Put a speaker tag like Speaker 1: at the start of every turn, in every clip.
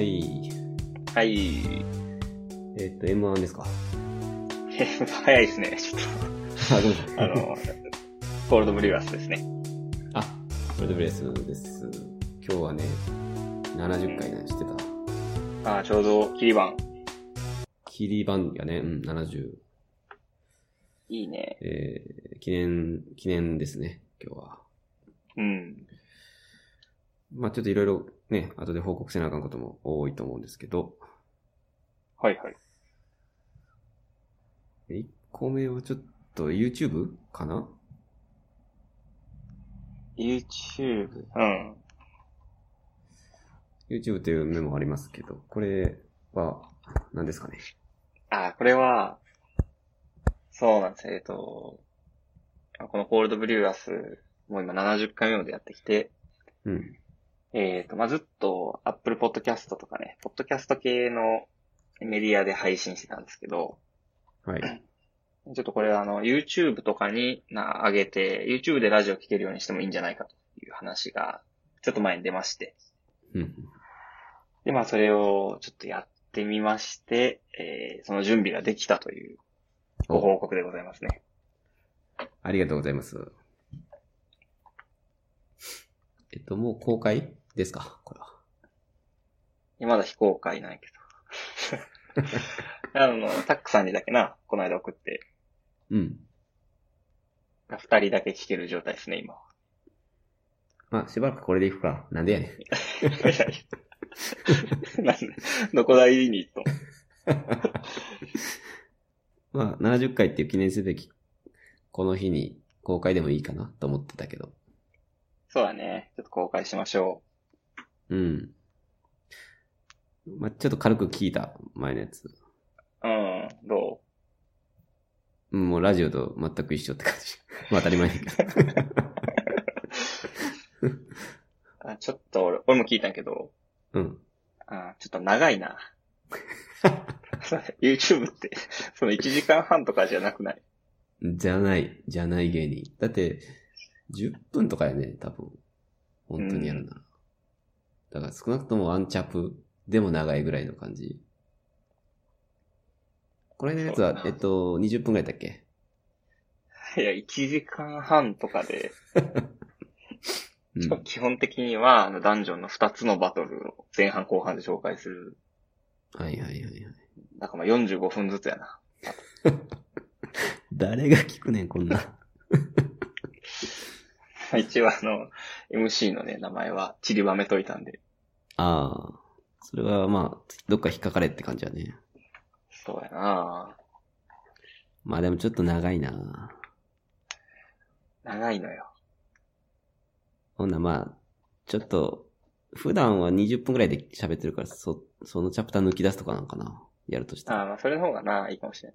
Speaker 1: い。
Speaker 2: えっと、M1 ですか。
Speaker 1: 早いですね。ちょっ
Speaker 2: あ、ごめんなさ
Speaker 1: と、あ
Speaker 2: い。
Speaker 1: の、コールドブリュアスですね。
Speaker 2: あ、コールドブレスです。今日はね、70回なんしてた。
Speaker 1: ああ、ちょうど、キリバン。
Speaker 2: キリバンやね、うん、70。
Speaker 1: いいね。
Speaker 2: えー、記念、記念ですね、今日は。
Speaker 1: うん。
Speaker 2: まあちょっといろいろね、後で報告せなあかんことも多いと思うんですけど、
Speaker 1: はいはい。
Speaker 2: 1個目はちょっと YouTube かな
Speaker 1: YouTube。うん。
Speaker 2: ?YouTube というメモありますけど、これは何ですかね。
Speaker 1: ああ、これは、そうなんですよ。えっと、このコールドブリュアス、もう今70回目までやってきて、
Speaker 2: うん。
Speaker 1: えっ、と、まあ、ずっと Apple Podcast とかね、Podcast 系のメディアで配信してたんですけど、
Speaker 2: はい。
Speaker 1: ちょっとこれはあの、YouTube とかにな上げて、YouTube でラジオ聴けるようにしてもいいんじゃないかという話が、ちょっと前に出まして。
Speaker 2: うん。
Speaker 1: で、まあそれをちょっとやってみまして、えー、その準備ができたというご報告でございますね。
Speaker 2: ありがとうございます。えっと、もう公開ですかこれは。
Speaker 1: まだ非公開ないけど。あ の、タックさんにだけな、この間送って、
Speaker 2: うん。
Speaker 1: 二人だけ聴ける状態ですね、今は。
Speaker 2: まあ、しばらくこれでいくか。なんでやね ん。
Speaker 1: なんでどこだいにと。
Speaker 2: まあ、70回っていう記念すべき、この日に公開でもいいかなと思ってたけど。
Speaker 1: そうだね。ちょっと公開しましょ
Speaker 2: うん。まあ、ちょっと軽く聞いた、前のやつ。
Speaker 1: う。うん、ど
Speaker 2: うんもうラジオと全く一緒って感じ。 まあ、当たり前だけど。
Speaker 1: うあちょっと俺、俺も聞いたんやけど、
Speaker 2: うん。
Speaker 1: あちょっと長いな。YouTube って、その1時間半とかじゃなくない
Speaker 2: じゃない、じゃない芸人。だって、10分とかやね、多分。本当にやるなら。だから少なくともワンチャップでも長いぐらいの感じ。この間のやつ
Speaker 1: そう
Speaker 2: は
Speaker 1: だ、な
Speaker 2: えっと、20分ぐらいだっけ
Speaker 1: いや、1時間半とかで、
Speaker 2: う
Speaker 1: し
Speaker 2: ん
Speaker 1: かも。基本的には、あの、ダンジョンの2つのバトルを前半後半で紹介する。
Speaker 2: はいはいはいはい。
Speaker 1: だからまあ45分ずつやな。
Speaker 2: 誰が聞くねん、こんな。
Speaker 1: 一応あの、MC のね、名前は散りばめといたんで。
Speaker 2: ああ。それはまあ、どっか引っかかれって感じはね。
Speaker 1: そうやな
Speaker 2: まあでもちょっと長いな。
Speaker 1: 長いのよ。
Speaker 2: ほんならまあ、ちょっと、普段は20分ぐらいで喋ってるから、そ、そのチャプター抜き出すとかなんかな。やるとした
Speaker 1: ああ、
Speaker 2: ら。
Speaker 1: まあそれの方がな、いいかもしれん。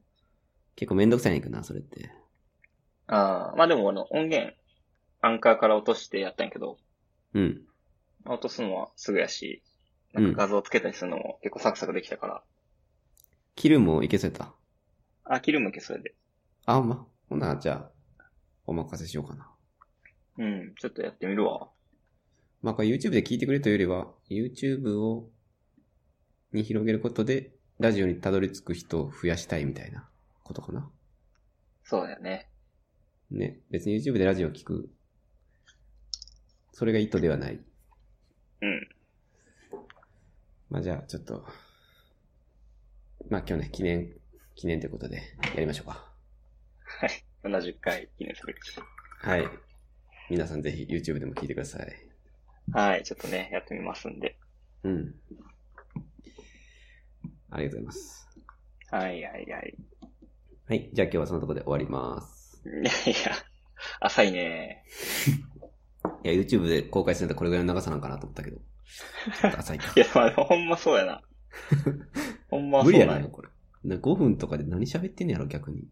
Speaker 2: 結構めんどくさいねんけどな、それって。
Speaker 1: ああ、まあでもあの、音源、アンカーから落としてやったんやけど、
Speaker 2: うん。
Speaker 1: まあ落とすのはすぐやし、なんか画像つけたりするのも結構サクサクできたから、
Speaker 2: キルもいけそうやった。
Speaker 1: あ、切る向けそれで。
Speaker 2: あ、ほんま。ほんならじゃあ、お任せしようかな。
Speaker 1: うん、ちょっとやってみるわ。
Speaker 2: まあこれ YouTube で聞いてくれというよりは、YouTube を、に広げることで、ラジオにたどり着く人を増やしたいみたいなことかな。
Speaker 1: そうだよね。
Speaker 2: ね。別に YouTube でラジオを聞く。それが意図ではない。
Speaker 1: うん。
Speaker 2: まあじゃあ、ちょっと、まあ今日ね、記念、記念ということで、やりましょうか。
Speaker 1: はい。70回記念すべき。
Speaker 2: はい。皆さんぜひ YouTube でも聞いてください。
Speaker 1: はい、ちょっとね、やってみますんで。
Speaker 2: うん。ありがとうございます。
Speaker 1: はい、はい、はい。
Speaker 2: はい。じゃあ今日はそのところで終わります。
Speaker 1: いやいや、浅いね。
Speaker 2: いや、YouTube で公開するとこれぐらいの長さなんかなと思ったけ ど。ちょっと浅いか
Speaker 1: い。や、まあ、ほんまそうやな。 ほんまそ
Speaker 2: 無
Speaker 1: う
Speaker 2: 理や
Speaker 1: な
Speaker 2: なん
Speaker 1: よ
Speaker 2: これ。な5分とかで何喋ってんねやろ、逆に。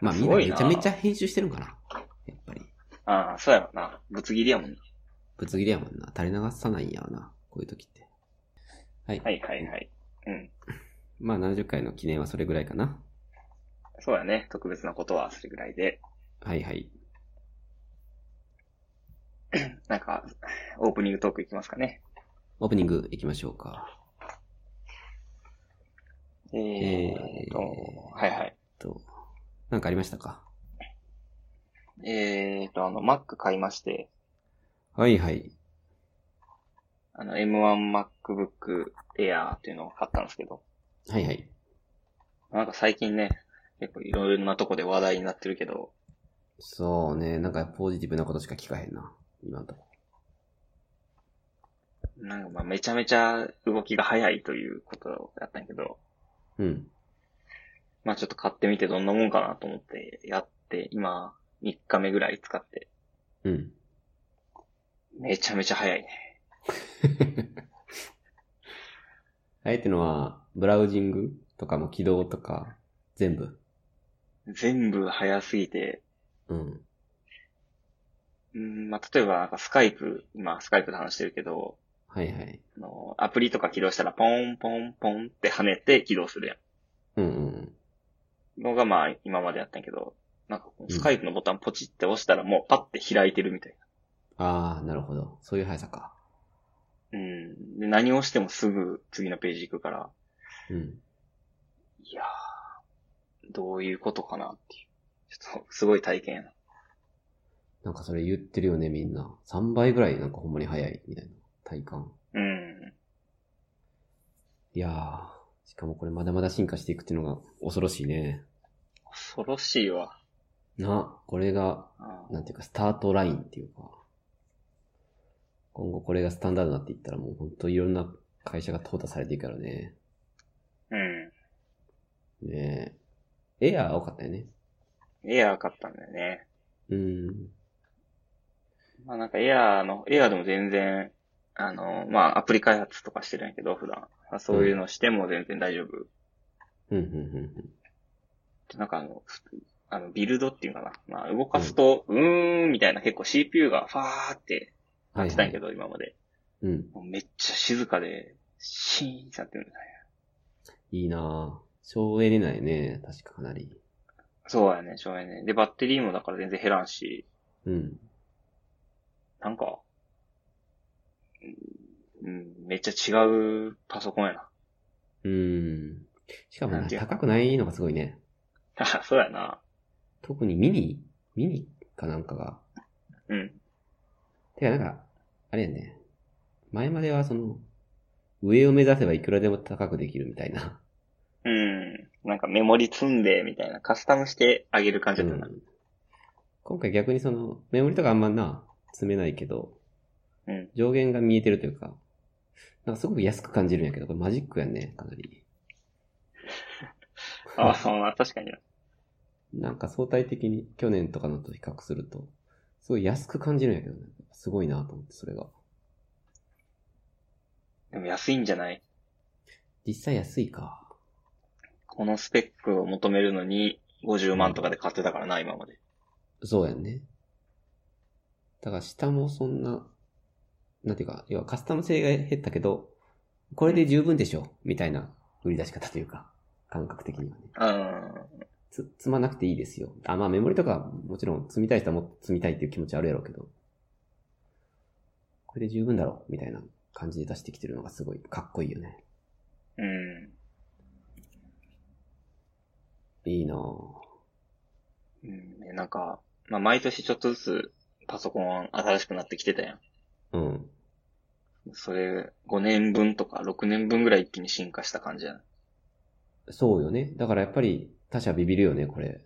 Speaker 2: まあみん
Speaker 1: す
Speaker 2: な
Speaker 1: ご
Speaker 2: め
Speaker 1: い
Speaker 2: ち
Speaker 1: な
Speaker 2: ゃめちゃ編集してるんかな。やっぱり。
Speaker 1: ああ、そうやろな。ぶつ切りやもんな。
Speaker 2: ぶつ切りやもんな。垂れ流さないんやろな。こういう時って。はい。
Speaker 1: はい、はい、はい。うん。
Speaker 2: まあ70回の記念はそれぐらいかな。
Speaker 1: そうやね。特別なことはそれぐらいで。
Speaker 2: はいはい。
Speaker 1: なんか、オープニングトークいきますかね。
Speaker 2: オープニング行きましょうか。
Speaker 1: えーっと、はいはい。
Speaker 2: と、なんかありましたか
Speaker 1: えーっと、あの、Mac 買いまして、
Speaker 2: はいはい。
Speaker 1: あの、M1MacBook Air っていうのを買ったんですけど、
Speaker 2: はいはい。
Speaker 1: なんか最近ね、結構いろいろなとこで話題になってるけど、
Speaker 2: そうね、なんかポジティブなことしか聞かへんな。今のとこ。
Speaker 1: なんかまあめちゃめちゃ動きが早いということだったんやけど、
Speaker 2: うん。
Speaker 1: まあちょっと買ってみてどんなもんかなと思ってやって、今3日目ぐらい使って、
Speaker 2: うん。
Speaker 1: めちゃめちゃ早いね。
Speaker 2: はいってのは、ブラウジングとかも起動とか、全部。
Speaker 1: 全部早すぎて、
Speaker 2: うん。
Speaker 1: うんまあ例えばなんかスカイプ、今スカイプで話してるけど、
Speaker 2: はいはい。
Speaker 1: あのアプリとか起動したらポンポンポンって跳ねて起動するや
Speaker 2: うんうん
Speaker 1: ん。のがまあ今までやったんやけど、なんかこうスカイプのボタンポチって押したらもうパッて開いてるみたいな。
Speaker 2: うん。ああ、なるほど。そういう速さか。
Speaker 1: うん。で、何をしてもすぐ次のページ行くから、
Speaker 2: うん。
Speaker 1: いやー、どういうことかなっていう。ちょっと、すごい体験やな。
Speaker 2: なんかそれ言ってるよね、みんな。3倍ぐらいなんかほんまに速いみたいな。体感。
Speaker 1: うん。
Speaker 2: いやー。しかもこれまだまだ進化していくっていうのが恐ろしいね。
Speaker 1: 恐ろしいわ。
Speaker 2: な、これが、
Speaker 1: あー
Speaker 2: なんていうか、スタートラインっていうか。今後これがスタンダードになっていったらもうほんといろんな会社が淘汰されていくからね。
Speaker 1: う
Speaker 2: ねえ。エアー多かったよね。
Speaker 1: ん。エアー買ったんだよね。
Speaker 2: うん。
Speaker 1: まあなんかエアーの、エアーでも全然、あの、まあアプリ開発とかしてるんやけど、普段。まあそういうのしても全然大丈夫。
Speaker 2: うん、うん、
Speaker 1: なんかあの、ふあの、ビルドっていうかな。まあ動かすと、うーんみたいな結構 CPU がファーって
Speaker 2: うん。は
Speaker 1: や
Speaker 2: い、
Speaker 1: ってた
Speaker 2: は
Speaker 1: んや
Speaker 2: い。
Speaker 1: けど、今まで。
Speaker 2: うん。
Speaker 1: もうめっちゃ静かで、シーンってなってるんだね。
Speaker 2: いいなぁ。省エネないね。確かかなり。
Speaker 1: そうやね、しょうがないね。で、バッテリーもだから全然減らんし、
Speaker 2: うん。
Speaker 1: なんか、うん、うんめっちゃ違うパソコンやな。
Speaker 2: うん。しかも
Speaker 1: な
Speaker 2: な、
Speaker 1: んていうか
Speaker 2: 高くないのがすごいね。
Speaker 1: あそうやな。
Speaker 2: 特にミニミニかなんかが。
Speaker 1: うん。
Speaker 2: てかなんか、あれやね。前まではその、上を目指せばいくらでも高くできるみたいな。
Speaker 1: うん。なんかメモリ積んで、みたいな、カスタムしてあげる感じ
Speaker 2: う
Speaker 1: だったな。
Speaker 2: ん、今回逆にその、メモリとかあんまな、詰めないけど、
Speaker 1: うん。
Speaker 2: 上限が見えてるというか、なんかすごく安く感じるんやけど、これマジックやね、かなり。
Speaker 1: あ あ、まあ確かにな。
Speaker 2: なんか相対的に去年とかのと比較すると、すごい安く感じるんやけどね。すごいなと思って、それが。
Speaker 1: でも安いんじゃない
Speaker 2: 実際安いか。
Speaker 1: このスペックを求めるのに、50万とかで買ってたからな、今まで。
Speaker 2: そうやんね。だから下もそんな、なんていうか、要はカスタム性が減ったけど、これで十分でしょ、みたいな売り出し方というか、感覚的にはね。
Speaker 1: うん。
Speaker 2: つ、積まなくていいですよ。あ、まあメモリとかもちろん積みたい人はもっと積みたいっていう気持ちあるやろうけど、これで十分だろう、みたいな感じで出してきてるのがすごいかっこいいよね。
Speaker 1: うん。
Speaker 2: いいなぁ。
Speaker 1: うん、ねなんか、まあ、毎年ちょっとずつパソコン新しくなってきてたやん。
Speaker 2: うん。
Speaker 1: それ、5年分とか6年分ぐらい一気に進化した感じやん。
Speaker 2: そうよね。だからやっぱり他者ビビるよね、これ。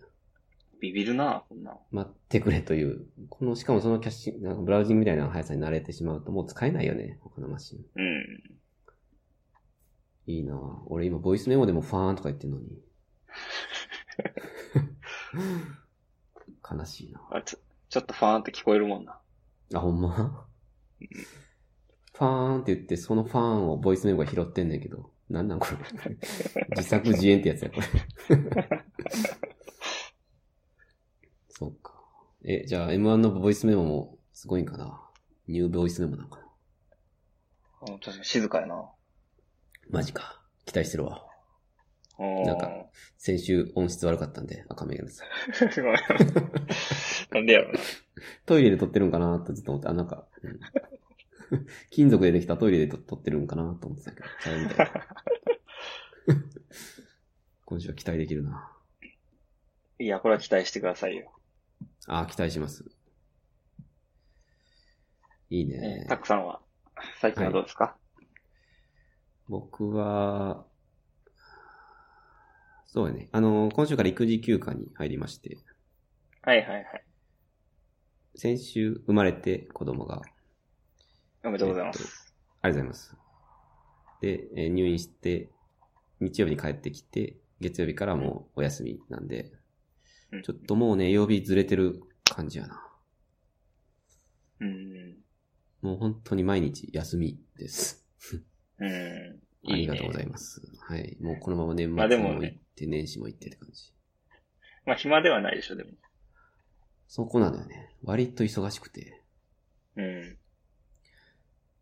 Speaker 1: ビビるな、こんなん。
Speaker 2: 待ってくれという。この、しかもそのキャッシュ、なんかブラウジングみたいな速さに慣れてしまうともう使えないよね、他のマシン。
Speaker 1: うん。
Speaker 2: いいなぁ。俺今ボイスメモでもファーンとか言ってんのに。悲しいな
Speaker 1: あちょ、ちょっとファーンって聞こえるもんな。
Speaker 2: あ、ほんまファーンって言って、そのファーンをボイスメモが拾ってんねんけど。なんなんこれ。 自作自演ってやつや、これ。 そうか。え、じゃあ M1 のボイスメモもすごいんかなニューボイスメモなんかな
Speaker 1: あ確かに静かやな。
Speaker 2: マジか。期待してるわ。
Speaker 1: おー
Speaker 2: なんか先週音質悪かったんで、赤目がです。
Speaker 1: ごめん なんでやろな。
Speaker 2: トイレで撮ってるんかなとずっと思って、あ、なんか、うん 金属でできたトイレでと撮ってるんかなと思ってたけど、ちゃうみたいな。今週は期待できるな。
Speaker 1: いや、これは期待してくださいよ。
Speaker 2: ああ、期待します。いい
Speaker 1: え
Speaker 2: ね
Speaker 1: ー、。タックさんは、最近はどうですか、
Speaker 2: 僕は、そうやね。あの、今週から育児休暇に入りまして、
Speaker 1: はい、はいはいはい
Speaker 2: 先週生まれて子供が、
Speaker 1: おめでとうございます。
Speaker 2: ありがとうございます。で、えー入院して、日曜日に帰ってきて、月曜日からもうお休みなんで
Speaker 1: うん、
Speaker 2: ちょっともうね、曜日ずれてる感じやな。
Speaker 1: うん。
Speaker 2: もう本当に毎日休みです。
Speaker 1: うん。
Speaker 2: ありがとうござ
Speaker 1: い
Speaker 2: います。はい。もうこのまま年
Speaker 1: まあで
Speaker 2: 末
Speaker 1: も
Speaker 2: も
Speaker 1: ね
Speaker 2: 行って、年始も行ってって感じ。
Speaker 1: ます。まあ、暇ではないでしょ、でも。
Speaker 2: そこなのよね。割と忙しくて。
Speaker 1: うん。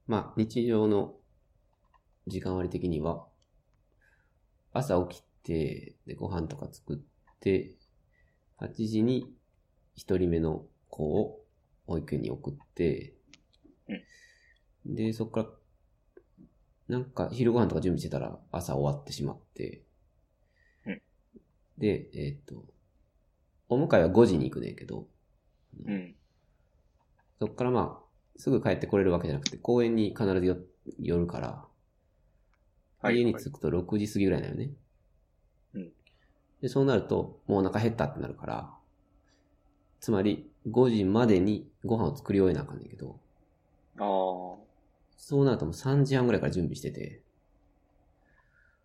Speaker 2: まあ、日常の時間割的には、朝起きて、で、ご飯とか作って、8時に一人目の子を保育園に送って、で、そっから、なんか昼ご飯とか準備してたら朝終わってしまって
Speaker 1: うん、
Speaker 2: で、えっ、と、お迎えは5時に行くねんけど、
Speaker 1: うん。
Speaker 2: そっからまあ、すぐ帰ってこれるわけじゃなくて、公園に必ずよ寄るから、
Speaker 1: はい。
Speaker 2: 家に着くと6時過ぎぐらいだよね。
Speaker 1: うん
Speaker 2: で、そうなると、もうお腹減ったってなるから、つまり、5時までにご飯を作り終えなあかんねんけど、
Speaker 1: ああ。は
Speaker 2: そうなるともう3時半ぐらいから準備してて、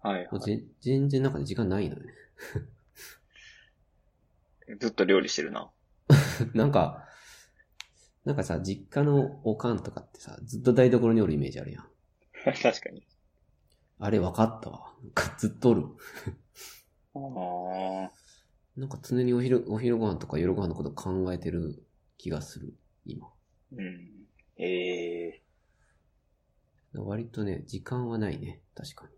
Speaker 1: い、
Speaker 2: もう
Speaker 1: は
Speaker 2: ぜ全然なんかね時間ないのよね。
Speaker 1: い。ずっと料理してるな。
Speaker 2: なんか、なんかさ、実家のおかんとかってさ、ずっと台所におるイメージあるやん。
Speaker 1: 確かに。
Speaker 2: あれ分かったわ。なんかずっとおる。
Speaker 1: ああ。
Speaker 2: なんか常にお昼、お昼ご飯とか夜ご飯のこと考えてる気がする、今。
Speaker 1: うん。ええ
Speaker 2: 割とね、時間はないね、確か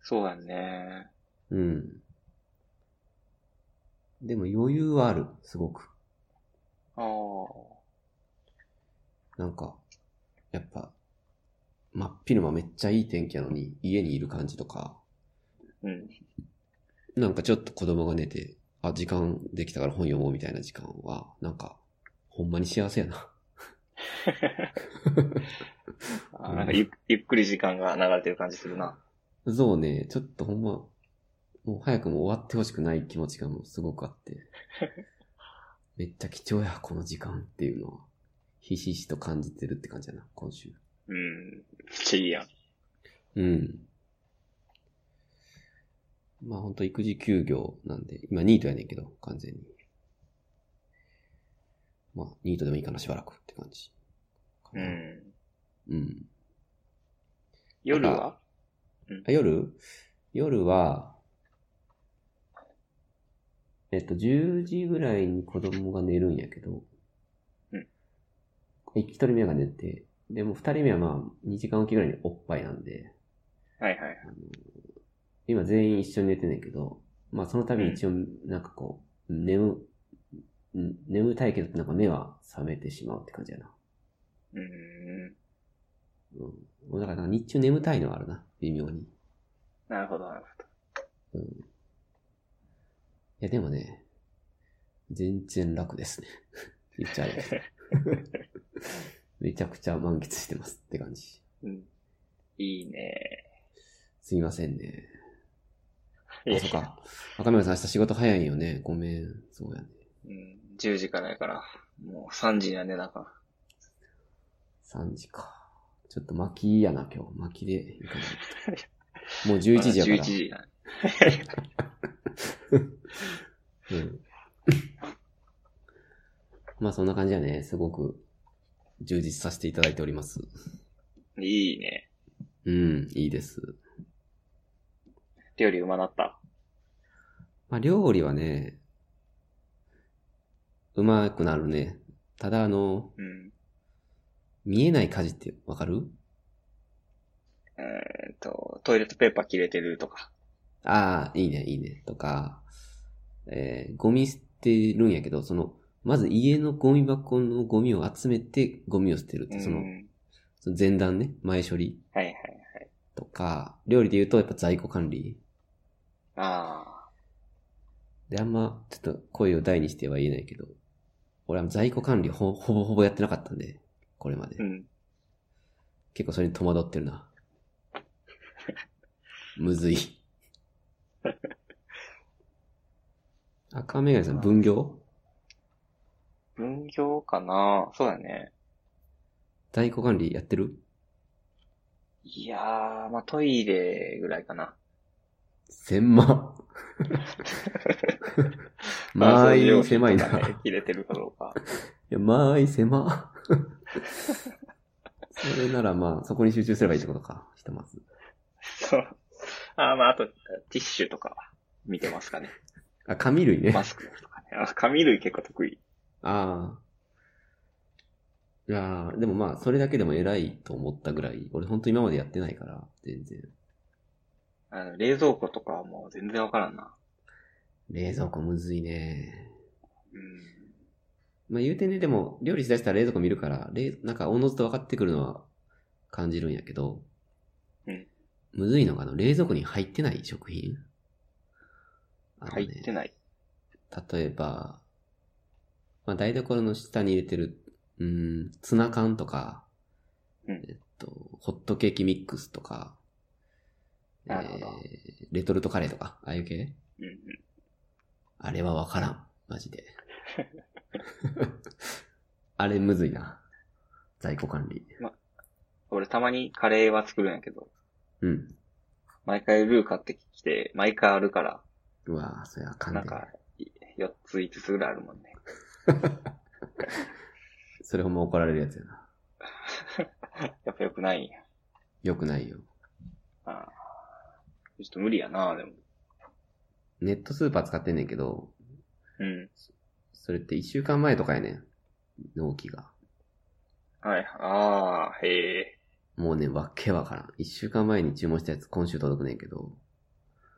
Speaker 1: そうだね。
Speaker 2: に。うん。でも余裕はある、すごく。
Speaker 1: ああ。
Speaker 2: なんか、やっぱ、真っ昼間めっちゃいい天気なのに、家にいる感じとか、
Speaker 1: うん。
Speaker 2: なんかちょっと子供が寝て、あ、時間できたから本読もうみたいな時間は、なんか、ほんまに幸せやな。
Speaker 1: あーなんかゆゆっくり時間が流れてる感じするな。
Speaker 2: そうね、ちょっとほんま、もう早くもう終わってほしくない気持ちがもうすごくあ って。めっちゃ貴重や、この時間っていうのは。ひしひしと感じてるって感じやな、今週。
Speaker 1: うん。めっちゃいいやん。
Speaker 2: うん。まあほんと育児休業なんで、今ニートやねんけど、完全に。まあ、ニートでもいいかな、しばらくって感じ。
Speaker 1: うん。
Speaker 2: うん。
Speaker 1: 夜
Speaker 2: なん
Speaker 1: は
Speaker 2: あ夜夜は、えっと、10時ぐらいに子供が寝るんやけど、
Speaker 1: うん
Speaker 2: 一人目が寝て、でも二人目はまあ、2時間おきぐらいにおっぱいなんで、
Speaker 1: はいはい。
Speaker 2: 今全員一緒に寝てんねんけど、まあその度に一応、なんかこう、眠、ん眠たいけど、なんか目は覚めてしまうって感じやな。
Speaker 1: うん。
Speaker 2: うん。だからなんか日中眠たいのはあるな、微妙に。
Speaker 1: なるほど、なるほ
Speaker 2: いや、でもね、全然楽ですね。 言っちゃえば。 めちゃくちゃ満喫してますって感じ。
Speaker 1: ど。うん。いいね。
Speaker 2: すいませんね。
Speaker 1: い
Speaker 2: あ、
Speaker 1: や
Speaker 2: そうか。赤嶺さん明日仕事早いよね。ごめん。そうやね。
Speaker 1: うん。10時からやから、もう3時には寝なあかん。
Speaker 2: 3時か。ちょっと巻きやな、今日。巻きで行かないと。もう11時やか
Speaker 1: 11
Speaker 2: ら。
Speaker 1: 時や。
Speaker 2: うん。 まあそんな感じやね。すごく充実させていただいております。
Speaker 1: いいね。
Speaker 2: うん、いいです。
Speaker 1: 料理うまなった。
Speaker 2: まあ、料理はね、うまくなるね。ただ、あの、
Speaker 1: うん。
Speaker 2: 見えない家事ってわかる
Speaker 1: えーっと、トイレットペーパー切れてるとか。
Speaker 2: ああ、いいね、いいね。とか、えーゴミ捨てるんやけど、その、まず家のゴミ箱のゴミを集めて、ゴミを捨てるって、そうの、
Speaker 1: ん。
Speaker 2: その前段ね、前処理
Speaker 1: はいはい。
Speaker 2: とか、料理で言うと、やっぱ在庫管理。
Speaker 1: ああ
Speaker 2: で、あんま、ちょっと声を大にしては言えないけど、俺は在庫管理ほほぼほぼやってなかったんで、これまで。
Speaker 1: ー。うん。
Speaker 2: 結構それに戸惑ってる な。むずい。赤メガネさん、分業
Speaker 1: 分業かなそうだね。
Speaker 2: 在庫管理やってる
Speaker 1: いやー、まあ、トイレぐらいかな。
Speaker 2: 千 万。まあ、
Speaker 1: そう
Speaker 2: 狭いな。
Speaker 1: 量とか
Speaker 2: い
Speaker 1: ね切れてるかどうか。
Speaker 2: や、まあ、狭。それならまあ、そこに集中すればいいってことか、ひとまず。
Speaker 1: そう。あー、まあ、あと、ティッシュとか見てますかね。
Speaker 2: あ、紙類ね。
Speaker 1: マスクとかね。あ紙類結構得意。
Speaker 2: ああ。いやーでもまあ、それだけでも偉いと思ったぐらい、俺ほんと今までやってないから、全然。
Speaker 1: あの、冷蔵庫とかはもう全然わからんな。
Speaker 2: 冷蔵庫むずいね。
Speaker 1: うん。
Speaker 2: まあ言うてね、でも、料理しだしたら冷蔵庫見るから、冷、なんか、おのずと分かってくるのは感じるんやけど、
Speaker 1: うん
Speaker 2: むずいのが、あの、冷蔵庫に入ってない食品あの
Speaker 1: 入
Speaker 2: ね
Speaker 1: ってない。
Speaker 2: 例えば、まあ、台所の下に入れてる、うーん、ツナ缶とか、
Speaker 1: うん
Speaker 2: えっと、ホットケーキミックスとか、
Speaker 1: なるほど
Speaker 2: えーレトルトカレーとか、ああいう系
Speaker 1: うんうん。
Speaker 2: あれはわからん。マジで。 あれむずいな。在庫管理。
Speaker 1: 俺たまにカレーは作るんやけど、
Speaker 2: うん。
Speaker 1: 毎回ルー買ってきて、毎回あるから、
Speaker 2: うわぁ、それはあかん
Speaker 1: な
Speaker 2: で
Speaker 1: んか、4つ5つぐらいあるもんね。
Speaker 2: それほんま怒られるやつやな。
Speaker 1: やっぱ良くないんや。
Speaker 2: よくないよ。
Speaker 1: あーちょっと無理やな、でも。
Speaker 2: ネットスーパー使ってんねんけど、
Speaker 1: うん。
Speaker 2: それって一週間前とかやねん。納期が。
Speaker 1: はい。ああ、へえ。
Speaker 2: もうね、わけわからん。一週間前に注文したやつ今週届くねんけど、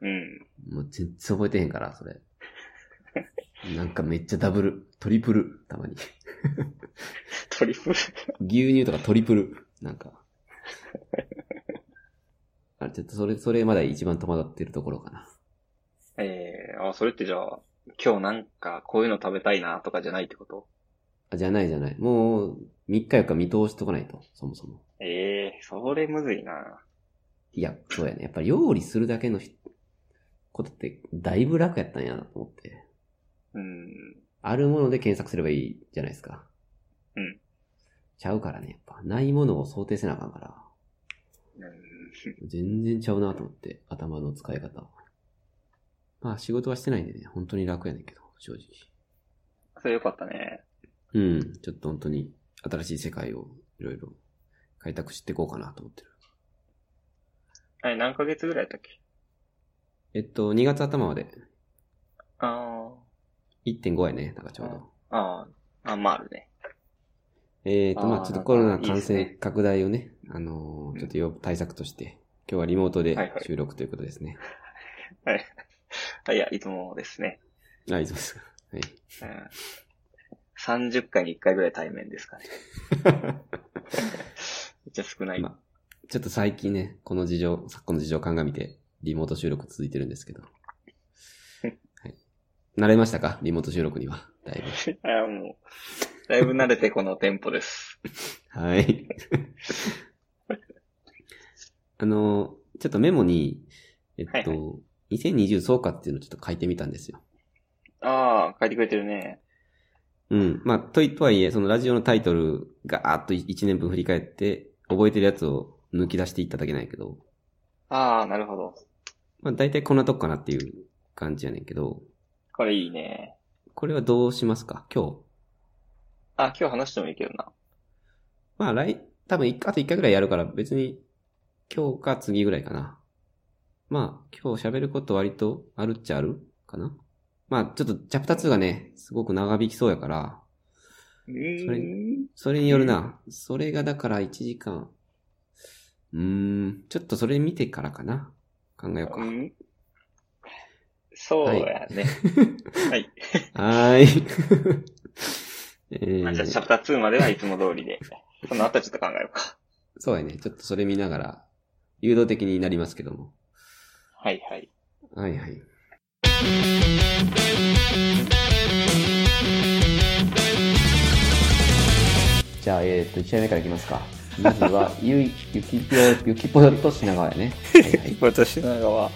Speaker 1: うん。
Speaker 2: もう全然覚えてへんから、それ。なんかめっちゃダブル、トリプル、たまに。
Speaker 1: トリプル。
Speaker 2: 牛乳とかトリプル。なんか。 あ、ちょっとそれ、それまだ一番戸惑ってるところかな。
Speaker 1: ええあ、それってじゃあ、今日なんかこういうの食べたいなとかじゃないってこと
Speaker 2: あ、じゃないじゃない。もう、3日4日見通しとかないと、そもそも。
Speaker 1: ええそれむずいな。
Speaker 2: いや、そうやね。やっぱ料理するだけのひことって、だいぶ楽やったんやなと思って。
Speaker 1: うん。
Speaker 2: あるもので検索すればいいじゃないですか。
Speaker 1: うん。
Speaker 2: ちゃうからね、やっぱ。ないものを想定せなあかんから。
Speaker 1: うん
Speaker 2: 全然ちゃうなと思って、頭の使い方。まあ仕事はしてないんでね、本当に楽やねんけど、正直。
Speaker 1: それよかったね。
Speaker 2: うん、ちょっと本当に新しい世界をいろいろ開拓していこうかなと思ってる。
Speaker 1: あれ、何ヶ月ぐらいだったっけ
Speaker 2: えっと、2月頭まで
Speaker 1: あ
Speaker 2: 1.5やね、なんかちょうど。
Speaker 1: あ、ああ、あ、まああるね。
Speaker 2: えっと、
Speaker 1: あー
Speaker 2: まあちょっとコロナ感
Speaker 1: い
Speaker 2: 染
Speaker 1: いですね
Speaker 2: 拡大をね、あのーちょっとよ対策として、今日はリモートで
Speaker 1: はいはい
Speaker 2: 収録ということ ですね。
Speaker 1: あいや、いつもですね。
Speaker 2: あ、いつもです。はい。
Speaker 1: うん。30回に1回ぐらい対面ですかね。めっちゃ少 ない。
Speaker 2: まあ、 ちょっと最近ね、この事情、昨今の事情を鑑みて、リモート収録続いてるんですけ ど。はい。慣れましたかリモート収録には。だいぶ。
Speaker 1: あもう、だいぶ慣れてこのテンポです。
Speaker 2: はい。 あの、ちょっとメモに、えっと、
Speaker 1: はいは
Speaker 2: 2020総括っていうのをちょっと書いてみたんですよ。
Speaker 1: ああ、書いてくれてるね。
Speaker 2: うん。まあ、とい、とはいえ、そのラジオのタイトルがーっと1年分振り返って、覚えてるやつを抜き出していっただけないけど、
Speaker 1: ああ、なるほど。
Speaker 2: まあ、大体こんなとこかなっていう感じやねんけど、
Speaker 1: これいいね。
Speaker 2: これはどうしますか今日。
Speaker 1: あ、今日話してもいいけどな。
Speaker 2: まあ来、多分一あと1回ぐらいやるから別に今日か次ぐらいかな。まあ今日喋ること割とあるっちゃあるかな。まあちょっとチャプター2がね、すごく長引きそうやから、そ
Speaker 1: う
Speaker 2: れ
Speaker 1: ーん。
Speaker 2: それによるな。それがだから1時間。うーん、ちょっとそれ見てからかな。考えようか
Speaker 1: う。んそうやね。はい。
Speaker 2: はーい。 え
Speaker 1: あじゃあ、チャ
Speaker 2: ー、
Speaker 1: プター2まではいつも通りで。その後はちょっと考えようか。
Speaker 2: そうやね。ちょっとそれ見ながら、誘導的になりますけども。
Speaker 1: はいはい。
Speaker 2: はいはい。じゃあ、えっ、と、1試合目からいきますか。まず は、ゆい、ゆきぽよ、ゆきぽよと品川やね。はい はい。
Speaker 1: 今年の長は、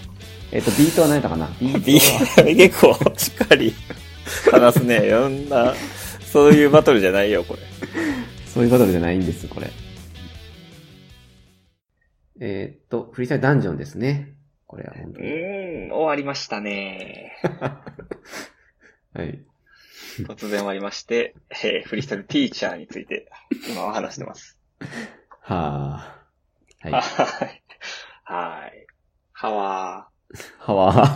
Speaker 2: えっ、と、ビートは何やったかなビー
Speaker 1: ビ
Speaker 2: トは、
Speaker 1: ー結構しっかり話すね。いろんな、そういうバトルじゃないよ、これ。
Speaker 2: そういうバトルじゃないんです、これ。えっ、と、フリースタイルダンジョンですね。これは本当に。
Speaker 1: うーん、終わりましたね。
Speaker 2: はい。
Speaker 1: 突然終わりまして、えーフリースタイルティーチャーについて、今は話してます。
Speaker 2: はあ。は。
Speaker 1: はいい。はい。はわ
Speaker 2: はわ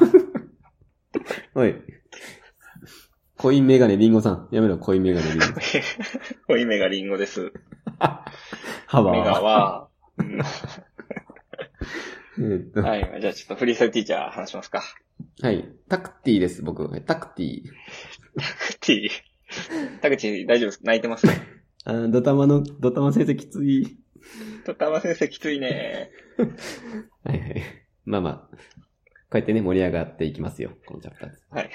Speaker 2: ー。おい。コインメガネリンゴさん。やめろ、コインメガネリンゴ。
Speaker 1: ー。おい、目がリンゴです。
Speaker 2: はわー。
Speaker 1: 目がは、うん
Speaker 2: えーっと、は。
Speaker 1: はいい。じゃあちょっとフリースタイルティーチャー話しますか。
Speaker 2: タクティです、僕。タクティ。
Speaker 1: タクティ、タクティ大丈夫です。泣いてますね。
Speaker 2: あードタマの、ドタマ先生きつい。
Speaker 1: とたま先生きついね。
Speaker 2: はいはい。まあまあ。こうやってね、盛り上がっていきますよ。このチャプターです。
Speaker 1: はい。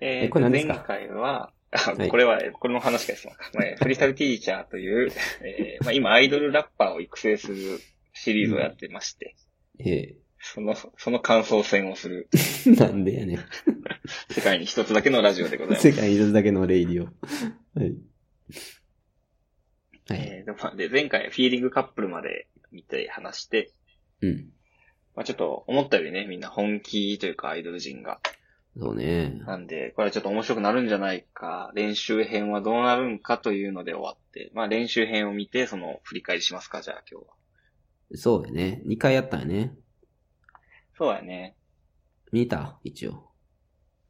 Speaker 1: え
Speaker 2: え
Speaker 1: ー、
Speaker 2: これ何ですか
Speaker 1: 前回は、あ
Speaker 2: はい
Speaker 1: これは、えーこれの話ですわ。まあえーフリースタイルティーチャーという、えーまあ、今アイドルラッパーを育成するシリーズをやってまして、
Speaker 2: え
Speaker 1: その、その感想戦をする
Speaker 2: え なんでやねん。
Speaker 1: 世界に一つだけのラジオでございます。
Speaker 2: 世界に一つだけのレイディオ。はい。はい。
Speaker 1: えーでまあで、前回フィーリングカップルまで見て話して、
Speaker 2: うん。
Speaker 1: まあ、ちょっと思ったよりね、みんな本気というかアイドル人が
Speaker 2: そうね。
Speaker 1: なんで、これはちょっと面白くなるんじゃないか、練習編はどうなるんかというので終わって、まあ練習編を見て、その振り返りしますか、じゃあ今日は。
Speaker 2: そうやね。2回やったんやね。
Speaker 1: そうだよね。
Speaker 2: 見た一応。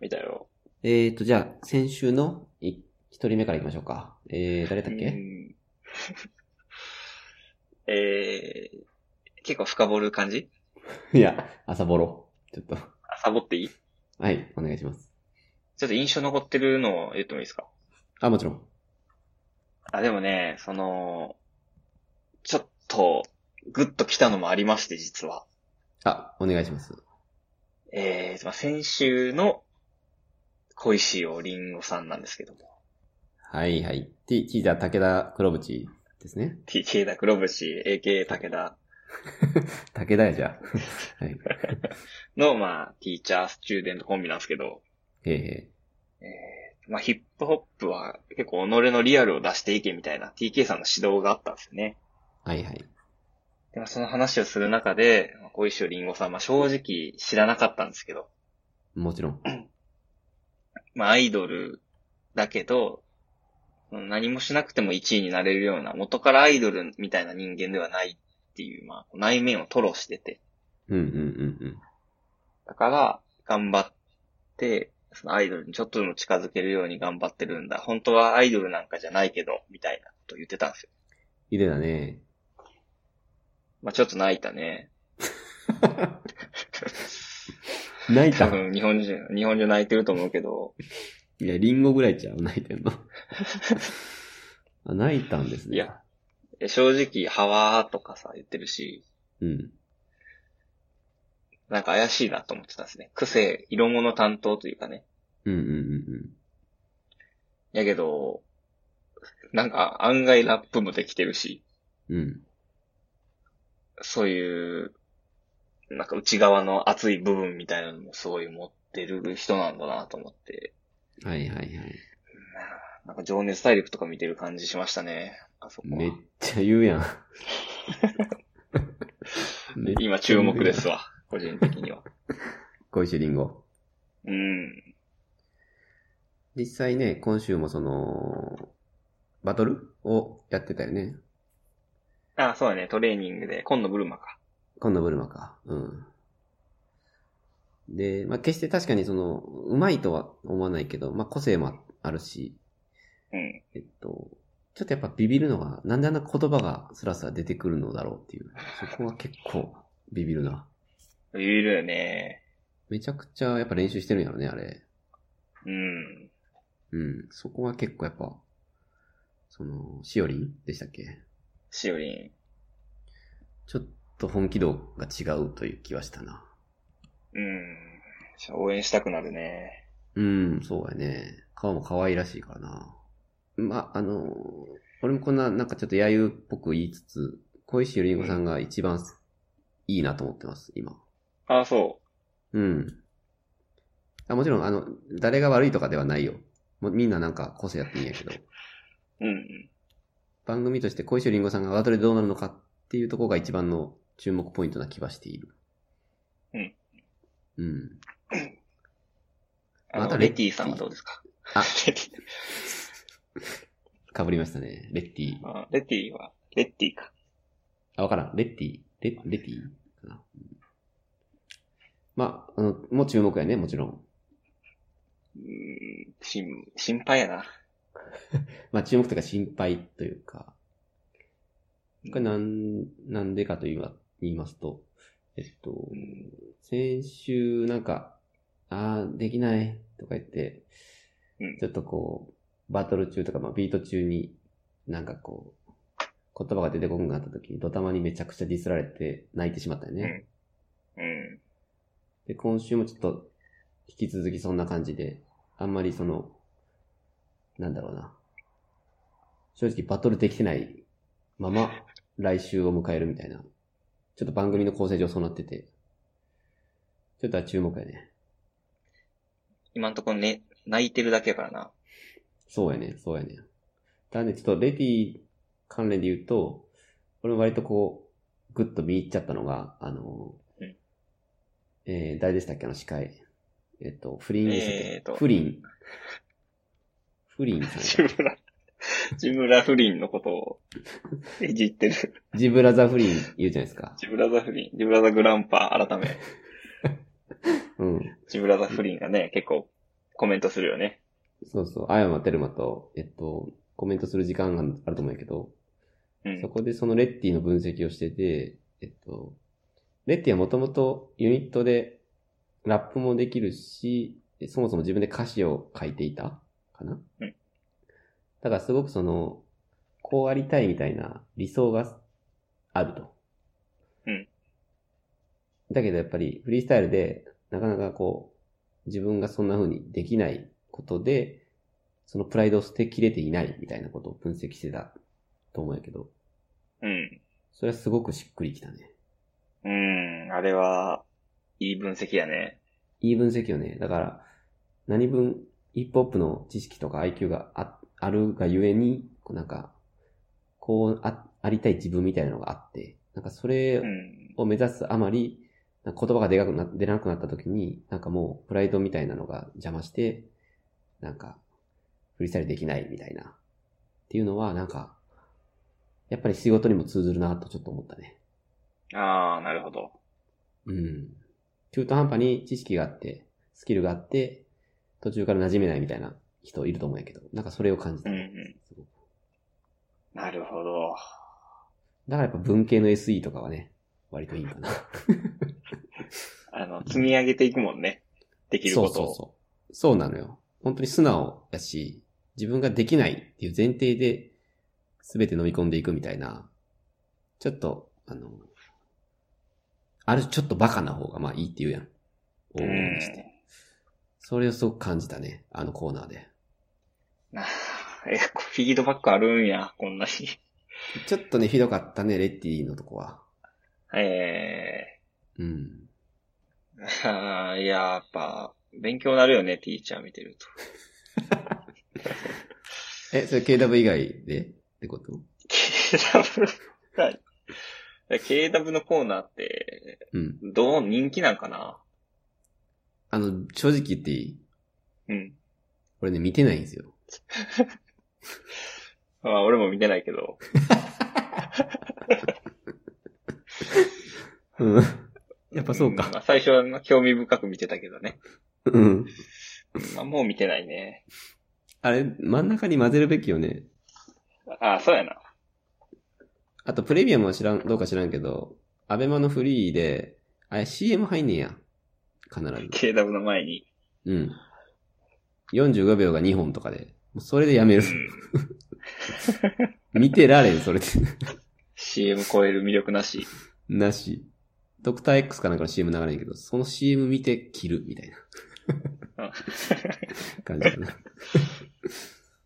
Speaker 1: 見たよ。
Speaker 2: えーと、じゃあ、先週の1人目からいきましょうか。えー、誰だっけ、
Speaker 1: うん、 えー、結構深掘る感じ
Speaker 2: いや、朝ボロ。ちょっと。
Speaker 1: あサボっていい
Speaker 2: はい、お願いします。
Speaker 1: ちょっと印象残ってるのを言ってもいいですか
Speaker 2: あ、もちろん。
Speaker 1: あ、でもね、その、ちょっと、グッと来たのもありまして、実は。
Speaker 2: あ、お願いします。
Speaker 1: えー、まあ先週の、小石をりんごさんなんですけども。
Speaker 2: はいはい。T、T だ、武田黒渕ですね。
Speaker 1: TK だ、黒渕、AK 武田
Speaker 2: 武田やじゃあ。はい。
Speaker 1: の、まあ、ティーチャー、スチューデントコンビなんですけど、
Speaker 2: へーへ
Speaker 1: まあ、ヒップホップは結構己のリアルを出していけみたいな TK さんの指導があったんですよね。
Speaker 2: ーはいはい。
Speaker 1: で、まあ、その話をする中で、まあ小石りんごさん、まあ、正直知らなかったんですけど、
Speaker 2: もちろん。
Speaker 1: まあ、アイドルだけど、何もしなくても1位になれるような、元からアイドルみたいな人間ではないっていう、まあ、内面を吐露してて、
Speaker 2: うんうんうんうん。
Speaker 1: だから、頑張って、そのアイドルにちょっとでも近づけるように頑張ってるんだ。本当はアイドルなんかじゃないけど、みたいなこと言ってたんですよ。
Speaker 2: いでだね。
Speaker 1: まあちょっと泣いたね。
Speaker 2: 泣い
Speaker 1: 多
Speaker 2: た。
Speaker 1: 分日本人、日本中泣いてると思うけど、
Speaker 2: いや、リンゴぐらいちゃう、泣いてんの。あ、泣いたんですね。
Speaker 1: いや。え正直、ハワーとかさ、言ってるし、
Speaker 2: うん。
Speaker 1: なんか怪しいなと思ってたんですね。癖、色物担当というかね。
Speaker 2: うんうんうん
Speaker 1: やけど、なんか案外ラップもできてるし、
Speaker 2: うん。うん。
Speaker 1: そういう、なんか内側の熱い部分みたいなのもすごい持ってる人なんだなと思って、
Speaker 2: はいはいはい。
Speaker 1: なんか情熱大陸とか見てる感じしましたね。あそこは
Speaker 2: めっちゃ言うやん。めっちゃ言うやん
Speaker 1: 今注目です。わ。個人的には。
Speaker 2: 小石リンゴ。
Speaker 1: うん。
Speaker 2: 実際ね、今週もその、バトルをやってたよね。
Speaker 1: あ、そうだね。トレーニングで。今度ブルマか。
Speaker 2: 今度ブルマか。うん。で、まあ、決して確かにその、うまいとは思わないけど、まあ、個性もあるし、
Speaker 1: うん。
Speaker 2: えっと、ちょっとやっぱビビるのが、なんであんな言葉がスラスラ出てくるのだろうっていう。そこは結構ビビるな。
Speaker 1: いるよね。
Speaker 2: めちゃくちゃやっぱ練習してるんやろね、あれ。
Speaker 1: うん。
Speaker 2: うん。そこは結構やっぱ、その、しおりんでしたっけ
Speaker 1: しおりん。
Speaker 2: ちょっと本気度が違うという気はしたな。
Speaker 1: うん。応援したくなるね。
Speaker 2: うん、そうやね。顔も可愛らしいからな。まあ、あの、俺もこんな、なんかちょっと揶揄っぽく言いつつ、小石ゆりんごさんが一番いいなと思ってます、今。
Speaker 1: ああ、そ
Speaker 2: うん。あもちろん、あの、誰が悪いとかではないよ。もうみんななんか個性やっていいんやけど、
Speaker 1: う。うん。
Speaker 2: 番組として小石ゆりんごさんがワードでどうなるのかっていうところが一番の注目ポイントな気はしている。
Speaker 1: うん。
Speaker 2: うん。
Speaker 1: あ
Speaker 2: また
Speaker 1: の、
Speaker 2: レ
Speaker 1: レ
Speaker 2: ッ
Speaker 1: ティさんはどうですか
Speaker 2: あ
Speaker 1: レティ
Speaker 2: かぶりましたね。レッティ。
Speaker 1: あレティは、レッティか。
Speaker 2: あ、わからん。レッティ。レレッティかな。うんまあ、あの、もう注目やね、もちろん。
Speaker 1: うーん、心、心配やな。
Speaker 2: まあ、注目というか心配というか、これなん、なんでかと言いま言いますと、えっと
Speaker 1: う、ん
Speaker 2: 先週なんか、ああ、できないとか言って、
Speaker 1: うん
Speaker 2: ちょっとこう、バトル中とか、まあ、ビート中になんかこう、言葉が出てこなくなった時に、ドタマにめちゃくちゃディスられて泣いてしまったよね。
Speaker 1: うん。
Speaker 2: で、今週もちょっと、引き続きそんな感じで、あんまりその、なんだろうな。正直バトルできてないまま、来週を迎えるみたいな。ちょっと番組の構成上そうなってて。ちょっとは注目やね。
Speaker 1: 今んとこね、泣いてるだけやからな。
Speaker 2: そうやね、そうやね。ただね、ちょっとレディ関連で言うと、俺も割とこう、ぐっと見入っちゃったのが、あの、
Speaker 1: うん
Speaker 2: えー、誰でしたっけ、あの司会。えっと、不倫でしたっけ、
Speaker 1: えーと
Speaker 2: 不倫。不倫
Speaker 1: ジ
Speaker 2: さんや。
Speaker 1: ムラ、ジムラフリンのことを、いじってる。
Speaker 2: ジブラザ不倫言うじゃないですか。
Speaker 1: ジムラザフリン、ジムラザグランパ改め、
Speaker 2: うん。
Speaker 1: ジムラザフリンがね、結構コメントするよね。
Speaker 2: そうそう、青山テルマと、えっと、コメントする時間があると思うんやけど、
Speaker 1: う
Speaker 2: そ
Speaker 1: ん。
Speaker 2: こでそのレッティの分析をしてて、えっと、レッティはもともとユニットでラップもできるし、そもそも自分で歌詞を書いていたかな、
Speaker 1: うん
Speaker 2: だからすごくその、こうありたいみたいな理想があると。
Speaker 1: うん
Speaker 2: だけどやっぱりフリースタイルでなかなかこう、自分がそんな風にできないことで、そのプライドを捨てきれていないみたいなことを分析してたと思うんやけど、
Speaker 1: うん。
Speaker 2: それはすごくしっくりきたね。
Speaker 1: うん、あれは、いい分析やね。
Speaker 2: いい分析よね。だから、何分ヒップホップの知識とか IQ がああるがゆえに、こうなんか、こうあありたい自分みたいなのがあって、なんかそれ
Speaker 1: うん。
Speaker 2: を目指すあまり、なんか言葉が出なくな出なくなった時に、なんかもうプライドみたいなのが邪魔して、なんか、振り去りできないみたいな。っていうのは、なんか、やっぱり仕事にも通ずるなとちょっと思ったね。
Speaker 1: ああ、なるほど。
Speaker 2: うん。中途半端に知識があって、スキルがあって、途中から馴染めないみたいな人いると思うんやけど、なんかそれを感じ
Speaker 1: う
Speaker 2: た。
Speaker 1: ん、うん。
Speaker 2: すごく
Speaker 1: なるほど。
Speaker 2: だからやっぱ文系の SE とかはね、割といいかな。
Speaker 1: あの、積み上げていくもんね。できる
Speaker 2: そ
Speaker 1: こ
Speaker 2: う
Speaker 1: と
Speaker 2: そう
Speaker 1: を。
Speaker 2: そう。そうなのよ。本当に素直だし、自分ができないっていう前提で、すべて飲み込んでいくみたいな、ちょっと、あの、ある、ちょっとバカな方がまあいいって言うやん。大声にして。それをすごく感じたね、あのコーナーで。
Speaker 1: なあ え、フィードバックあるんや、こんなに。
Speaker 2: ちょっとね、ひどかったね、レッティのとこは。
Speaker 1: え
Speaker 2: うん。
Speaker 1: えあー いや、やっぱ、勉強なるよね、ティーチャー見てると。
Speaker 2: え、それ KW 以外でってこと
Speaker 1: KW が、いや KW のコーナーって、
Speaker 2: うん。
Speaker 1: どう人気なんかな
Speaker 2: あの、正直言っていい
Speaker 1: うん。
Speaker 2: 俺ね、見てないんですよ。
Speaker 1: まあ、俺も見てないけど。
Speaker 2: うん。 やっぱそう
Speaker 1: ま
Speaker 2: か。
Speaker 1: あ、最初は興味深く見てたけどね。
Speaker 2: うん。
Speaker 1: うんまあ、もう見てないね。
Speaker 2: あれ、真ん中に混ぜるべきよね。
Speaker 1: ああ、そうやな。
Speaker 2: あと、プレミアムは知らん、どうか知らんけど、アベマのフリーで、あれ CM 入んねんや。必ず。
Speaker 1: KW の前に。
Speaker 2: うん。45秒が2本とかで。もうそれでやめ
Speaker 1: う
Speaker 2: る。
Speaker 1: ん。
Speaker 2: 見てられん、それで。
Speaker 1: CM 超える魅力なし。
Speaker 2: なし。ドクター X かなんかの CM 流れんけど、その CM 見て切るみたいな
Speaker 1: うん
Speaker 2: 感じかな。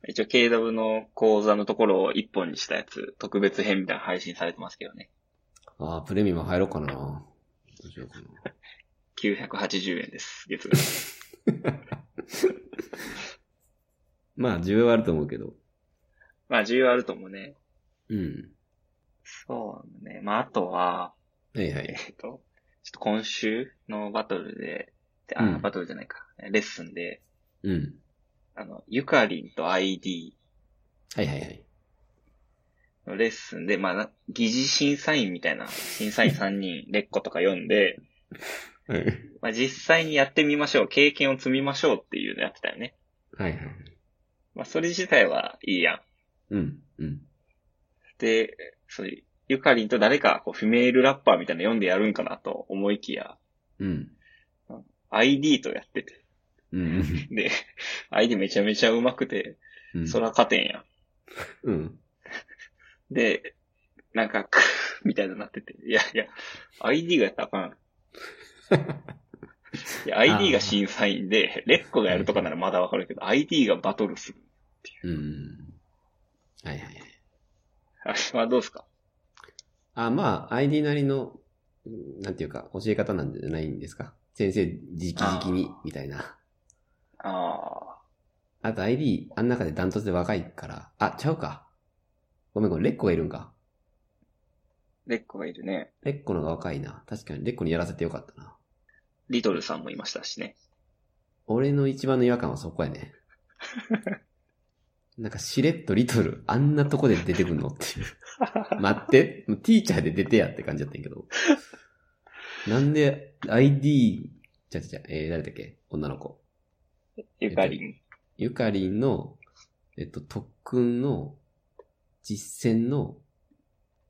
Speaker 1: 一一応 KW の講座のところを一本にしたやつ、特別編みたいなの配信されてますけどね。
Speaker 2: ああ、プレミアム入ろうかな。どうしようかな。
Speaker 1: 980円です、月額。
Speaker 2: まあ、需要はあると思うけど。
Speaker 1: まあ、需要あるともね。
Speaker 2: うん。
Speaker 1: そうね。まあ、あとは、
Speaker 2: はいは
Speaker 1: えっ
Speaker 2: い。、
Speaker 1: と、ちょっと今週のバトルで、あ、
Speaker 2: うん
Speaker 1: バトルじゃないか、レッスンで、
Speaker 2: うん。
Speaker 1: あの、ゆかりんと ID
Speaker 2: はいはいはい。
Speaker 1: のレッスンで、まあな、疑似審査員みたいな、審査員3人、 レッコとか読んで、
Speaker 2: はい
Speaker 1: まあ、実際にやってみましょう、経験を積みましょうっていうのやってたよね。
Speaker 2: はいはい。
Speaker 1: まあ、それ自体はいいやん。
Speaker 2: うん。うん。
Speaker 1: で、そういう、ゆかりんと誰か、こう、フィメールラッパーみたいなの読んでやるんかなと思いきや、
Speaker 2: うん。
Speaker 1: ID とやってて。
Speaker 2: うん。
Speaker 1: で、ID めちゃめちゃ上手くて、
Speaker 2: うん。
Speaker 1: そら勝てんやん。
Speaker 2: うん。
Speaker 1: で、なんか、 クーみたいになってて。いやいや、ID がやったらあかん。い や、ID が審査員で、レッコがやるとかならまだわかるけど、ID がバトルする。
Speaker 2: うん。はいはいはい。
Speaker 1: あれはどうですか
Speaker 2: あ、まあ、ID なりの、うんなんていうか、教え方なんじゃないんですか。先生、直々に、みたいな。
Speaker 1: あ
Speaker 2: あと ID、あん中でダントツで若いから。あ、ちゃうか。ごめんごめん、レッコがいるんか。
Speaker 1: ー、レッコがいるね。
Speaker 2: レッコの方が若いな。確かに、レッコにやらせてよかったな。
Speaker 1: リトルさんもいましたしね。
Speaker 2: 俺の一番の違和感はそこやね。なんかしれっとリトル、あんなとこで出てくんのっていう。待って、もうティーチャーで出てやって感じだったんやけど。なんで ID、ちゃちゃちゃ、えー、誰だっけ女の子。
Speaker 1: ゆかりん。
Speaker 2: ゆかりんの、えっと、特訓の実践の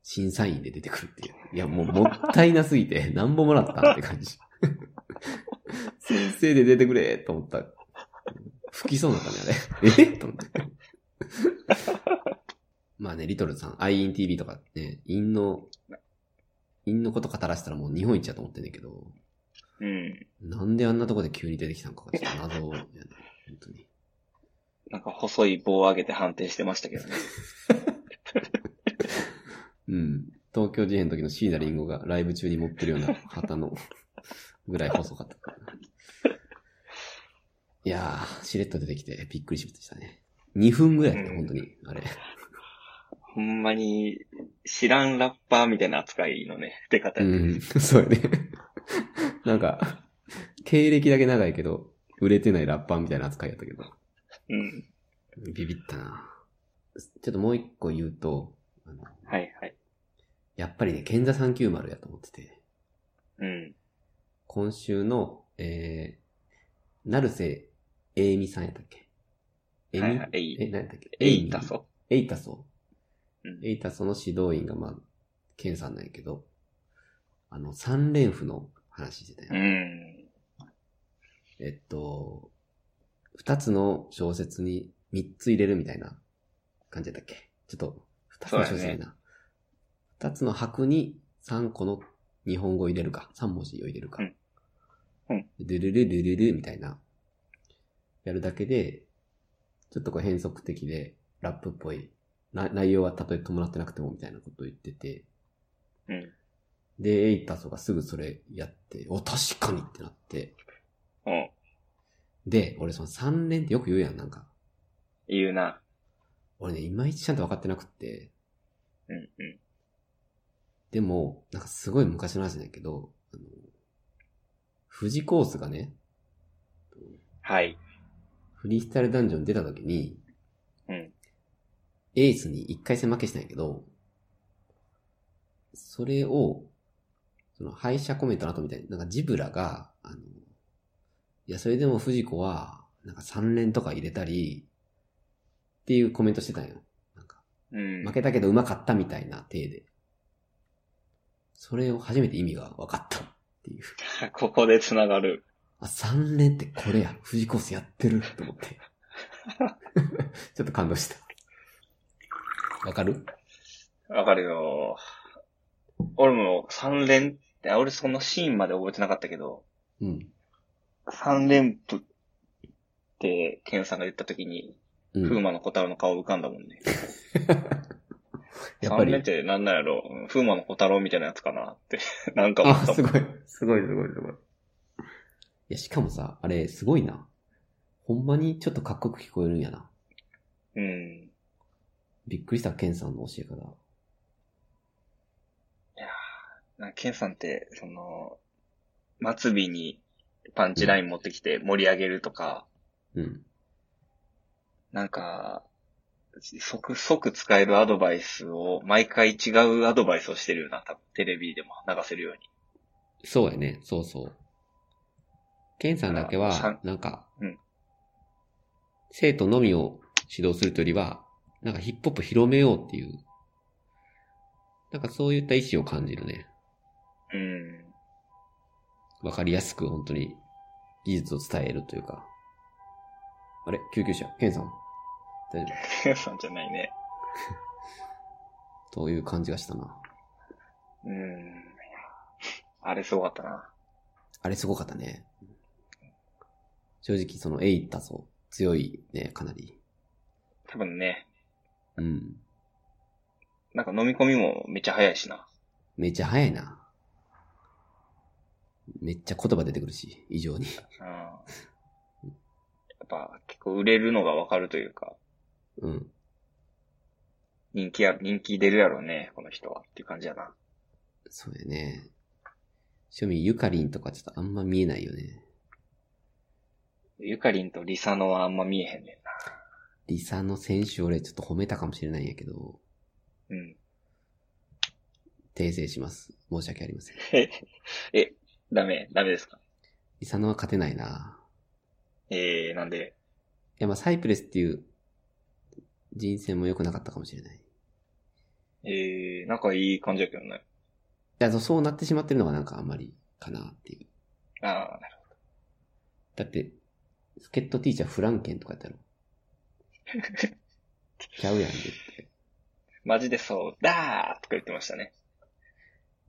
Speaker 2: 審査員で出てくるっていう。いや、もうもったいなすぎて、 なんぼもらったって感じ。 先生で出てくれと思った。吹きそうになったね、あれ。え と思って。まあね、リトルさん、INTV とかね、陰の、陰のこと語らせたらもう日本一だと思ってんねんけど、
Speaker 1: うん。
Speaker 2: なんであんなとこで急に出てきたのかがちょっと謎やね。本当に。
Speaker 1: なんか細い棒を上げて判定してましたけどね。
Speaker 2: うん。東京事変の時の椎名林檎がライブ中に持ってるような旗 のぐらい細かったからな。いやー、しれっと出てきてびっくりしましたね。2分ぐらいだった、
Speaker 1: うん
Speaker 2: 本当に。あれ。
Speaker 1: ほんまに、知らんラッパーみたいな扱いのね、出方
Speaker 2: う
Speaker 1: やね
Speaker 2: ん、そうやね。なんか、経歴だけ長いけど、売れてないラッパーみたいな扱いやったけど。
Speaker 1: うん。
Speaker 2: ビビったなちょっともう一個言うと、あの
Speaker 1: はいはい。
Speaker 2: やっぱりね、ケンザ390やと思ってて。
Speaker 1: うん。
Speaker 2: 今週の、えー、成瀬えいみさんやったっけえみ、
Speaker 1: はいはいえい
Speaker 2: え、何やったっけ
Speaker 1: えいた
Speaker 2: ソ
Speaker 1: ぞ。
Speaker 2: えいたそ
Speaker 1: うん
Speaker 2: う。えいたその指導員が、まあ、ケンさんなんやけど、あの、三連符の話してた
Speaker 1: う
Speaker 2: やん。
Speaker 1: ん。
Speaker 2: えっと、二つの小説に三つ入れるみたいな感じやったっけちょっと、二つの小説や
Speaker 1: そう
Speaker 2: な。二、つの白に三個の日本語を入れるか、三文字を入れるか。
Speaker 1: うんうん
Speaker 2: ルルルルルルみたいな。やるだけで、ちょっとこう変則的で、ラップっぽい。な内容はたとえ伴ってなくてもみたいなことを言ってて。
Speaker 1: うん。
Speaker 2: で、エイタソがすぐそれやって、お、確かにってなって。
Speaker 1: うん。
Speaker 2: で、俺その三連ってよく言うやん、なんか。
Speaker 1: 言うな。
Speaker 2: 俺ね、いまいちちゃんと分かってなくって、
Speaker 1: うんうん。
Speaker 2: でも、なんかすごい昔の話なんやけど、あの、富士コースがね、
Speaker 1: はい。
Speaker 2: フリースタイルダンジョン出た時に、
Speaker 1: うん。
Speaker 2: エースに一回戦負けしたんやけど、それを、その敗者コメントの後みたいに、なんかジブラが、あの、いや、それでも藤子は、なんか3連とか入れたり、っていうコメントしてたんよ。なんか、
Speaker 1: うん。
Speaker 2: 負けたけどうまかったみたいな体で。それを初めて意味が分かったっていう。
Speaker 1: ここで繋がる。
Speaker 2: あ、3連ってこれや。富士コースやってると思って。 ちょっと感動した。わかる
Speaker 1: わかるよ。俺も三連って、俺そのシーンまで覚えてなかったけど、
Speaker 2: うん。
Speaker 1: 三連符って、ケンさんが言った時に、
Speaker 2: う
Speaker 1: 風
Speaker 2: ん。
Speaker 1: 魔の小太郎の顔浮かんだもんね。
Speaker 2: やっぱ
Speaker 1: 3
Speaker 2: り
Speaker 1: 年。生なんなんやろうん風魔の小太郎みたいなやつかなって、 なんか思っ
Speaker 2: あ、
Speaker 1: たも
Speaker 2: す
Speaker 1: ん。
Speaker 2: ごい。すごい、すごい、すごい。いや、しかもさ、あれ、すごいな。ほんまにちょっとかっこよく聞こえるんやな。
Speaker 1: うん。
Speaker 2: びっくりした、ケンさんの教え方。
Speaker 1: なケンさんって、その、末尾にパンチライン持ってきて盛り上げるとか、
Speaker 2: うん。
Speaker 1: なんか、即、即使えるアドバイスを、毎回違うアドバイスをしてるよな、多分テレビでも流せるように。
Speaker 2: そうやね。そうそう。ケンさんだけ
Speaker 1: あさん
Speaker 2: は、なんか、
Speaker 1: うん
Speaker 2: 生徒のみを指導するというよりは、なんかヒップホップ広めようっていう、なんかそういった意思を感じるね。
Speaker 1: うん。
Speaker 2: わかりやすく本当に技術を伝えるというか。あれ救急車ケンさん大丈
Speaker 1: ケンさんじゃないね。
Speaker 2: 夫という感じがしたな。
Speaker 1: うん。あれすごかったな。
Speaker 2: あれすごかったね。正直その、エイタソ強いね、かなり。
Speaker 1: 多分ね、
Speaker 2: うん。
Speaker 1: なんか飲み込みもめっちゃ早いしな。
Speaker 2: めっちゃ早いな。めっちゃ言葉出てくるし、異常に。
Speaker 1: うん。やっぱ結構売れるのがわかるというか、
Speaker 2: うん。
Speaker 1: 人気や、人気出るやろうね、この人はっていう感じやな。
Speaker 2: そうやね。庶民ゆかりんとかちょっとあんま見えないよね。
Speaker 1: ゆかりんとりさのはあんま見えへんね
Speaker 2: リサの選手俺ちょっと褒めたかもしれないんやけど、
Speaker 1: んな。うん。
Speaker 2: 訂正します。申し訳ありません。
Speaker 1: え、え、ダメ、ダメですか
Speaker 2: リサノは勝てないな。
Speaker 1: えー、なんで、
Speaker 2: いや、まあサイプレスっていう人選も良くなかったかもしれない。い
Speaker 1: えー、なんかいい感じやけどね。
Speaker 2: や、そうそうなってしまってるのがなんかあんまりかなっていう。
Speaker 1: ああ、
Speaker 2: だって、助っ人ティーチャーフランケンとかやったろ。ちゃうやん、絶対。
Speaker 1: マジでそうだーとか言ってましたね。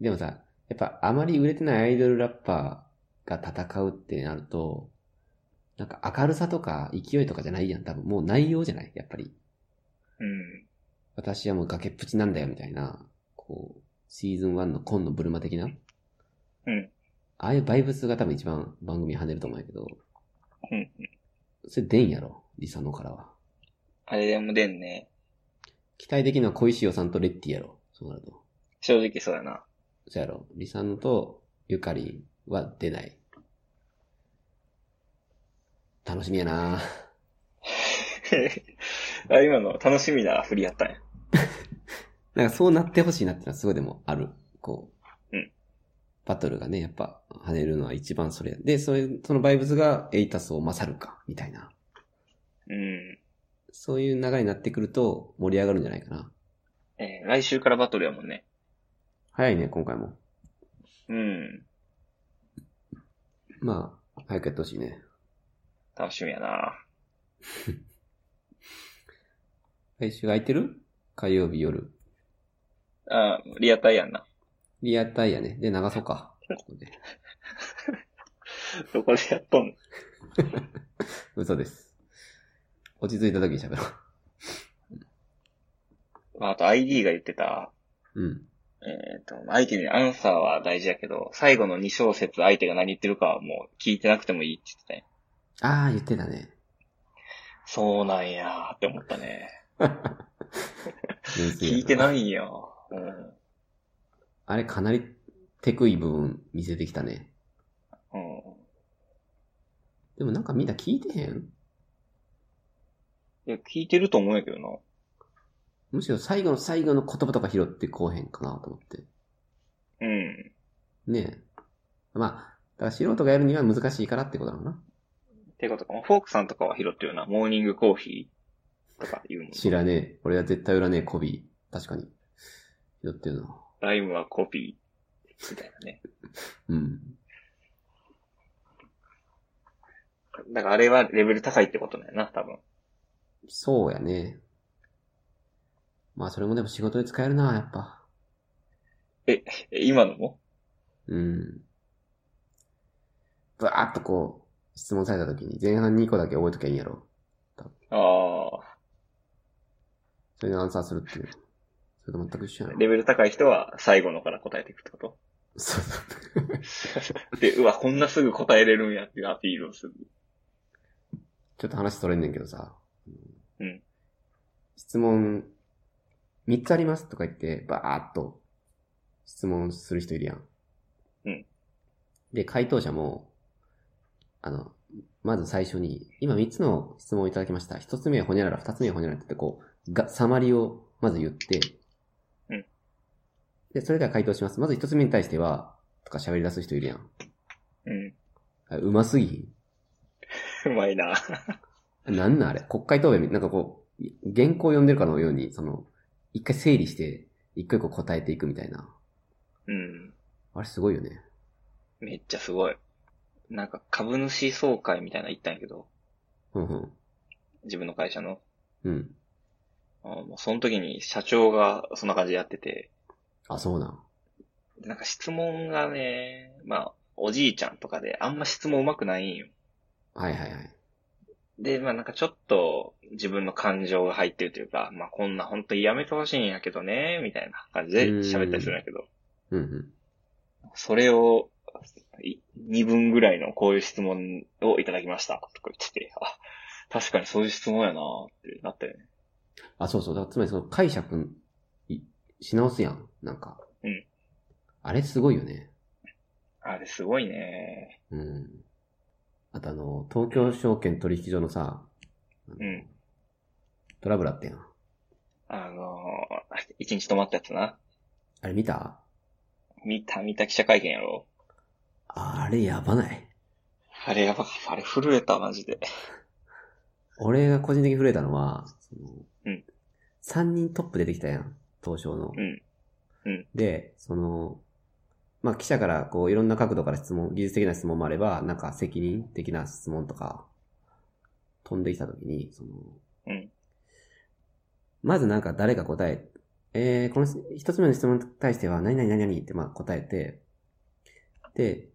Speaker 2: でもさ、やっぱあまり売れてないアイドルラッパーが戦うってなると、なんか明るさとか勢いとかじゃないやん。多分もう内容じゃないやっぱり。
Speaker 1: うん。
Speaker 2: 私はもう崖っぷちなんだよみたいな、こう、シーズン1の今のブルマ的な、
Speaker 1: うん。
Speaker 2: ああいうバイブスが多分一番番組跳ねると思うんやけど、
Speaker 1: うん。
Speaker 2: それ出んやろ、リサノからは。
Speaker 1: あれでも出んね。
Speaker 2: 期待できるのは小石尾さんとレッティやろ、そうなると。
Speaker 1: 正直そうやな。
Speaker 2: そうやろ、リサノとゆかりんは出ない。楽しみやなぁ。
Speaker 1: あ今の楽しみな振りやったんや。
Speaker 2: なんかそうなってほしいなってのはすごいでもある。こう。
Speaker 1: うん
Speaker 2: バトルがね、やっぱ跳ねるのは一番それ。で、それ、そのバイブズがエイタスを勝るか、みたいな。
Speaker 1: うん。
Speaker 2: そういう流れになってくると盛り上がるんじゃないかな。
Speaker 1: えー、来週からバトルやもんね。
Speaker 2: 早いね、今回も。
Speaker 1: うん。
Speaker 2: まあ、早くやってほしいね。
Speaker 1: 楽しみやな。
Speaker 2: 来週空いてる火曜日夜。
Speaker 1: あーリアタイやんな。
Speaker 2: リアタイやね。で、流そうか。ここで。
Speaker 1: どこでやっとんの
Speaker 2: 嘘です。落ち着いた時に喋ろ
Speaker 1: まあ、あと ID が言ってた、
Speaker 2: う。うん。
Speaker 1: えっ、と、相手にアンサーは大事やけど、最後の2小節相手が何言ってるかはもう聞いてなくてもいいって言ってたね。
Speaker 2: ああ、言ってたね。
Speaker 1: そうなんやーって思ったね。
Speaker 2: 純粋や
Speaker 1: 聞いてないんや。うん。
Speaker 2: あれかなり手くい部分見せてきたね。
Speaker 1: うん。
Speaker 2: でもなんかみんな聞いてへん
Speaker 1: いや、聞いてると思うんやけどな。
Speaker 2: むしろ最後の最後の言葉とか拾ってこうへんかなと思って。
Speaker 1: うん。
Speaker 2: ねえ。まあ、だから素人がやるには難しいからってことなのかな。
Speaker 1: ってことか、フォークさんとかは拾ってるな。モーニングコーヒーとか言うもん。
Speaker 2: 知らねえ。俺は絶対裏ねえ、コビー。確かに。拾ってるな。
Speaker 1: ライムはコピー。みたいなね。
Speaker 2: うん。
Speaker 1: だからあれはレベル高いってことだよな、多分。
Speaker 2: そうやね。まあそれもでも仕事で使えるな、やっぱ。
Speaker 1: え、今のも
Speaker 2: うん。ぶわーっとこう、質問された時に前半2個だけ覚えときゃいいんやろ。多分
Speaker 1: ああ、
Speaker 2: それでアンサーするっていう。それと全く一緒やな。
Speaker 1: レベル高い人は最後のから答えていくってこと
Speaker 2: そうそう。
Speaker 1: で、うわ、こんなすぐ答えれるんやっていうアピールをする。
Speaker 2: ちょっと話取れんねんけどさ。
Speaker 1: うん。
Speaker 2: 質問、3つありますとか言って、ばーっと質問する人いるやん。
Speaker 1: うん。
Speaker 2: で、回答者も、あの、まず最初に、今3つの質問をいただきました。1つ目はほにゃらら、2つ目はほにゃららってこう、が、サマリをまず言って、
Speaker 1: うん。
Speaker 2: で、それでは回答します。まず1つ目に対しては、とか喋り出す人いるやん。
Speaker 1: うん。
Speaker 2: あうますぎひん
Speaker 1: うまいな。
Speaker 2: なんなんあれ国会答弁、なんかこう、原稿読んでるかのように、その、一回整理して、一個一個答えていくみたいな。
Speaker 1: うん。
Speaker 2: あれすごいよね。
Speaker 1: めっちゃすごい。なんか株主総会みたいなの行ったんやけど、
Speaker 2: うんうん。
Speaker 1: 自分の会社の。
Speaker 2: うん。
Speaker 1: あもうその時に社長がそんな感じでやってて、
Speaker 2: あ、そうなん。
Speaker 1: でなんか質問がね、まあ、おじいちゃんとかであんま質問上手くないんよ。
Speaker 2: はいはいはい。
Speaker 1: で、まあなんかちょっと自分の感情が入ってるというか、まあこんな本当にやめてほしいんやけどね、みたいな感じで喋ったりするんやけど、
Speaker 2: うんうん。
Speaker 1: それを2分ぐらいのこういう質問をいただきましたとか言ってて、あ、確かにそういう質問やなってなったよね。
Speaker 2: あ、そうそう。だからつまりその解釈いし直すやん。なんか。
Speaker 1: うん。
Speaker 2: あれすごいよね。
Speaker 1: あれすごいね。
Speaker 2: うん。あとあの、東京証券取引所のさ、
Speaker 1: うん。
Speaker 2: トラブルあったやん。
Speaker 1: あのー一日止まったやつな。
Speaker 2: あれ見た
Speaker 1: 見た見た記者会見やろ。
Speaker 2: あれやばない。
Speaker 1: あれやばかった。あれ震えた、マジで。
Speaker 2: 俺が個人的に触れたのは、その
Speaker 1: うん
Speaker 2: 3人トップ出てきたやん、東証の。
Speaker 1: うん。うん
Speaker 2: で、その、まあ、記者から、こう、いろんな角度から質問、技術的な質問もあれば、なんか責任的な質問とか、飛んできたときに、その、
Speaker 1: うん
Speaker 2: まずなんか誰か答え、えー、この一つ目の質問に対しては、何々何々って、まあ、答えて、で、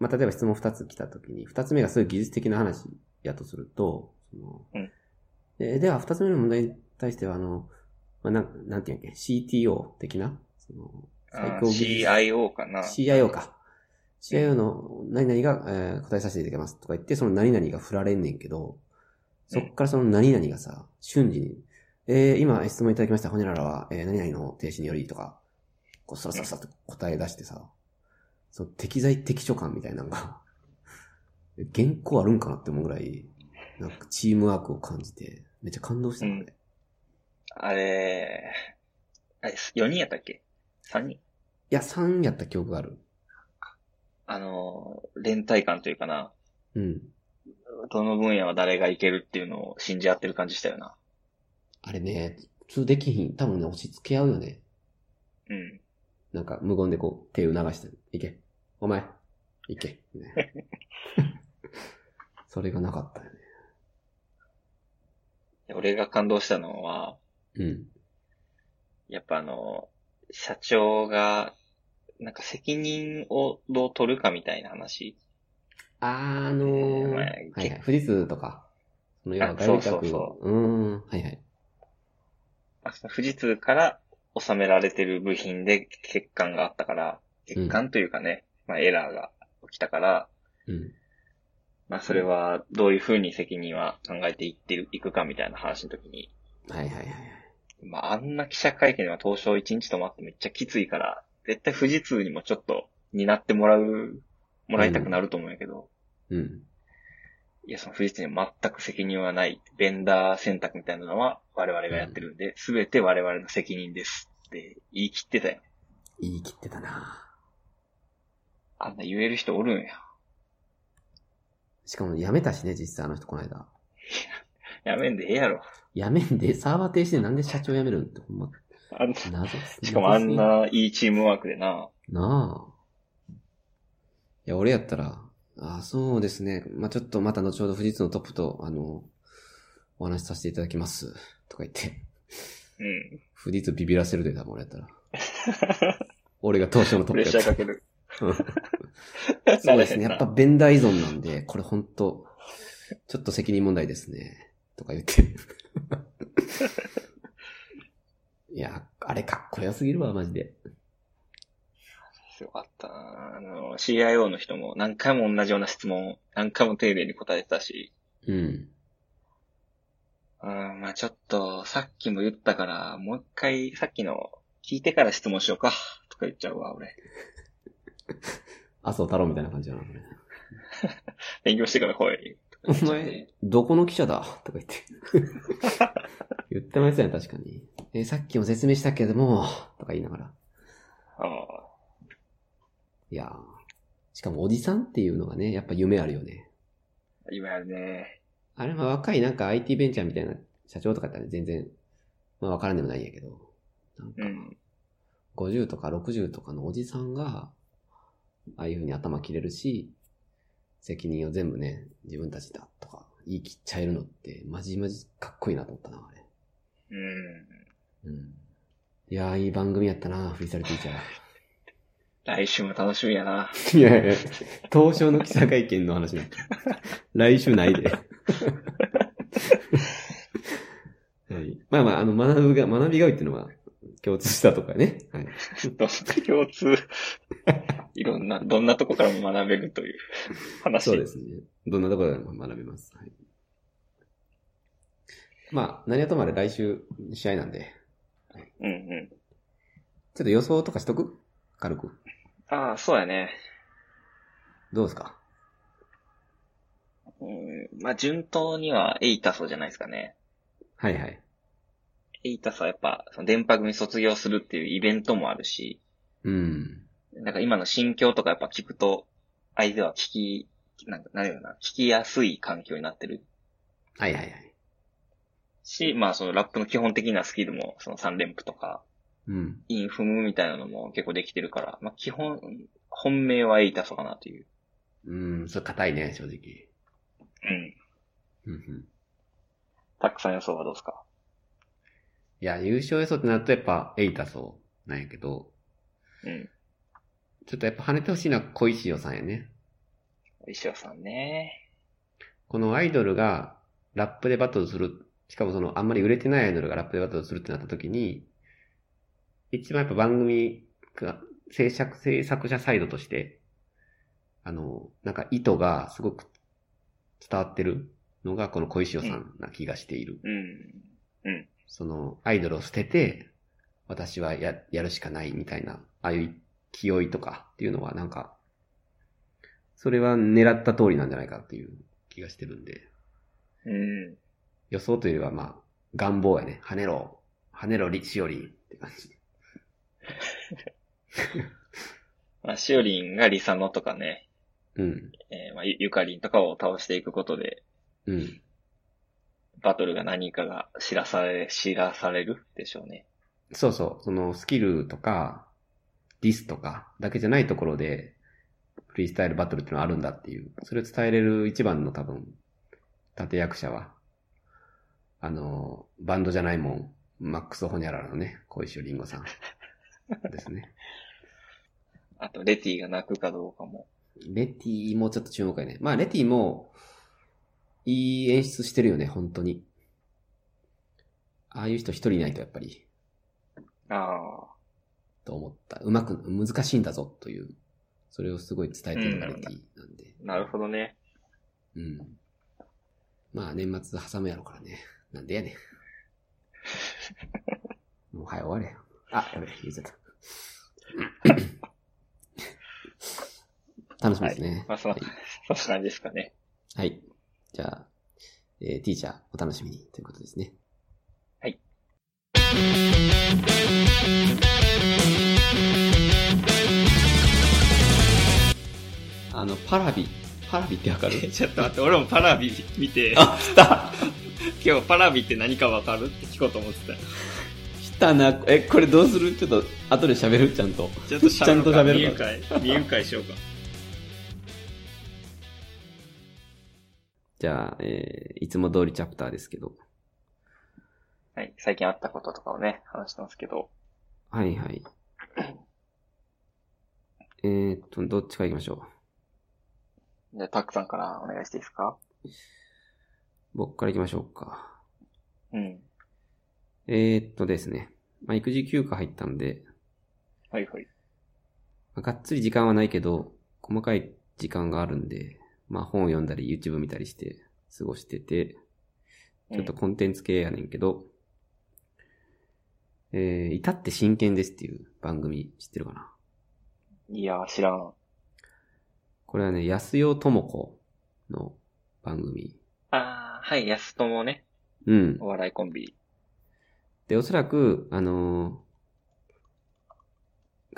Speaker 2: まあ、例えば質問二つ来たときに、二つ目がそういう技術的な話やとすると、その、
Speaker 1: うん
Speaker 2: ででは二つ目の問題に対しては、あの、まあ、なん、なんていうんやっけ、CTO 的な、その、
Speaker 1: あー
Speaker 2: 技術
Speaker 1: CIO かな。
Speaker 2: CIO か。CIO の何々が、えー答えさせていただきますとか言って、その何々が振られんねんけど、そっからその何々がさ、瞬時に、えー、今質問いただきました、ほにゃららは、えー何々の停止によりとか、こう、そらそらそらと答え出してさ、その適材適所感みたいなのが、 原稿あるんかなって思うぐらい、なんかチームワークを感じて、めっちゃ感動したのね。
Speaker 1: あれ、あれ、4人やったっけ ?3 人
Speaker 2: いや、3やった記憶がある。
Speaker 1: あのー、連帯感というかな。
Speaker 2: うん。
Speaker 1: どの分野は誰がいけるっていうのを信じ合ってる感じしたよな。
Speaker 2: あれね、普通できひん。多分ね、押し付け合うよね。
Speaker 1: うん。
Speaker 2: なんか無言でこう、手を流して、いけ。お前、いけ。みたいな それがなかったよね。
Speaker 1: 俺が感動したのは、
Speaker 2: うん。
Speaker 1: やっぱあのー、社長が、なんか責任をどう取るかみたいな話。
Speaker 2: あのー、
Speaker 1: まあ
Speaker 2: はいはい。富士通とか、その要は
Speaker 1: あ
Speaker 2: 外部委託
Speaker 1: そうそう
Speaker 2: を
Speaker 1: そう
Speaker 2: ーん、はいはい。
Speaker 1: あその富士通から収められてる部品で欠陥があったから、欠陥というかね、まあエラーが起きたから、
Speaker 2: うん。
Speaker 1: まあそれはどういうふうに責任は考えていってるいくかみたいな話の時に、
Speaker 2: はいはいはいはい。
Speaker 1: まああんな記者会見では東証1日止まってめっちゃきついから、絶対富士通にもちょっと担ってもらう、もらいたくなると思うんやけど、
Speaker 2: うん。
Speaker 1: いやその富士通には全く責任はない。ベンダー選択みたいなのは我々がやってるんで、すべ、て我々の責任ですって言い切ってたよ。
Speaker 2: 言い切ってたな
Speaker 1: あんな言える人おるんや。
Speaker 2: しかも辞めたしね、実際あの人この間。
Speaker 1: やめんでええやろ。
Speaker 2: 辞めんで、サーバー停止でなんで社長辞めるんってほんま、
Speaker 1: あんな
Speaker 2: 謎っすね
Speaker 1: しかもあんないいチームワークでな。
Speaker 2: なあ。いや、俺やったら、あそうですね。まあ、ちょっとまた後ほど富士通のトップと、あの、お話しさせていただきます。とか言って。
Speaker 1: うん。
Speaker 2: 富士通ビビらせるで、多分俺や ったら。俺が当初のトップ
Speaker 1: プレ
Speaker 2: や
Speaker 1: ッ
Speaker 2: っ
Speaker 1: シャー
Speaker 2: た。
Speaker 1: からける。
Speaker 2: そうですね。
Speaker 1: な
Speaker 2: やっ
Speaker 1: れへんな
Speaker 2: ぱベンダー依存なんで、これほんと、ちょっと責任問題ですね。とか言 って。いや、あれかっこよすぎるわ、マジで。
Speaker 1: すごかったなあの、CIO の人も何回も同じような質問、何回も丁寧に答えてたし、
Speaker 2: うん。
Speaker 1: うん、まあちょっと、さっきも言ったから、もう一回、さっきの、聞いてから質問しようか、とか言っちゃうわ、俺。
Speaker 2: 麻生太郎みたいな感じだな、これ。
Speaker 1: 勉強してから来い。
Speaker 2: お前、どこの記者だとか言って。 言ってましたね、確かに。えーさっきも説明したけども、とか言いながら。
Speaker 1: あ
Speaker 2: いやーしかもおじさんっていうのがね、やっぱ夢あるよね。
Speaker 1: あ、今やるね。
Speaker 2: あれ、まあ若いなんか IT ベンチャーみたいな社長とかだったら全然、まあわからんでもないんやけど、なん
Speaker 1: う
Speaker 2: か
Speaker 1: ん。
Speaker 2: 50とか60とかのおじさんが、ああいうふうに頭切れるし、責任を全部ね、自分たちだとか言い切っちゃえるのって、まじまじかっこいいなと思ったな、あれ。
Speaker 1: うん。
Speaker 2: うん。いやー、いい番組やったな、フリーサルティーチャ
Speaker 1: 来週も楽しみやな。
Speaker 2: ー。いやいや、東証の記者会見の話なんて。来週ない で。はい、まあまあ、あの、学ぶが、学びが多いっていうのは共通したとかね。はい。
Speaker 1: どんな 共通、いろんな、どんなとこからも学べるという話。
Speaker 2: そうですね。どんなところでも学べます。はい。まあ、何はともあれ来週試合なんで、
Speaker 1: うんう
Speaker 2: ちょっと予想とかしとく軽く。
Speaker 1: ん。ああ、そうやね。
Speaker 2: どうですか
Speaker 1: うん、まあ順当にはエイタソじゃないですかね。
Speaker 2: はいはい。
Speaker 1: エイタソはやっぱ、その電波組卒業するっていうイベントもあるし、
Speaker 2: うん。
Speaker 1: なんか今の心境とかやっぱ聞くと、相手は聞き、なんか、なるよな、聞きやすい環境になってる
Speaker 2: はいはいはい。
Speaker 1: し、まあそのラップの基本的なスキルも、その3連符とか、
Speaker 2: うん。
Speaker 1: インフムみたいなのも結構できてるから、まあ基本、本命はエイタソかなという。
Speaker 2: うん、それ硬いね、正直。
Speaker 1: うん。
Speaker 2: うんうん。
Speaker 1: たくさん予想はどうですか
Speaker 2: いや、優勝予想ってなるとやっぱ、エイタソーなんやけど、
Speaker 1: うん。
Speaker 2: ちょっとやっぱ跳ねてほしいのは小石洋さんやね。
Speaker 1: 石尾さんね。
Speaker 2: このアイドルがラップでバトルする、しかもそのあんまり売れてないアイドルがラップでバトルするってなった時に、一番やっぱ番組が制作、制作者サイドとして、あの、なんか意図がすごく伝わってるのがこの小石洋さんな気がしている。
Speaker 1: うん。
Speaker 2: その、アイドルを捨てて、私はや、やるしかないみたいな、ああいう気負いとかっていうのはなんか、それは狙った通りなんじゃないかっていう気がしてるんで、
Speaker 1: うん。
Speaker 2: 予想というよりはまあ、願望やね。跳ねろ、跳ねろ、りしおりんって感じ。
Speaker 1: まあ、しおりんがりさのとかね、
Speaker 2: うん、
Speaker 1: えーまあ、ゆゆかりんとかを倒していくことで、
Speaker 2: うん。
Speaker 1: バトルが何かが知らされ、知らされるでしょうね。
Speaker 2: そうそう、そのスキルとか、ディスとかだけじゃないところで、フリースタイルバトルっていうのはあるんだっていう、それを伝えれる一番の多分、立役者は、あの、バンドじゃないもん、マックス・ホニャララのね、小石りんごさんですね。
Speaker 1: あと、レティが泣くかどうかも。
Speaker 2: レティもちょっと注目やね。まあ、レティも、いい演出してるよね、本当に。ああいう人一人いないとやっぱり、
Speaker 1: あ
Speaker 2: と思った。うまく、難しいんだぞ、という。それをすごい伝えてるのが
Speaker 1: う
Speaker 2: レ
Speaker 1: ん
Speaker 2: ティなんで。
Speaker 1: あ、なるほどね。
Speaker 2: うん。まあ、年末挟むやろからね。なんでやね ん。もう早終われよ。あ、やべ、言っちゃっ た。楽しみですね。
Speaker 1: まあ、そんな、そんな感じですかね。
Speaker 2: はい。じゃあ、えーティーチャーお楽しみにということですね。
Speaker 1: はい。
Speaker 2: あの、パラビ。パラビってわかる
Speaker 1: ちょっと待って、俺もパラビ見て、
Speaker 2: あ、来た
Speaker 1: 今日パラビって何かわかるって聞こうと思ってた。
Speaker 2: 来たな。え、これどうするちょっと、後で喋るちゃんと。
Speaker 1: ちゃん
Speaker 2: と喋ろうかちゃんと喋ろうか
Speaker 1: 会、見会しようか。
Speaker 2: じゃあ、えーいつも通りチャプターですけど。
Speaker 1: はい、最近あったこととかをね、話してますけど。
Speaker 2: はいはい。えーっと、どっちから行きましょ
Speaker 1: じゃあ、たくさんからお願いしていいですか
Speaker 2: う。僕から行きましょうか。
Speaker 1: うん。
Speaker 2: えー、っとですね。まあ、育児休暇入ったんで、
Speaker 1: はいはい。
Speaker 2: まあがっつり時間はないけど、細かい時間があるんで、まあ、本を読んだり、YouTube 見たりして、過ごしてて、ちょっとコンテンツ系やねんけど、えー、至って真剣ですっていう番組知ってるかな
Speaker 1: うんいやー、知らん。
Speaker 2: これはね、安代智子の番組。
Speaker 1: あー、はい、安友ね。
Speaker 2: うん
Speaker 1: お。笑いコンビ。
Speaker 2: で、おそらく、あのー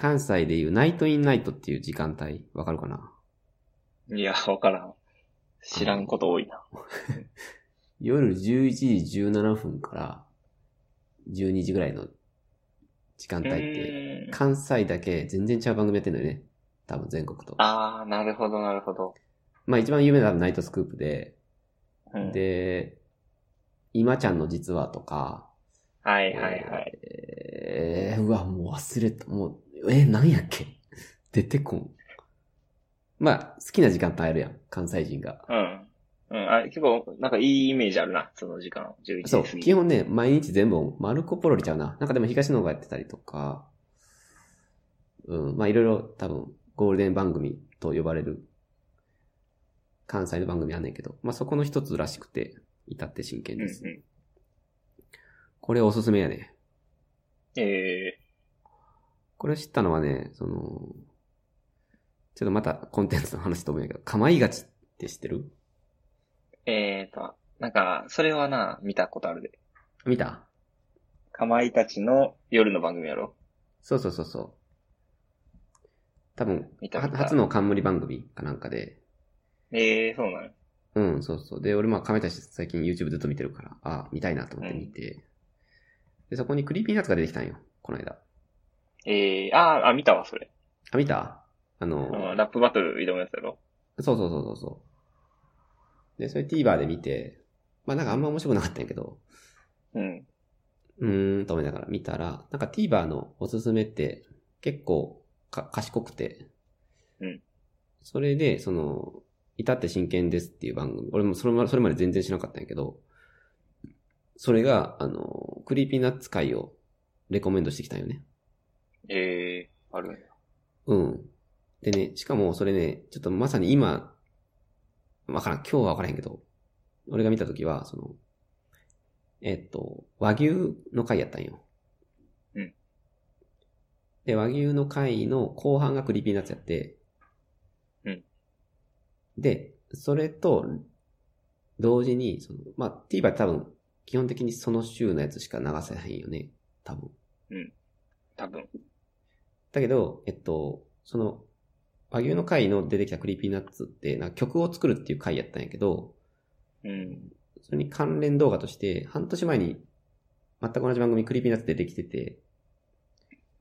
Speaker 2: 関西でいうナイトインナイトっていう時間帯、わかるかない
Speaker 1: やー、わからん。知らんこと多いな。
Speaker 2: 夜11時17分から12時ぐらいの時間帯って、
Speaker 1: うーん
Speaker 2: 関西だけ全然違う番組やってんのよね。多分全国と。
Speaker 1: あー、なるほど、なるほど。
Speaker 2: まあ一番有名なのはナイトスクープで、
Speaker 1: うん、
Speaker 2: で、今ちゃんの実話とか、
Speaker 1: はいはいはい。
Speaker 2: えー、うわ、もう忘れた、もう、えー、なんやっけ 出てこん。まあ、好きな時間帯あるやん、関西人が。
Speaker 1: うん。うん、あ結構、なんかいいイメージあるな、その時間。11時
Speaker 2: そう、
Speaker 1: 過ぎ。
Speaker 2: 基本ね、毎日全部、マルコポロリちゃうな。なんかでも東野がやってたりとか、うん、まあいろいろ多分、ゴールデン番組と呼ばれる、関西の番組あんねんけど、まあそこの一つらしくて、至って真剣
Speaker 1: うんう
Speaker 2: です。
Speaker 1: ん。
Speaker 2: これおすすめやね。
Speaker 1: え
Speaker 2: これ知ったのはね、その、ちょっとまたコンテンツの話と思うんやけど、かまいがちって知ってる
Speaker 1: ー、えーと、なんか、それはな、見たことあるで。
Speaker 2: 見た
Speaker 1: かまいたちの夜の番組やろ。
Speaker 2: そうそうそうそう。多分
Speaker 1: 見、た
Speaker 2: は
Speaker 1: 見た
Speaker 2: 初の冠番組かなんかで、
Speaker 1: ええー、そうなの。
Speaker 2: うん、そうそう。で、俺まあ、亀田氏最近 YouTube ずっと見てるから、あ、見たいなと思って見て。で、そこにクリーピーナッツが出てきたんよ、この間。
Speaker 1: ええー、あー、あ、見たわ、それ。
Speaker 2: あ、見たあの、
Speaker 1: うん、ラップバトル挑むやつやろ。
Speaker 2: そうそうそうそうそう。で、それ TVer で見て、まあなんかあんま面白くなかったんやけど、
Speaker 1: うん。
Speaker 2: うーんと思いながら見たら、なんか TVer のおすすめって結構か賢くて、
Speaker 1: うん。
Speaker 2: それで、その、至って真剣ですっていう番組、俺もそれまそれまで全然知らなかったんやけど、それが、あの、クリーピーナッツ会をレコメンドしてきたんよね。
Speaker 1: ええー、あるね。
Speaker 2: うん。でね、しかもそれね、ちょっとまさに今、わからん、今日はわからへんけど、俺が見たときは、その、えっと、和牛の回やったんよ。
Speaker 1: うん。
Speaker 2: で、和牛の回の後半がクリーピーナッツやって、
Speaker 1: うん。
Speaker 2: で、それと、同時に、その、まあ、TVer 多分、基本的にその週のやつしか流せないんよね。多分。
Speaker 1: 多分。
Speaker 2: だけど、えっと、その、和牛の回の出てきたクリーピーナッツって、なんか曲を作るっていう回やったんやけど、
Speaker 1: うん。
Speaker 2: それに関連動画として、半年前に、全く同じ番組クリーピーナッツ出てきてて、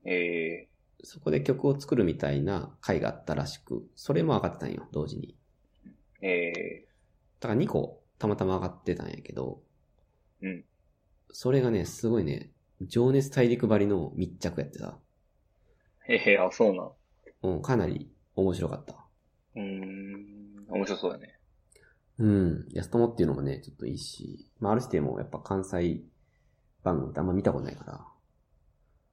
Speaker 1: ええ
Speaker 2: そこで曲を作るみたいな回があったらしく、それも上がってたんよ、同時に。
Speaker 1: ー、え
Speaker 2: だから2個、たまたま上がってたんやけど、
Speaker 1: うん。
Speaker 2: それがね、すごいね、情熱大陸ばりの密着やってた。
Speaker 1: ー、ええー、あ、そうなの。
Speaker 2: うん、かなり面白かった。
Speaker 1: うーん、面白そうだね。
Speaker 2: うん。安友っていうのもね、ちょっといいし、まあ、あるしてもやっぱ関西番組ってあんま見たことないか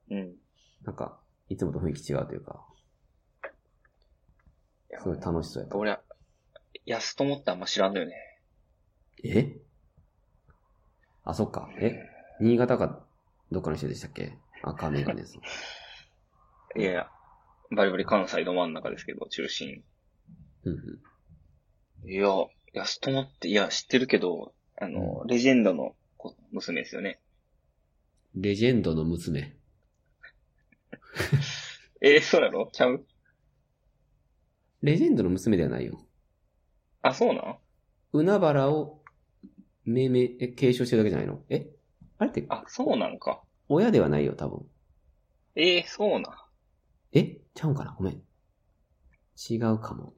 Speaker 2: ら、
Speaker 1: うん。
Speaker 2: なんか、いつもと雰囲気違うというか、すごい楽しそうやった。
Speaker 1: 俺、安友ってあんま知らんのよね。
Speaker 2: えあ、そっか。え新潟か、どっかの人でしたっけ赤メガネさん。
Speaker 1: いやいや、バリバリ関西ど真ん中ですけど、中心。
Speaker 2: うんうん。
Speaker 1: いや、安友って、いや、知ってるけど、あの、レジェンドの子娘ですよね。
Speaker 2: レジェンドの娘。
Speaker 1: えー、そうやろちゃう
Speaker 2: レジェンドの娘ではないよ。
Speaker 1: あ、そうなん
Speaker 2: 海原を、めめ、え、継承してるだけじゃないのえあれって、
Speaker 1: あ、そうなんか。
Speaker 2: 親ではないよ、多分。
Speaker 1: えー、そうなん。
Speaker 2: えちゃうんかなごめん。違うかも。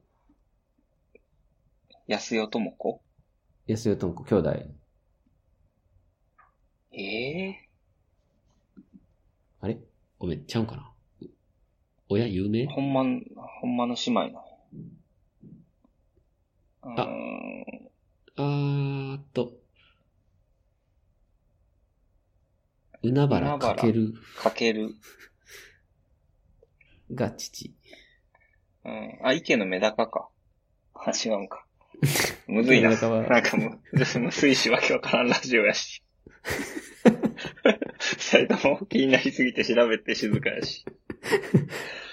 Speaker 1: 安代智子
Speaker 2: 安代智子兄弟。
Speaker 1: ええ
Speaker 2: あれごめん、ちゃうんかな親有名
Speaker 1: ー、ほんまん、ほんまの姉妹な。うーん。
Speaker 2: あーっと、海
Speaker 1: 海
Speaker 2: 原
Speaker 1: 原
Speaker 2: かける
Speaker 1: かける。
Speaker 2: が父。
Speaker 1: うん。あ、池のメダカか。あ、違うんか。むずいな。
Speaker 2: メダカは
Speaker 1: なんかむ、 むずいしわけわからんラジオやし。二人とも気になりすぎて調べて静かやし。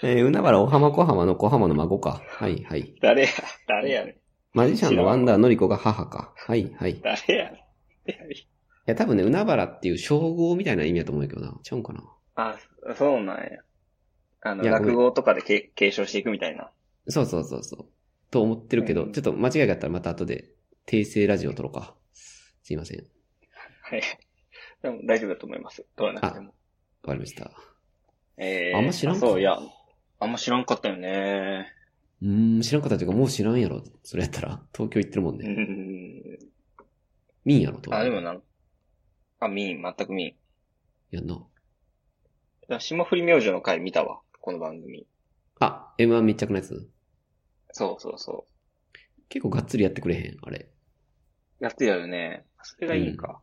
Speaker 2: えー、海原お浜小浜の小浜の孫か。はい、はい。
Speaker 1: 誰や、誰やねん。
Speaker 2: マジシャンのワンダーのりこが母か。はい、はい。い
Speaker 1: 誰やねん。いや
Speaker 2: や、多分ね、海原っていう称号みたいな意味だと思うんやけどな。ちゃうんかな。
Speaker 1: あ、そうなんや。あの、
Speaker 2: いや
Speaker 1: 落語とかでけ継承していくみたいな。
Speaker 2: そうそうそうそう。と思ってるけど、
Speaker 1: うん
Speaker 2: ちょっと間違いがあったらまた後で訂正ラジオ撮ろうか。すいません。
Speaker 1: はい。でも大丈夫だと思います。取らなくても。
Speaker 2: わかりました。
Speaker 1: え
Speaker 2: あんま知らんか
Speaker 1: そう、いや。あんま知らんかったよね。
Speaker 2: うーん、知らんかったというか、もう知らんやろ。それやったら、東京行ってるもん
Speaker 1: う
Speaker 2: ね。
Speaker 1: ん。
Speaker 2: 見んやろ、東京。
Speaker 1: あ、でもなん、あ、見ん、全く見ん。
Speaker 2: やんな。
Speaker 1: だ霜降り明星の回見たわ。この番組。
Speaker 2: あ、M1 密着のやつ
Speaker 1: そうそうそ
Speaker 2: 結構がっつりやってくれへん、あれ。
Speaker 1: う。やってたよね。それがいいか。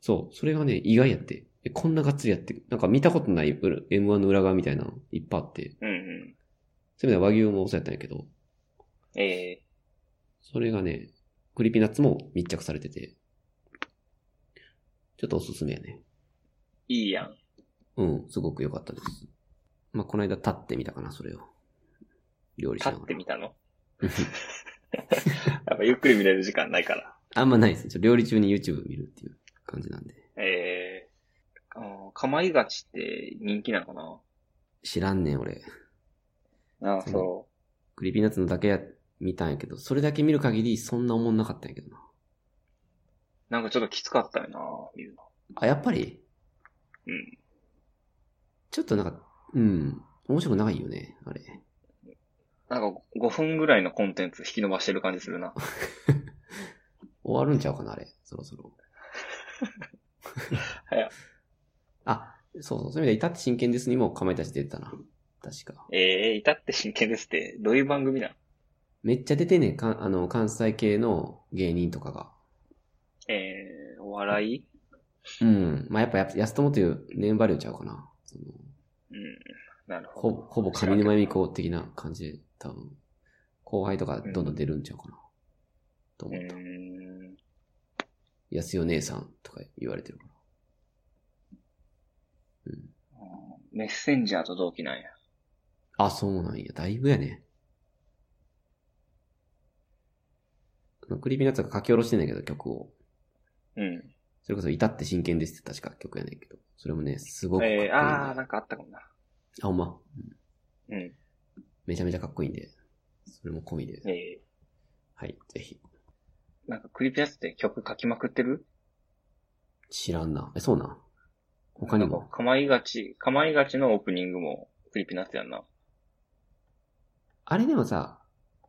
Speaker 2: そう、それがね、意外やって。え、こんながっつりやって、なんか見たことない裏 M1 の裏側みたいなのいっぱいあって。
Speaker 1: うん、うん、
Speaker 2: そういう意味では和牛もそうやったんやけど、
Speaker 1: ええ
Speaker 2: それがね、クリピーナッツも密着されてて、ちょっとおすすめやね。
Speaker 1: いいやん。
Speaker 2: うん、すごく良かったです。まあ、この間立ってみたかな、それを。料理しな
Speaker 1: 立
Speaker 2: がら。
Speaker 1: ってみた の。
Speaker 2: うん
Speaker 1: やっぱゆっくり見れる時間ないから。
Speaker 2: あんまないですね。ちょっと料理中に YouTube 見るっていう感じなんで。
Speaker 1: ええあのかまいがちって人気なのかな
Speaker 2: 知らんねん、俺。
Speaker 1: ああ、
Speaker 2: そう
Speaker 1: そ
Speaker 2: クリピーナッツのだけや、見たんやけど、それだけ見る限りそんな思んなかったんやけどな。
Speaker 1: う。なんかちょっときつかったよな、見るの。
Speaker 2: あ、やっぱり
Speaker 1: うん。
Speaker 2: ちょっとなんか、うん。面白くないよね、あれ。
Speaker 1: なんか5分ぐらいのコンテンツ引き伸ばしてる感じするな。
Speaker 2: 終わるんちゃうかな、あれ。そろそろ。
Speaker 1: 早
Speaker 2: あ、そうそう。そういう意味で、いたって真剣ですにも、かまいたち出てたな。確か。
Speaker 1: ええ至って真剣ですって、どういう番組なの
Speaker 2: めっちゃ出てんねん、かんあの、関西系の芸人とかが。
Speaker 1: ええお笑い
Speaker 2: うん。まあ、やっぱや、安友というネームバリューちゃうかな。その
Speaker 1: うん。なるほ
Speaker 2: ほ
Speaker 1: ど。
Speaker 2: ぼ、ほぼ上沼恵美子的な感じで、多分、後輩とかどんどん出るんちゃうかな。と
Speaker 1: う
Speaker 2: 思った。
Speaker 1: ーん。
Speaker 2: 安代姉さんとか言われてるから。
Speaker 1: メッセンジャーと同期なんや。
Speaker 2: あ、そうなんや。だいぶやね。あのクリーピーナッツが書き下ろしてんだけど、曲を。
Speaker 1: うん。
Speaker 2: それこそ、至って真剣ですって確か曲やねんけど。それもね、すごくかっこいいん
Speaker 1: え
Speaker 2: で、
Speaker 1: ー、あー、なんかあったかもな。
Speaker 2: あ、ほんま。
Speaker 1: うん。
Speaker 2: めちゃめちゃかっこいいんで。それも込みで。
Speaker 1: え
Speaker 2: はい、ぜひ。
Speaker 1: ー、なんかクリピアスって曲書きまくってる
Speaker 2: 知らんな。え、そうなん。他に
Speaker 1: なん
Speaker 2: も。
Speaker 1: かかまいがち、かまいがちのオープニングもクリピナッツやんな。
Speaker 2: あれでもさ、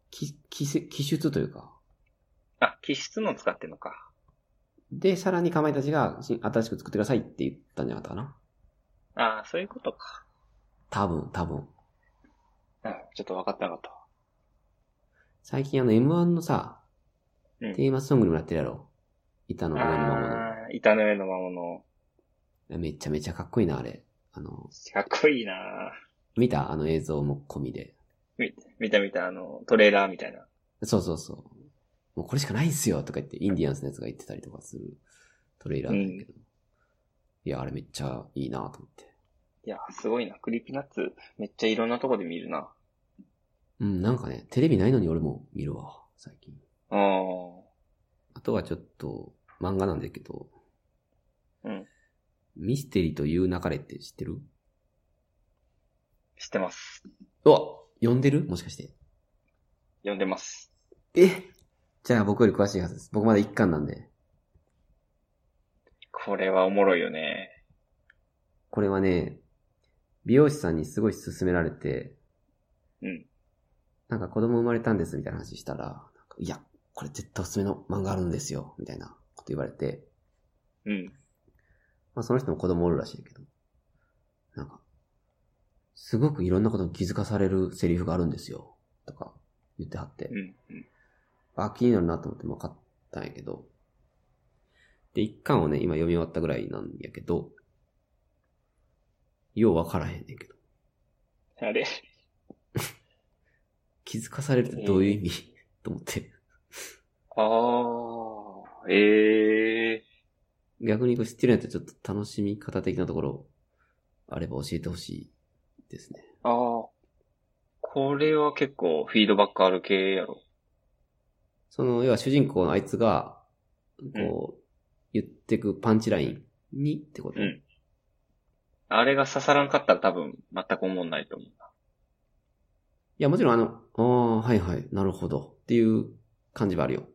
Speaker 2: き、きせ、気質というか。
Speaker 1: あ、気質の使ってんのか。
Speaker 2: で、さらにかまいたちが新新しく作ってくださいって言ったんじゃなかったかな
Speaker 1: あー、そういうことか。
Speaker 2: 多分、多分。
Speaker 1: うん、ちょっと分かってなかったわ。
Speaker 2: 最近あの M1 のさ、
Speaker 1: うん
Speaker 2: テーマソングにもなってるやろ。板の上の魔
Speaker 1: あー、板の上の魔物。
Speaker 2: 物。めちゃめちゃかっこいいな、あれ。あの、
Speaker 1: かっこいいな
Speaker 2: 見たあの映像も込みで。
Speaker 1: 見見た見た、あの、トレーラーみたいな。
Speaker 2: そうそうそう。もうこれしかないんすよとか言って、インディアンスのやつが言ってたりとかするトレーラーなんだけど。いや、あれめっちゃいいなと思って。
Speaker 1: いや、すごいな。クリピナッツ、めっちゃいろんなとこで見るな。
Speaker 2: うん、なんかね、テレビないのに俺も見るわ、最近。
Speaker 1: あー。
Speaker 2: あとはちょっと、漫画なんだけど。
Speaker 1: うん。
Speaker 2: ミステリーという流れって知ってる
Speaker 1: 知ってます。
Speaker 2: うわ読んでるもしかして。
Speaker 1: 読んでます。
Speaker 2: えじゃあ僕より詳しいはずです。僕まだ一巻なんで。
Speaker 1: これはおもろいよね。
Speaker 2: これはね、美容師さんにすごい勧められて、
Speaker 1: うん。
Speaker 2: なんか子供生まれたんですみたいな話したら、なんかいや、これ絶対おすすめの漫画あるんですよ、みたいなこと言われて、
Speaker 1: うん。
Speaker 2: まあその人も子供おるらしいけど、なんか、すごくいろんなことに気づかされるセリフがあるんですよ、とか言ってはって、
Speaker 1: うん。うん
Speaker 2: あ、気になるなと思っても分かったんやけど、で、一巻をね、今読み終わったぐらいなんやけど、ようわからへんねんけど。
Speaker 1: あれ
Speaker 2: 気づかされるってどういう意味、と思って。
Speaker 1: ああ、ええ
Speaker 2: 逆にこう知ってるんやったらちょっと楽しみ方的なところ、あれば教えてほしいですね。
Speaker 1: ああ。これは結構フィードバックある系やろ。
Speaker 2: その、要は主人公のあいつが、こう、言ってくパンチラインにってこと、
Speaker 1: うんあれが刺さらんかったら多分全く思んないと思うな。
Speaker 2: いや、もちろんあの、ああ、はいはい、なるほど。っていう感じはあるよ。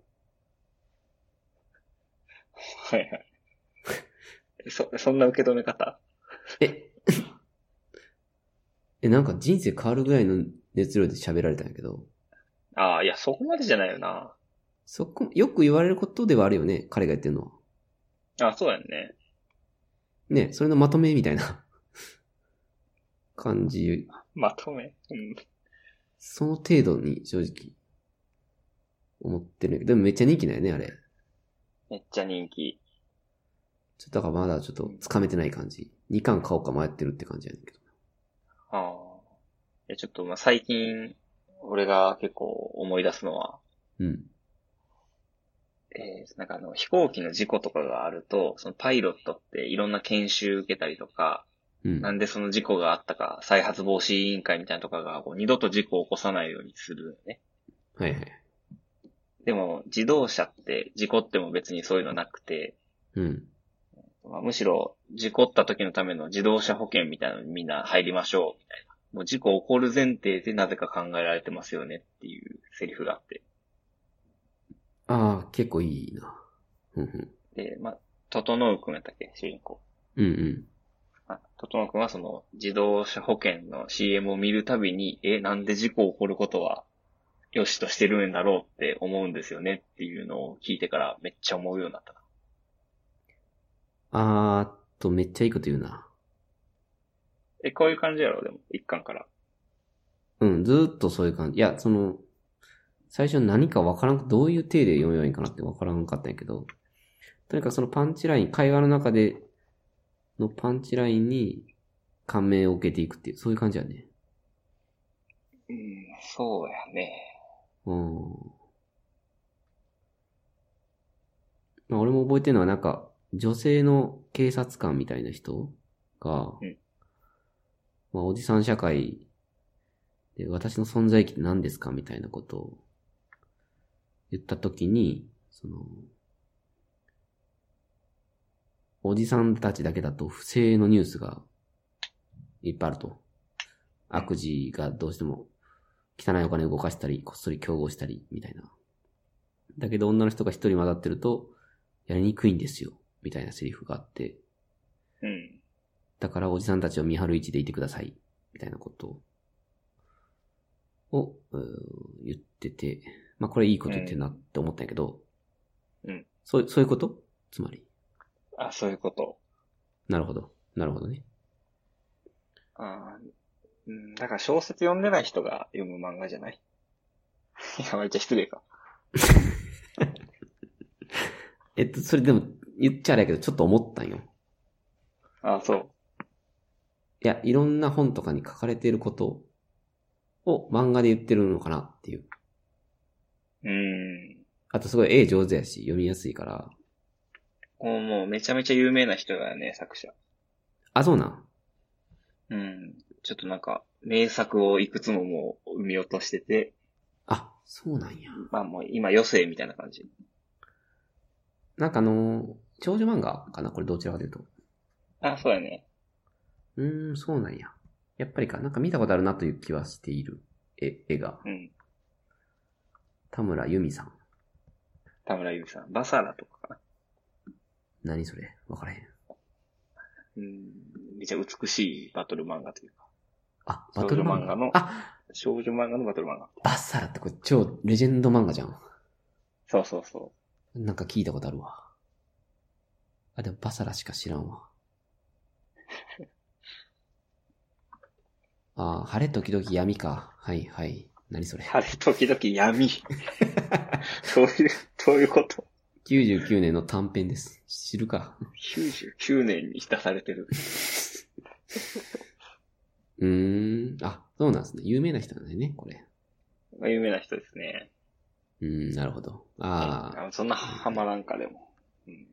Speaker 1: はいはい。そ、そんな受け止め方
Speaker 2: え、え、なんか人生変わるぐらいの熱量で喋られたんやけど、
Speaker 1: ああ、いや、そこまでじゃないよな。
Speaker 2: そこ、よく言われることではあるよね、彼が言ってるのは。
Speaker 1: あそうやんね。
Speaker 2: ね、それのまとめみたいな 感じ、
Speaker 1: まとめ。うん。
Speaker 2: その程度に正直、思ってるんやけど、でもめっちゃ人気だよね、あれ。
Speaker 1: めっちゃ人気。
Speaker 2: ちょっとだからまだちょっとつかめてない感じ。2巻買おうか迷ってるって感じやねんけど。
Speaker 1: ああ。いや、ちょっと、まあ、最近、俺が結構思い出すのは、
Speaker 2: うん。
Speaker 1: えー、なんかあの、飛行機の事故とかがあると、そのパイロットっていろんな研修受けたりとか、
Speaker 2: うん。
Speaker 1: なんでその事故があったか、再発防止委員会みたいなとかが、こう二度と事故を起こさないようにするよね。
Speaker 2: はいはい。
Speaker 1: でも、自動車って事故っても別にそういうのなくて、
Speaker 2: うん。
Speaker 1: まあ、むしろ事故った時のための自動車保険みたいなのにみんな入りましょう、みたいな。もう事故起こる前提でなぜか考えられてますよねっていうセリフがあって。
Speaker 2: ああ、結構いいな。うんうん。
Speaker 1: で、まあ、整うくんやったっけ主人公。
Speaker 2: うんうん。
Speaker 1: あ、整うくんはその自動車保険の CM を見るたびに、え、なんで事故起こることは良しとしてるんだろうって思うんですよねっていうのを聞いてからめっちゃ思うようになったな。
Speaker 2: あーっと、めっちゃいいこと言うな。
Speaker 1: え、こういう感じやろでも、一巻から。
Speaker 2: うん、ずーっとそういう感じ。いや、その、最初何かわからん、どういう体で読めばいいんかなってわからんかったんやけど、とにかくそのパンチライン、会話の中でのパンチラインに感銘を受けていくっていう、そういう感じやね。
Speaker 1: うん、そうやね。
Speaker 2: うん。まあ、俺も覚えてるのはなんか、女性の警察官みたいな人が、
Speaker 1: うん
Speaker 2: まあ、おじさん社会で私の存在意義って何ですかみたいなことを言ったときに、その、おじさんたちだけだと不正のニュースがいっぱいあると。悪事がどうしても汚いお金を動かしたり、こっそり競合したり、みたいな。だけど女の人が一人混ざってると、やりにくいんですよ、みたいなセリフがあって、
Speaker 1: うん。
Speaker 2: だからおじさんたちを見張る位置でいてください、みたいなことを、うー言ってて、まあこれいいこと言ってるなって思ったんやけど、
Speaker 1: うん
Speaker 2: そう、そういうことつまり。
Speaker 1: あ、そういうこと。
Speaker 2: なるほど。なるほどね。
Speaker 1: あーうん、だから小説読んでない人が読む漫画じゃない いや、めっちゃ失礼か。
Speaker 2: えっと、それでも言っちゃあれやけど、ちょっと思ったんよ。
Speaker 1: あ、そう。
Speaker 2: いや、いろんな本とかに書かれていることを漫画で言ってるのかなっていう。
Speaker 1: うん。
Speaker 2: あとすごい絵上手やし、読みやすいから。
Speaker 1: もう、もうめちゃめちゃ有名な人だよね、作者。
Speaker 2: あ、そうなん。
Speaker 1: うん。ちょっとなんか、名作をいくつももう生み落としてて、
Speaker 2: あ、そうなんや。
Speaker 1: まあもう今余生みたいな感じ。
Speaker 2: なんかあのー長女漫画かなこれどちらかというと。
Speaker 1: あ、そうやね。
Speaker 2: うーん、そうなんや。やっぱりか、なんか見たことあるなという気はしている。え、絵が。
Speaker 1: うん。
Speaker 2: 田村由美さん。
Speaker 1: 田村由美さん。バサラとかかな。
Speaker 2: 何それわからへん。
Speaker 1: うん。めちゃ美しいバトル漫画というか、
Speaker 2: あ、バトル漫画
Speaker 1: 少女漫画の
Speaker 2: あ、
Speaker 1: 少女漫画のバトル漫画。
Speaker 2: バッサラってこれ超レジェンド漫画じゃん。
Speaker 1: そうそうそ。
Speaker 2: なんか聞いたことあるわ。あ、でもバサラしか知らんわ。あー、晴れ時々闇か。はいはい。何そうれ。
Speaker 1: 晴れ時々 闇。そういう、どういうこと
Speaker 2: 99年の短編です。知るか。
Speaker 1: ?99 年に浸されてる。
Speaker 2: うーん。あ、そうなんですね。有名な人なんですね、これ。
Speaker 1: 有名な人ですね。
Speaker 2: うーん、なるほど。ああ。
Speaker 1: あそんなハマらんかでも。うん。
Speaker 2: い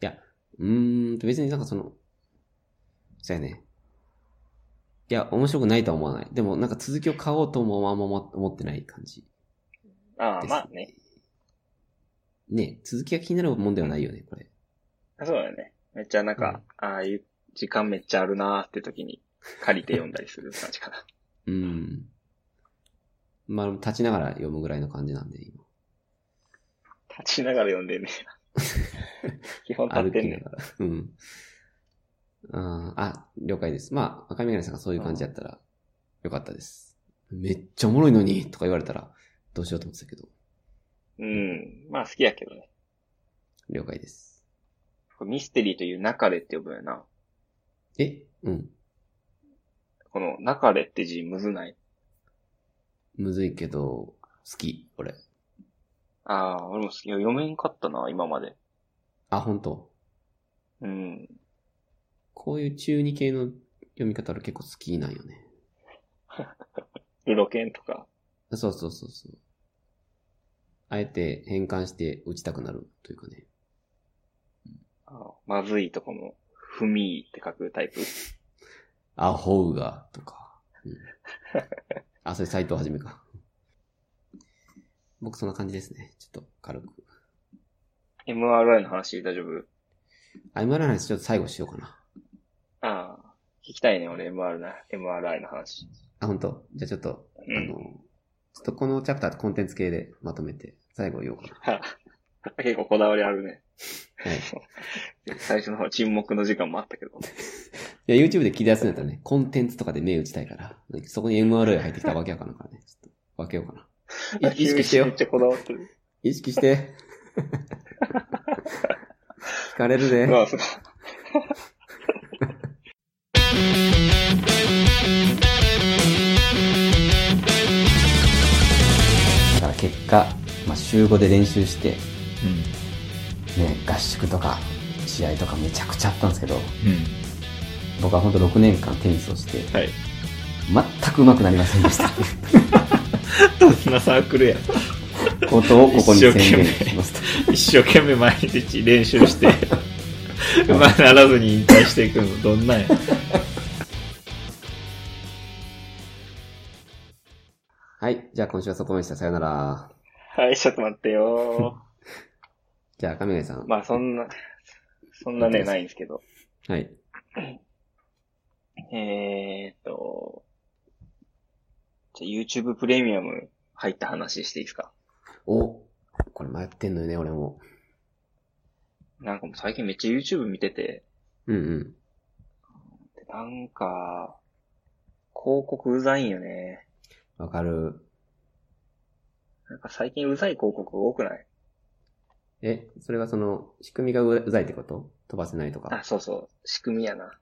Speaker 2: や、うーんと、別になんかその、そうやね。いや、面白くないとは思わない。でも、なんか続きを買おうともあんま思ってない感じ。
Speaker 1: ああ、
Speaker 2: です
Speaker 1: まあね。
Speaker 2: ね続きが気になるもんではないよね、これ。
Speaker 1: そうだよね。めっちゃなんか、ああいう時間めっちゃあるなーって時に借りて読んだりする感じか な。
Speaker 2: うん。まあ、立ちながら読むぐらいの感じなんで、今。
Speaker 1: 立ちながら読んでんねんな 基本立っ
Speaker 2: 歩
Speaker 1: て
Speaker 2: き
Speaker 1: んね。
Speaker 2: なんがら。うん。あーあ、了解です。まあ、赤眼鏡さんがそういう感じだったら、よかったです。めっちゃおもろいのにとか言われたら、どうしようと思ってたけど、
Speaker 1: うん。まあ好きやけどね。
Speaker 2: 了解です。
Speaker 1: これミステリーという中でって呼ぶよな。
Speaker 2: えうん。
Speaker 1: この中でって字むずない。
Speaker 2: むずいけど、好き、俺。
Speaker 1: ああ、俺も好き。読めんかったな、今まで。
Speaker 2: あ、本当
Speaker 1: うん。
Speaker 2: こういう中二系の読み方俺結構好きなんよね。
Speaker 1: ルロケンとか。
Speaker 2: そうそうそうそう。あえて変換して打ちたくなるというかね。
Speaker 1: あーまずいとかも、ふみーって書くタイプ。
Speaker 2: アホウガとか。 うん、あ、それ斎藤はじめか。僕そんな感じですね。ちょっと軽く。
Speaker 1: MRI の話大丈夫
Speaker 2: あ、今の話ちょっと最後しようかな。
Speaker 1: ああ、聞きたいね、俺、MR な、MRI の話。
Speaker 2: あ、本当じゃあちょっと、
Speaker 1: うん
Speaker 2: あの、ちょっとこのチャプターとコンテンツ系でまとめて最後言おうかな。
Speaker 1: はあ 結構こだわりあるね。
Speaker 2: はい。
Speaker 1: 最初の方、沈黙の時間もあったけど。
Speaker 2: いや、YouTube で切り出すんだったらね、コンテンツとかで目打ちたいから、そこに MRI 入ってきたらわけわからんからね、ちょっと、分けようかな。い意識して
Speaker 1: め
Speaker 2: よ
Speaker 1: っ。ちゃこだわってる。
Speaker 2: 意識 して。聞かれるで。
Speaker 1: ああ、そうか。
Speaker 2: だから結果、まあ、週5で練習して、
Speaker 3: う
Speaker 2: ね、合宿とか、試合とかめちゃくちゃあったんですけど、
Speaker 3: ん。うん。
Speaker 2: 僕はほんと6年間テニスをして、
Speaker 1: はい。
Speaker 2: 全く上手くなりませんでした。
Speaker 3: どんなサークルや。
Speaker 2: ことをここに宣
Speaker 3: 一生懸
Speaker 2: 言
Speaker 3: 命
Speaker 2: しました。
Speaker 3: 一生懸命毎日練習して、うまくならずに引退していくの、どんなんや。
Speaker 2: はい、じゃあ今週はそこまででした。さよなら。
Speaker 1: はい、ちょっと待ってよ
Speaker 2: じゃあ、亀谷さん。
Speaker 1: ー。まあ、そんな、そんなね、ないんですけど。
Speaker 2: はい。
Speaker 1: えーっと、じゃあ YouTube プレミアム入った話していいですか
Speaker 2: お、これ迷ってんのよね、俺も。
Speaker 1: なんかもう最近めっちゃ YouTube 見てて、
Speaker 2: うんうん。
Speaker 1: でなんか、広告うざいんよね。
Speaker 2: わかる。
Speaker 1: なんか最近うざい広告多くない
Speaker 2: え、それはその、仕組みがううざいってこと飛ばせないと
Speaker 1: あ、
Speaker 2: か。
Speaker 1: そうそう。仕組みやな。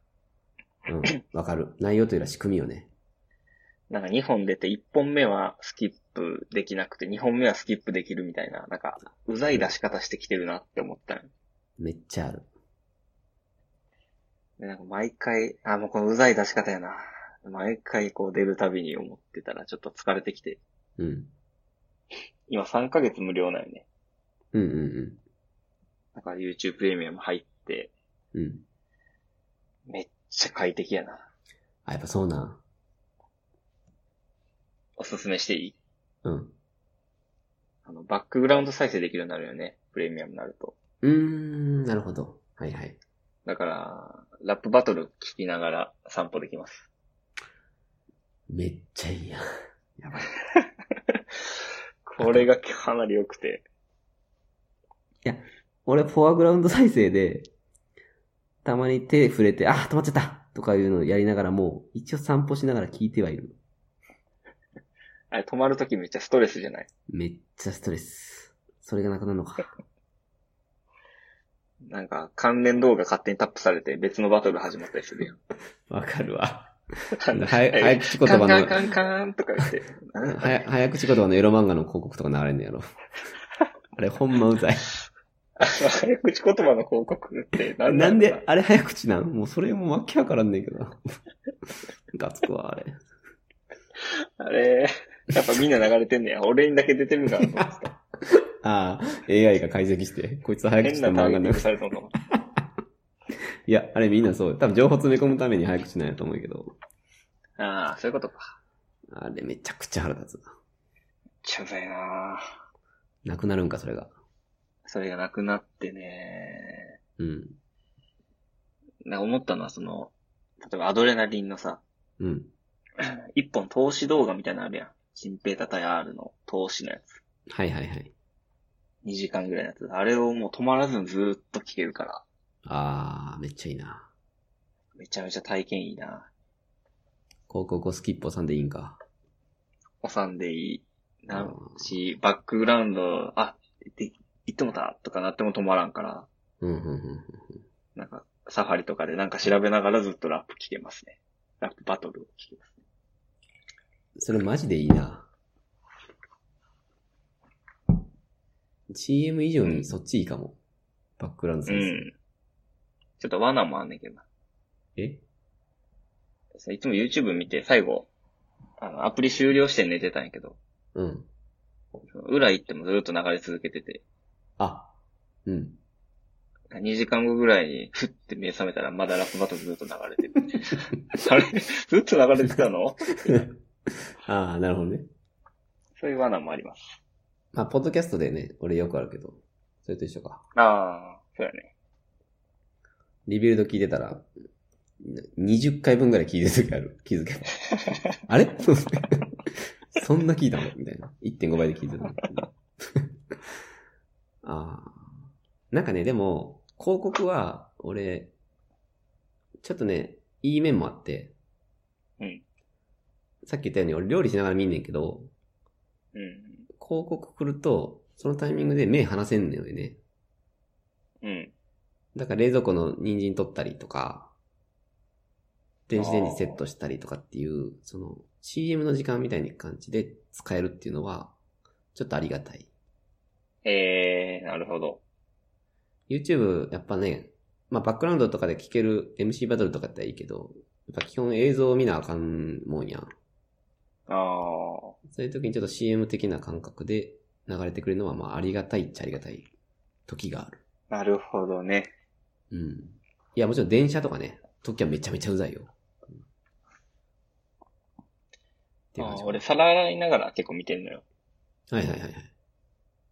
Speaker 2: うん。わかる。内容というよりは仕組みよね。
Speaker 1: なんか2本出て1本目はスキップできなくて2本目はスキップできるみたいな、なんかうざい出し方してきてるなって思ったの
Speaker 2: めっちゃある。
Speaker 1: で、なんか毎回、あ、もうこのうざい出し方やな。毎回こう出るたびに思ってたらちょっと疲れてきて、
Speaker 2: うん。
Speaker 1: 今3ヶ月無料なんよね。
Speaker 2: うんうん
Speaker 1: だから YouTube プレミアム入って、
Speaker 2: うん。うん。
Speaker 1: めっちゃ快適やな。
Speaker 2: あ、やっぱそうなん。
Speaker 1: おすすめしていい
Speaker 2: うん。
Speaker 1: あの、バックグラウンド再生できるようになるよね。プレミアムになると。
Speaker 2: うーん、なるほど。はいはい。
Speaker 1: だから、ラップバトル聞きながら散歩できます。
Speaker 2: めっちゃいいやん。 やばい。い
Speaker 1: これがかなり良くて。
Speaker 2: や、俺フォアグラウンド再生で、たまに手触れて、あ、止まっちゃったとかいうのをやりながらも、一応散歩しながら聞いてはいる。
Speaker 1: あれ、止まるときめっちゃストレスじゃない
Speaker 2: めっちゃストレス。それがなくなるのか。
Speaker 1: なんか、関連動画勝手にタップされて別のバトル始まったりするやん。
Speaker 2: わかるわ。
Speaker 1: あの
Speaker 2: はい
Speaker 1: え
Speaker 2: 早口言葉の
Speaker 1: カンカンカンカンとか言って。
Speaker 2: は や早口言葉のエロ漫画の広告とか流れんのやろ。あれ、ほんまうざい。
Speaker 1: 早口言葉の広告って何
Speaker 2: なん
Speaker 1: だろう
Speaker 2: で、あれ早口なんもうそれもわけわからんねんけど。 ガつくわ、あれ。
Speaker 1: あれ、やっぱみんな流れてんねや。俺にだけ出てるんかなと思ってた。
Speaker 2: ああ、AI が解析して、こいつ 早
Speaker 1: 変
Speaker 2: 口
Speaker 1: な
Speaker 2: な
Speaker 1: ター
Speaker 2: 漫
Speaker 1: ゲ
Speaker 2: 画
Speaker 1: ティ
Speaker 2: な
Speaker 1: ングされたのかも。
Speaker 2: いや、あれみんなそう。多分情報詰め込むために早口なんやと思うけど。
Speaker 1: ああ、そういうことか。
Speaker 2: あれめちゃくちゃ腹立つ。
Speaker 1: ちゃうざいなあ
Speaker 2: なくなるんか、それが。
Speaker 1: それがなくなってね。
Speaker 2: うん。
Speaker 1: なんか思ったのはその、例えばアドレナリンのさ、
Speaker 2: うん。
Speaker 1: 一本投資動画みたいなのあるやん。新平タ対 R の投資のやつ。
Speaker 2: はいはいはい。
Speaker 1: 2時間ぐらいのやつ。あれをもう止まらずにずーっと聞けるから、
Speaker 2: ああ、めっちゃいいな。
Speaker 1: めちゃめちゃ体験いいな。
Speaker 2: 広告をスキップをさんでいいんか。
Speaker 1: 収んでいいな
Speaker 2: うん
Speaker 1: し、バックグラウンド、あ、で、行ってもたとかなっても止まらんから、
Speaker 2: うんうんうん。
Speaker 1: なんか、サファリとかでなんか調べながらずっとラップ聞けますね。ラップバトルを聞けますね。
Speaker 2: それマジでいいな。CM 以上にそっちいいかも。バックグラウンド
Speaker 1: う
Speaker 2: 再生。
Speaker 1: ん。ちょっと罠もあんねんけどな。
Speaker 2: え
Speaker 1: いつも YouTube 見て最後、あの、アプリ終了して寝てたんやけど、
Speaker 2: うん。
Speaker 1: 裏行ってもずっと流れ続けてて、
Speaker 2: あ、うん。
Speaker 1: 2時間後ぐらいに、ふって目覚めたら、まだラップバトルずっと流れてる。あれずっと流れてたの
Speaker 2: ああ、なるほどね。
Speaker 1: そういう罠もあります。
Speaker 2: まあ、ポッドキャストでね、俺よくあるけど、それと一緒か。
Speaker 1: ああ、そうやね。
Speaker 2: リビルド聞いてたら、20回分ぐらい聞いてる時ある。気づ けば。あれ そんな聞いたのみたいな。1.5倍で聞いてたの。 ああ。なんかね、でも、広告は、俺、ちょっとね、いい面もあって、
Speaker 1: うん。
Speaker 2: さっき言ったように俺料理しながら見んねんけど、
Speaker 1: うん。
Speaker 2: 広告来ると、そのタイミングで目離せんのよね。
Speaker 1: うん。
Speaker 2: だから冷蔵庫の人参取ったりとか、電子レンジセットしたりとかっていう、その CM の時間みたいな感じで使えるっていうのは、ちょっとありがたい。
Speaker 1: ええー、なるほど。
Speaker 2: YouTube、やっぱね、まあバックグラウンドとかで聞ける MC バトルとかっていいけど、やっぱ基本映像を見なあかんもんやん。
Speaker 1: ああ、
Speaker 2: そういう時にちょっと CM 的な感覚で流れてくれるのは、まあありがたいっちゃありがたい時がある。
Speaker 1: なるほどね。
Speaker 2: うん。いや、もちろん電車とかね、時はめちゃめちゃうざいよ。うんっていう
Speaker 1: あ
Speaker 2: 感じ
Speaker 1: ー。俺、皿洗いながら結構見てんのよ。
Speaker 2: はいはいはいはい。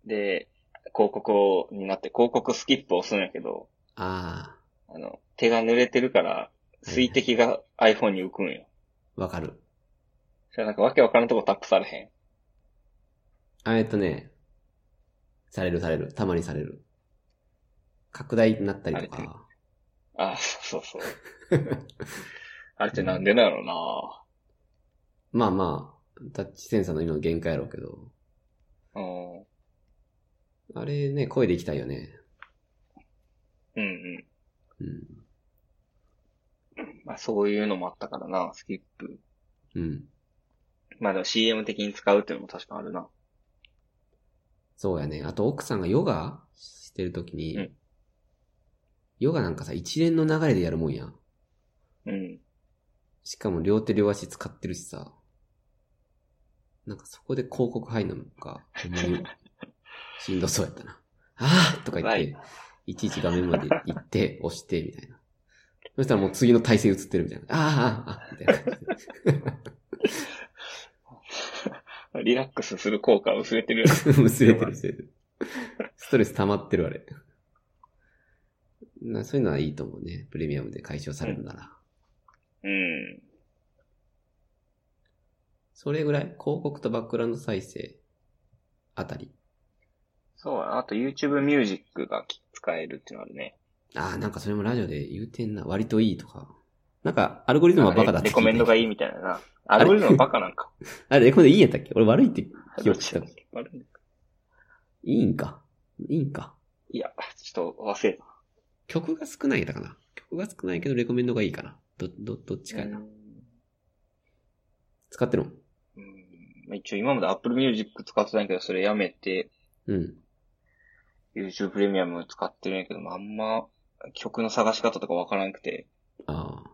Speaker 1: で、広告をになって広告スキップを押すんやけど、
Speaker 2: あ
Speaker 1: あの、手が濡れてるから、水滴が iPhone に浮くんよ。
Speaker 2: あ、わかる。
Speaker 1: それなんかわけわからんとこタップされへん。
Speaker 2: あえっとね、されるされる。たまにされる。拡大になったりと
Speaker 1: あれ
Speaker 2: か。
Speaker 1: ああ、そうそうそう。あれってなんでなのな
Speaker 2: まあまあ、タッチセンサーの今の限界やろうけど。
Speaker 1: うん。
Speaker 2: あれね、声でいきたいよね。
Speaker 1: うんうん。
Speaker 2: うん。
Speaker 1: まあそういうのもあったからな、スキップ。
Speaker 2: うん。
Speaker 1: まあでも CM 的に使うっていうのも確かあるな。
Speaker 2: そうやね。あと奥さんがヨガしてるときに、
Speaker 1: うん
Speaker 2: ヨガなんかさ、一連の流れでやるもんやん。
Speaker 1: うん。
Speaker 2: しかも両手両足使ってるしさ。なんかそこで広告入んのか、ほんまに、しんどそうやったな。あーとか言っ
Speaker 1: は
Speaker 2: て、
Speaker 1: い
Speaker 2: い、ちいち画面まで行って、 押して、みたいな。そしたらもう次の体勢映ってるみたいな。あーあー、あーみたいな感じで。
Speaker 1: リラックスする効果は薄れ てるよね。
Speaker 2: 薄れてる、薄れてる。ストレス溜まってる、あれ。なそういうのはいいと思うね。プレミアムで解消されるなら。
Speaker 1: うん。
Speaker 2: それぐらい、広告とバックグラウンド再生あたり。
Speaker 1: そうやな。あと YouTube ミュージックが使えるっていうのあるね。
Speaker 2: ああ、なんかそれもラジオで言うてんな。割といいとか。なんか、アルゴリズムはバカだ
Speaker 1: あ
Speaker 2: って
Speaker 1: れレコメンドがいい
Speaker 2: い。
Speaker 1: みたいなな。アルゴリズムはバカなんか。
Speaker 2: あれ、レコメンドいいんやったっけ俺悪いって記
Speaker 1: どっ
Speaker 2: 憶し
Speaker 1: ち
Speaker 2: た。
Speaker 1: だ
Speaker 2: い
Speaker 1: 悪いね
Speaker 2: いんか。いいんか。
Speaker 1: いや、ちょっと忘れた。
Speaker 2: 曲が少ないやったかな。曲が少ないけど、レコメンドがいいかな。ど、ど、どっちかやな。
Speaker 1: うん
Speaker 2: 使ってるの
Speaker 1: うんまあ一応今まで Apple Music 使ってたんやけど、それやめて、
Speaker 2: うん。
Speaker 1: YouTube プレミアム使ってるんやけど、まああんま曲の探し方とかわからんくて、
Speaker 2: あ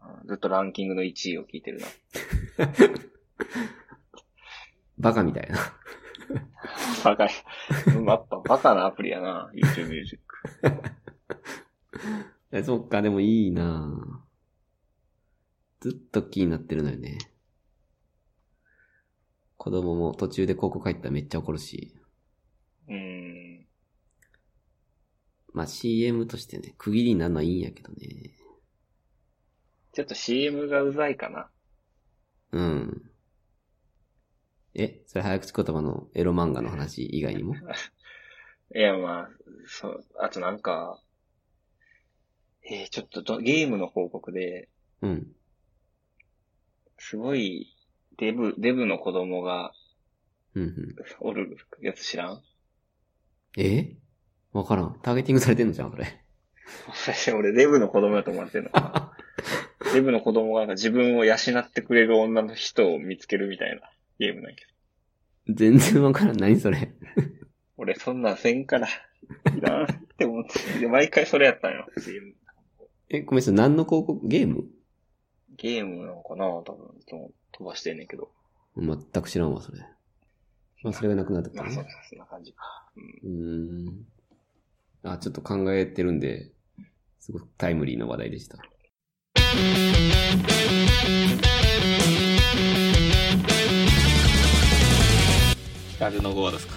Speaker 1: うんずっとランキングの1位を聞いてるな。
Speaker 2: あ。バカみたいな。
Speaker 1: バカや。うんやっぱバカなアプリやな、YouTube Music。
Speaker 2: え そっか、でもいいなぁずっと気になってるのよね。子供も途中で高校帰ったらめっちゃ怒るし。
Speaker 1: うん。
Speaker 2: まあ CM としてね、区切りになるのはいいんやけどね。
Speaker 1: ちょっと CM がうざいかな。
Speaker 2: うん。え、それ早口言葉のエロ漫画の話以外にも
Speaker 1: いや、まあ、そう、あとなんか、えーちょっとどゲームの報告で、
Speaker 2: うん。
Speaker 1: すごい、デブ、デブの子供が
Speaker 2: うんうん。
Speaker 1: おるやつ知らん
Speaker 2: えわからん。ターゲティングされてんのじゃん、それ。
Speaker 1: 俺、デブの子供だと思ってんのかな。デブの子供がなんか自分を養ってくれる女の人を見つけるみたいなゲームなんやけど。
Speaker 2: 全然わからん。何それ。
Speaker 1: 俺、そんなんせんから、いらんって思って。で、毎回それやったんよ。CM
Speaker 2: え、ごめんなさい。何の広告ゲーム
Speaker 1: ゲームなのかな多分、いつも飛ばしてんねんけど。
Speaker 2: 全く知らんわ、それ。まあ、それがなくなったか
Speaker 1: ま
Speaker 2: ら
Speaker 1: あ、そん
Speaker 2: ね
Speaker 1: な。そんな感じか。うん
Speaker 2: うーん。あ、ちょっと考えてるんで、すごくタイムリーな話題でした。
Speaker 3: ガルノゴーですか。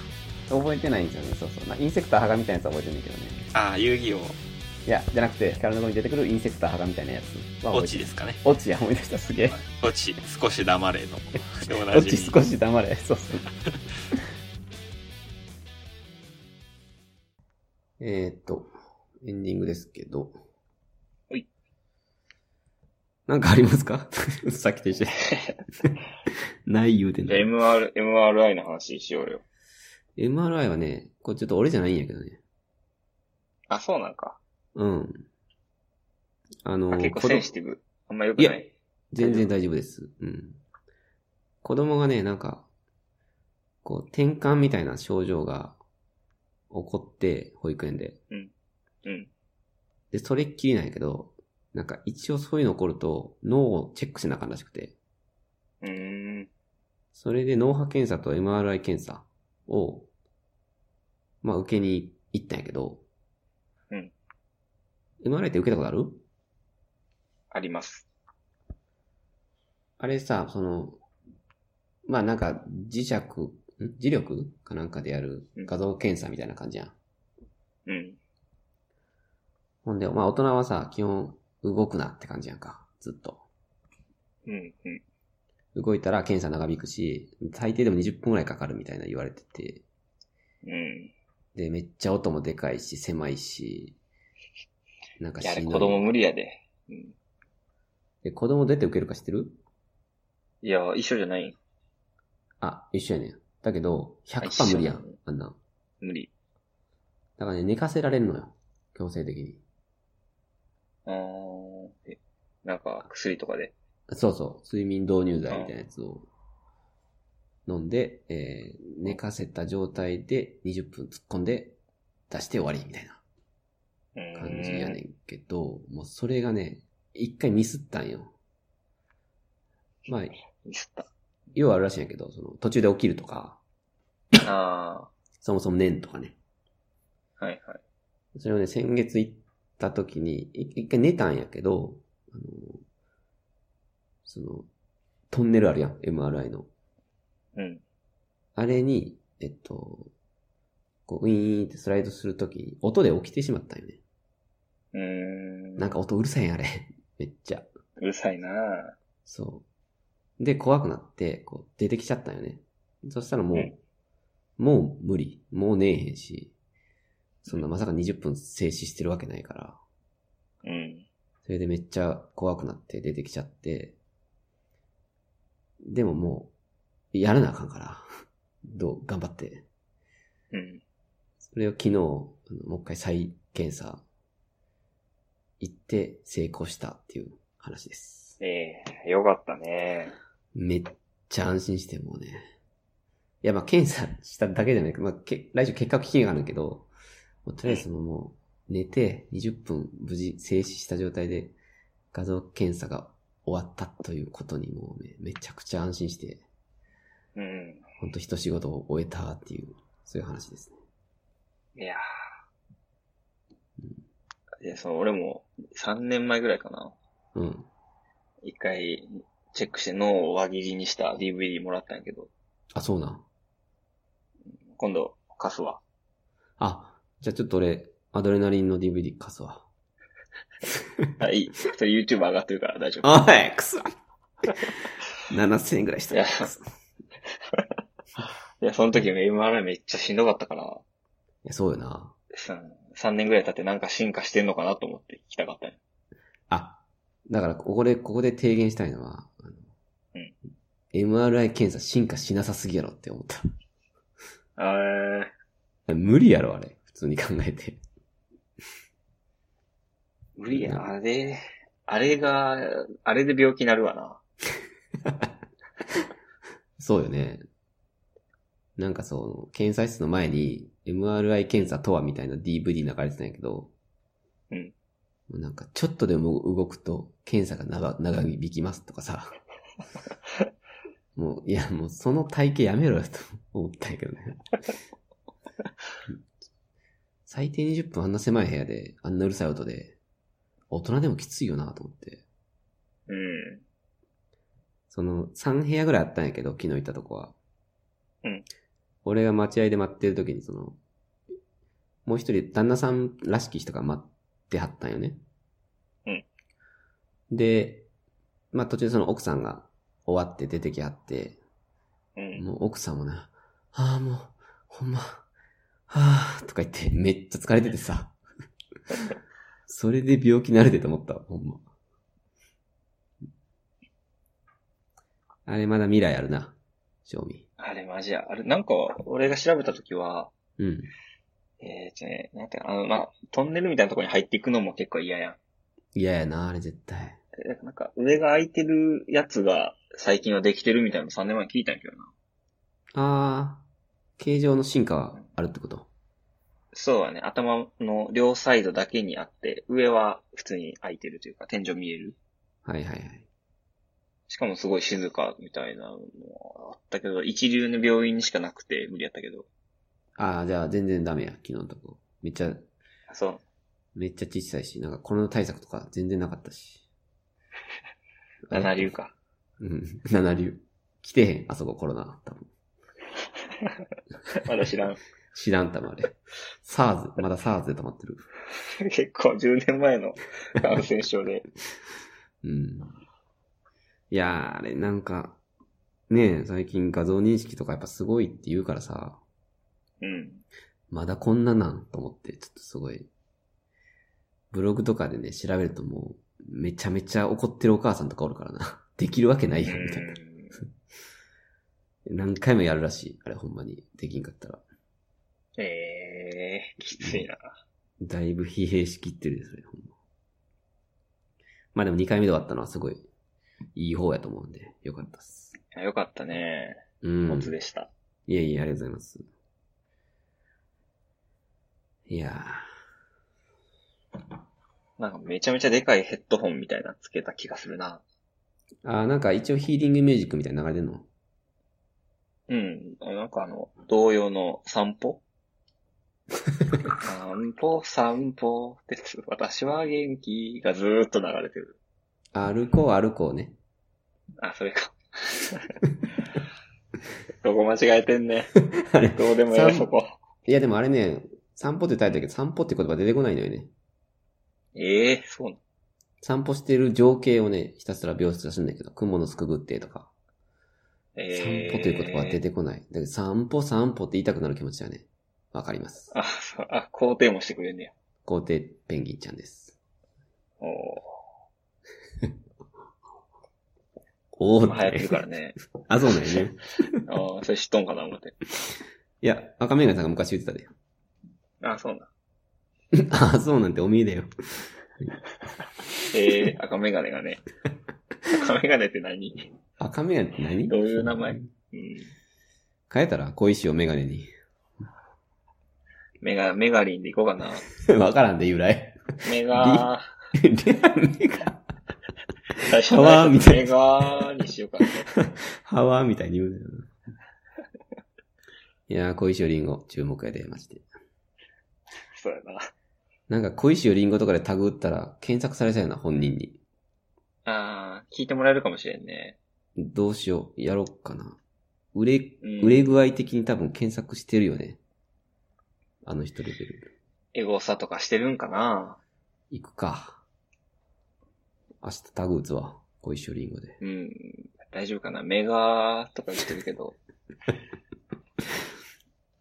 Speaker 2: 覚えてないんですよね、そうそう。まあインセクターハガみたいなやつは覚えてないけどね。
Speaker 3: ああ、遊戯
Speaker 2: いや、じゃなくて、光の子に出てくるインセクターハガみたいなやつ
Speaker 3: 王、
Speaker 2: は
Speaker 3: オ
Speaker 2: 覚え
Speaker 3: チ
Speaker 2: てる。
Speaker 3: ですかね。
Speaker 2: 落ちや、思い出した、すげ え。
Speaker 3: オチ、少し黙 れの。でもな
Speaker 2: 落
Speaker 3: じ
Speaker 2: ち
Speaker 3: み
Speaker 2: 少し黙れ。そうそう。 えーっと、エンディングですけど。
Speaker 1: ほい。
Speaker 2: なんかありますか さっきと一緒にない言うてん
Speaker 1: じ
Speaker 2: の
Speaker 1: ゃあ、MR、MRI の話しようよ。
Speaker 2: MRI はね、これちょっと俺じゃないんやけどね。
Speaker 1: あ、そうなんか。
Speaker 2: うん。あの、
Speaker 1: あ結構
Speaker 2: 子供
Speaker 1: センシティブ。あんま良くない。
Speaker 2: 全然大丈夫です。うん。子供がね、なんか、こう、転換みたいな症状が起こって、保育園で。
Speaker 1: うん。
Speaker 2: で、それっきりなんやけど、なんか一応そういうの起こると、脳をチェックしなあかんらしくて。
Speaker 1: うーん。
Speaker 2: それで脳波検査と MRI 検査を、まあ受けに行ったんやけど。
Speaker 1: うん。
Speaker 2: MRI って受けたことある
Speaker 1: あります。
Speaker 2: あれさ、その、まあなんか磁石、ん磁力かなんかでやる
Speaker 1: うん
Speaker 2: 画像検査みたいな感じやん。
Speaker 1: うん。
Speaker 2: ほんで、まあ大人はさ、基本動くなって感じやんか。ずっと。
Speaker 1: うん。うん。
Speaker 2: 動いたら検査長引くし、最低でも20分くらいかかるみたいな言われてて。
Speaker 1: うん。
Speaker 2: で、めっちゃ音もでかいし、狭いし、なんか
Speaker 1: いや、あれ
Speaker 2: んどい
Speaker 1: 子供無理やで。うん。
Speaker 2: で、子供どうやって受けるか知ってる
Speaker 1: いや、一緒じゃない。
Speaker 2: あ、一緒やねん。だけど、
Speaker 1: 一緒
Speaker 2: 100%無理や
Speaker 1: なんの。
Speaker 2: あんなん。
Speaker 1: 無理。
Speaker 2: だからね、寝かせられるのよ。強制的に。
Speaker 1: あーえ、なんか、薬とかで。
Speaker 2: そうそう、睡眠導入剤みたいなやつを飲んで、えー、寝かせた状態で20分突っ込んで出して終わりみたいな
Speaker 1: うーん。
Speaker 2: 感じやねんけど、もうそれがね、一回ミスったんよ。まあ、
Speaker 1: ミスった。
Speaker 2: 要はあるらしいんやけど、その途中で起きるとか、
Speaker 1: あ
Speaker 2: そもそも寝んとかね。
Speaker 1: ーはいはい。
Speaker 2: それをね、先月行った時に、い一回寝たんやけど、あの、その、トンネルあるやん、MRI の。
Speaker 1: うん。
Speaker 2: あれに、えっと、こう、ウィーンってスライドするときに、音で起きてしまったんよね。
Speaker 1: うーん。
Speaker 2: なんか音うるさいんやあれ。 めっちゃ。
Speaker 1: うるさいな
Speaker 2: そう。で、怖くなって、こう、出てきちゃったんよね。そしたらもう、
Speaker 1: うん
Speaker 2: もう無理。もう寝えへんし、そんなまさか20分静止してるわけないから。
Speaker 1: うん。
Speaker 2: それでめっちゃ怖くなって出てきちゃって、でももう、やらなあかんから、 どう、頑張って。
Speaker 1: うん。
Speaker 2: それを昨日、あのもう一回再検査、行って成功したっていう話です。
Speaker 1: ええよかったね。
Speaker 2: めっちゃ安心してもうね。いや、まあ検査しただけじゃないけど、まあ、け来週結果聞きがあるけど、もうとりあえずそのもう寝て20分無事静止した状態で画像検査が終わったということにもうめめちゃくちゃ安心して、
Speaker 1: うん。
Speaker 2: ほんと一仕事を終えたっていう、そういう話ですね。
Speaker 1: いやーで、そう、俺も3年前ぐらいかな。
Speaker 2: うん。
Speaker 1: 一回チェックして脳を輪切りにした DVD もらったんやけど、
Speaker 2: あ、そうなん。
Speaker 1: 今度貸すわ。
Speaker 2: あ、じゃあちょっと俺、アドレナリンの DVD 貸すわ。
Speaker 1: あ、いい。それ YouTube 上がってるから大丈 夫。
Speaker 2: おい、くそ7000円ぐらいした。
Speaker 1: いやいや、その時の MRI めっちゃしんどかったから、
Speaker 2: いや、そうよな。
Speaker 1: 3年ぐらい経ってなんか進化してんのかなと思って聞きたかったね。
Speaker 2: あ、だから、ここで、ここで提言したいのは、あの
Speaker 1: う
Speaker 2: MRI 検査進化しなさすぎやろって思った。
Speaker 1: え
Speaker 2: 無理やろ、あれ。普通に考えて。
Speaker 1: ー、無理や。あれ、あれが、あれで病気になるわな。
Speaker 2: そうよね。なんかそう、検査室の前に MRI 検査とはみたいな DVD 流れてたんやけど、
Speaker 1: うん
Speaker 2: もうなんかちょっとでも動くと検査が長長引きますとか さ。もう、いやもうその体型やめろよと思ったんやけどね。最低20分あんな狭い部屋で、あんなうるさい音で、大人でもきついよなと思って。
Speaker 1: うん。
Speaker 2: その、3部屋ぐらいあったんやけど、昨日行ったとこは。
Speaker 1: うん。
Speaker 2: 俺が待合で待ってる時に、その、もう一人、旦那さんらしき人が待ってはったんよね。
Speaker 1: うん。
Speaker 2: で、まあ途中でその奥さんが終わって出てきはって、
Speaker 1: うん。
Speaker 2: もう奥さんもな、ああもう、ほんま、ああ、とか言ってめっちゃ疲れててさ。それで病気なるでと思ったわ、ほんま。あれまだ未来あるな、正味。
Speaker 1: あれマジや。あれ、なんか、俺が調べた時は、
Speaker 2: うん。
Speaker 1: えー、とね、なんていうかあの、まあ、トンネルみたいなところに入っていくのも結構嫌やん。
Speaker 2: 嫌やな、あれ絶対。
Speaker 1: えなんか、上が空いてるやつが最近はできてるみたいなの3年前に聞いたんやけどな。
Speaker 2: ああ、形状の進化はあるってこと
Speaker 1: そうだね。頭の両サイドだけにあって、上は普通に空いてるというか、天井見える。
Speaker 2: はいはいはい。
Speaker 1: しかもすごい静かみたいなのもあったけど、一流の病院にしかなくて無理やったけど。
Speaker 2: ああ、じゃあ全然ダメや、昨日のとこ。めっちゃ、
Speaker 1: そう。
Speaker 2: めっちゃ小さいし、なんかコロナ対策とか全然なかったし。
Speaker 1: 七流か。
Speaker 2: うん、七流。来てへん、あそこコロナ。多分
Speaker 1: まだ知らん。
Speaker 2: 知らんたまれ。SARS、まだ SARS で止まってる。
Speaker 1: 結構10年前 の感染症で。
Speaker 2: うん。いやー、あれなんか、ねえ、最近画像認識とかやっぱすごいって言うからさ、
Speaker 1: うん。
Speaker 2: まだこんななんと思って、ちょっとすごい、ブログとかでね、調べるともう、めちゃめちゃ怒ってるお母さんとかおるからな。できるわけな
Speaker 1: う
Speaker 2: いよ、みたいな。
Speaker 1: ん。
Speaker 2: 何回もやるらしい。あれほんまに。できんかったら。
Speaker 1: ええー、きついな。
Speaker 2: だいぶ疲弊しきってるで、それ、ほんま。まあでも2回目で終わったのはすごい、いい方やと思うんで、よかったっす。
Speaker 1: あよかったね。
Speaker 2: うん。
Speaker 1: モツでした。
Speaker 2: いえいえ、ありがとうございます。いや
Speaker 1: なんかめちゃめちゃでかいヘッドホンみたいなつけた気がするな。
Speaker 2: ー。あー、なんか一応ヒーリングミュージックみたいな流れてんの
Speaker 1: うん。なんかあの、同様の 散歩散歩、散歩です。私は元気がずーっと流れてる。
Speaker 2: 歩こう、歩こうね。
Speaker 1: あ、それか。 どこ間違えてんね。
Speaker 2: あれ
Speaker 1: どうでもええ、
Speaker 2: 散
Speaker 1: そこ。
Speaker 2: いやでもあれね、散歩ってタイトルだけど、散歩って言葉出てこないのよね。
Speaker 1: ええそうな
Speaker 2: 散歩してる情景をね、ひたすら描出するんだけど、雲のすくぐってとか。
Speaker 1: え
Speaker 2: 散
Speaker 1: え
Speaker 2: 歩という言葉は出てこない。だけど散歩散歩って言いたくなる気持ちはね、わかります。
Speaker 1: あ、そう、あ、肯定もしてくれんねや。
Speaker 2: 皇帝ペンギンちゃんです。
Speaker 1: おお
Speaker 2: お
Speaker 1: ー。
Speaker 2: お
Speaker 1: まあ流行ってるから。ね。
Speaker 2: あ、そうなんよね。
Speaker 1: ああ、それ知っとんかな思って。
Speaker 2: いや、赤メガネさんが昔言ってたで。
Speaker 1: あ、そうな。
Speaker 2: あ、そうなんてお見えだよ。
Speaker 1: ええ赤メガネ がね。赤メガネって何
Speaker 2: 赤メガネって何
Speaker 1: どういう名前うん。
Speaker 2: 変えたら小石をメガネに。
Speaker 1: メガ、メガリンで行こうかな。
Speaker 2: わからんで、由来。
Speaker 1: メガ、
Speaker 2: レアメガ、
Speaker 1: 最初の
Speaker 2: パワーみたい
Speaker 1: メガにしようかな。
Speaker 2: ハワーみたいに言うなよな。いやー、小石よりんご、注目やで、マジで。
Speaker 1: そうやな。
Speaker 2: なんか、小石よりんごとかでタグ打ったら、検索されそうやな、本人に。
Speaker 1: あー、聞いてもらえるかもしれんね。
Speaker 2: どうしよう、やろうかな。売れ、
Speaker 1: うん
Speaker 2: 売れ具合的に多分検索してるよね。あの人レベル。
Speaker 1: エゴサとかしてるんかな
Speaker 2: 行くか。明日タグ打つわ。小石よりんごで。
Speaker 1: うん。大丈夫かなメガとか言ってるけど。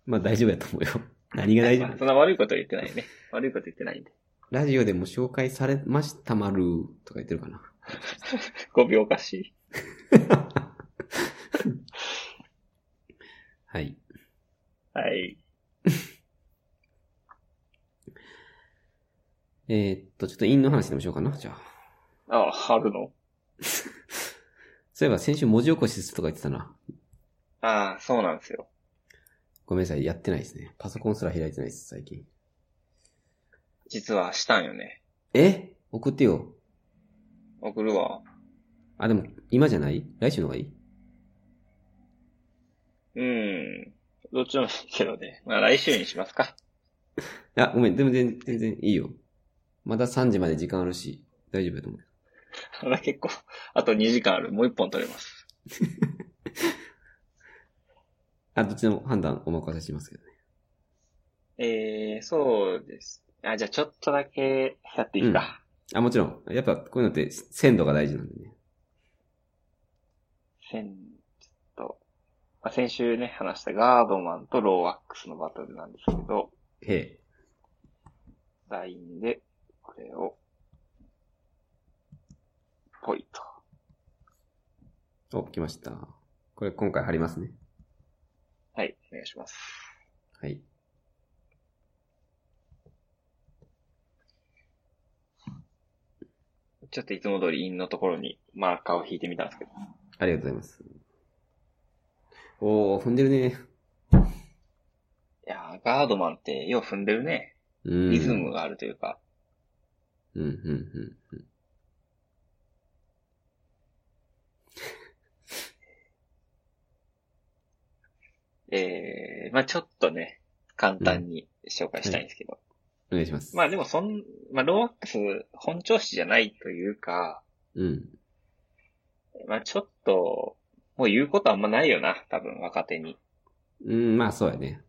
Speaker 2: まあ大丈夫やと思うよ。 何が大丈
Speaker 1: まあ
Speaker 2: 夫
Speaker 1: そんな悪いことは言ってないね。悪いこと言ってないんで。
Speaker 2: ラジオでも紹介されましたまるーとか言ってるかな。
Speaker 1: 5秒おかしい。
Speaker 2: はい。
Speaker 1: はい。
Speaker 2: えー、っと、ちょっと陰の話でもしようかな、じゃあ。
Speaker 1: あー、あるの
Speaker 2: そういえば先週文字起こしですとか言ってたな。
Speaker 1: あー、そうなんですよ。
Speaker 2: ごめんなさい、やってないですね。パソコンすら開いてないです、最近。
Speaker 1: 実はしたんよね。
Speaker 2: え送ってよ。
Speaker 1: 送るわ。
Speaker 2: あ、でも、今じゃない来週の方がいい
Speaker 1: うん。どっちでもいいけどね。まあ来週にしますか。
Speaker 2: あ、ごめん、でも全然、全然いいよ。まだ3時まで時間あるし、大丈夫だと思う。
Speaker 1: まだ結構、あと2時間ある。もう1本取れます。
Speaker 2: あ、どっちでも判断お任せしますけどね。
Speaker 1: えー、そうです。あ、じゃあちょっとだけやっていいか。
Speaker 2: あ、もちろん。やっぱ、こういうのって、鮮度が大事なんでね。
Speaker 1: 先、ちょっと、まあ、先週ね、話したガードマンとローワックスのバトルなんですけど、
Speaker 2: へえ。
Speaker 1: LINE で、これを、ポイと。
Speaker 2: お、来ました。これ今回貼りますね。
Speaker 1: はい、お願いします。
Speaker 2: はい。
Speaker 1: ちょっといつも通りインのところにマーカーを引いてみたんですけど。
Speaker 2: ありがとうございます。おー、踏んでるね。
Speaker 1: いやー、ガードマンってよう踏んでるね。
Speaker 2: うん。
Speaker 1: リズムがあるというか。
Speaker 2: うん、うん、うん。
Speaker 1: えー、まあちょっとね、簡単に紹介したいんですけど。
Speaker 2: お願いします。
Speaker 1: まあでもそん、まあローワックス本調子じゃないというか、
Speaker 2: うん。
Speaker 1: まあちょっと、もう言うことあんまないよな、多分若手に。
Speaker 2: うん、まあそうやね。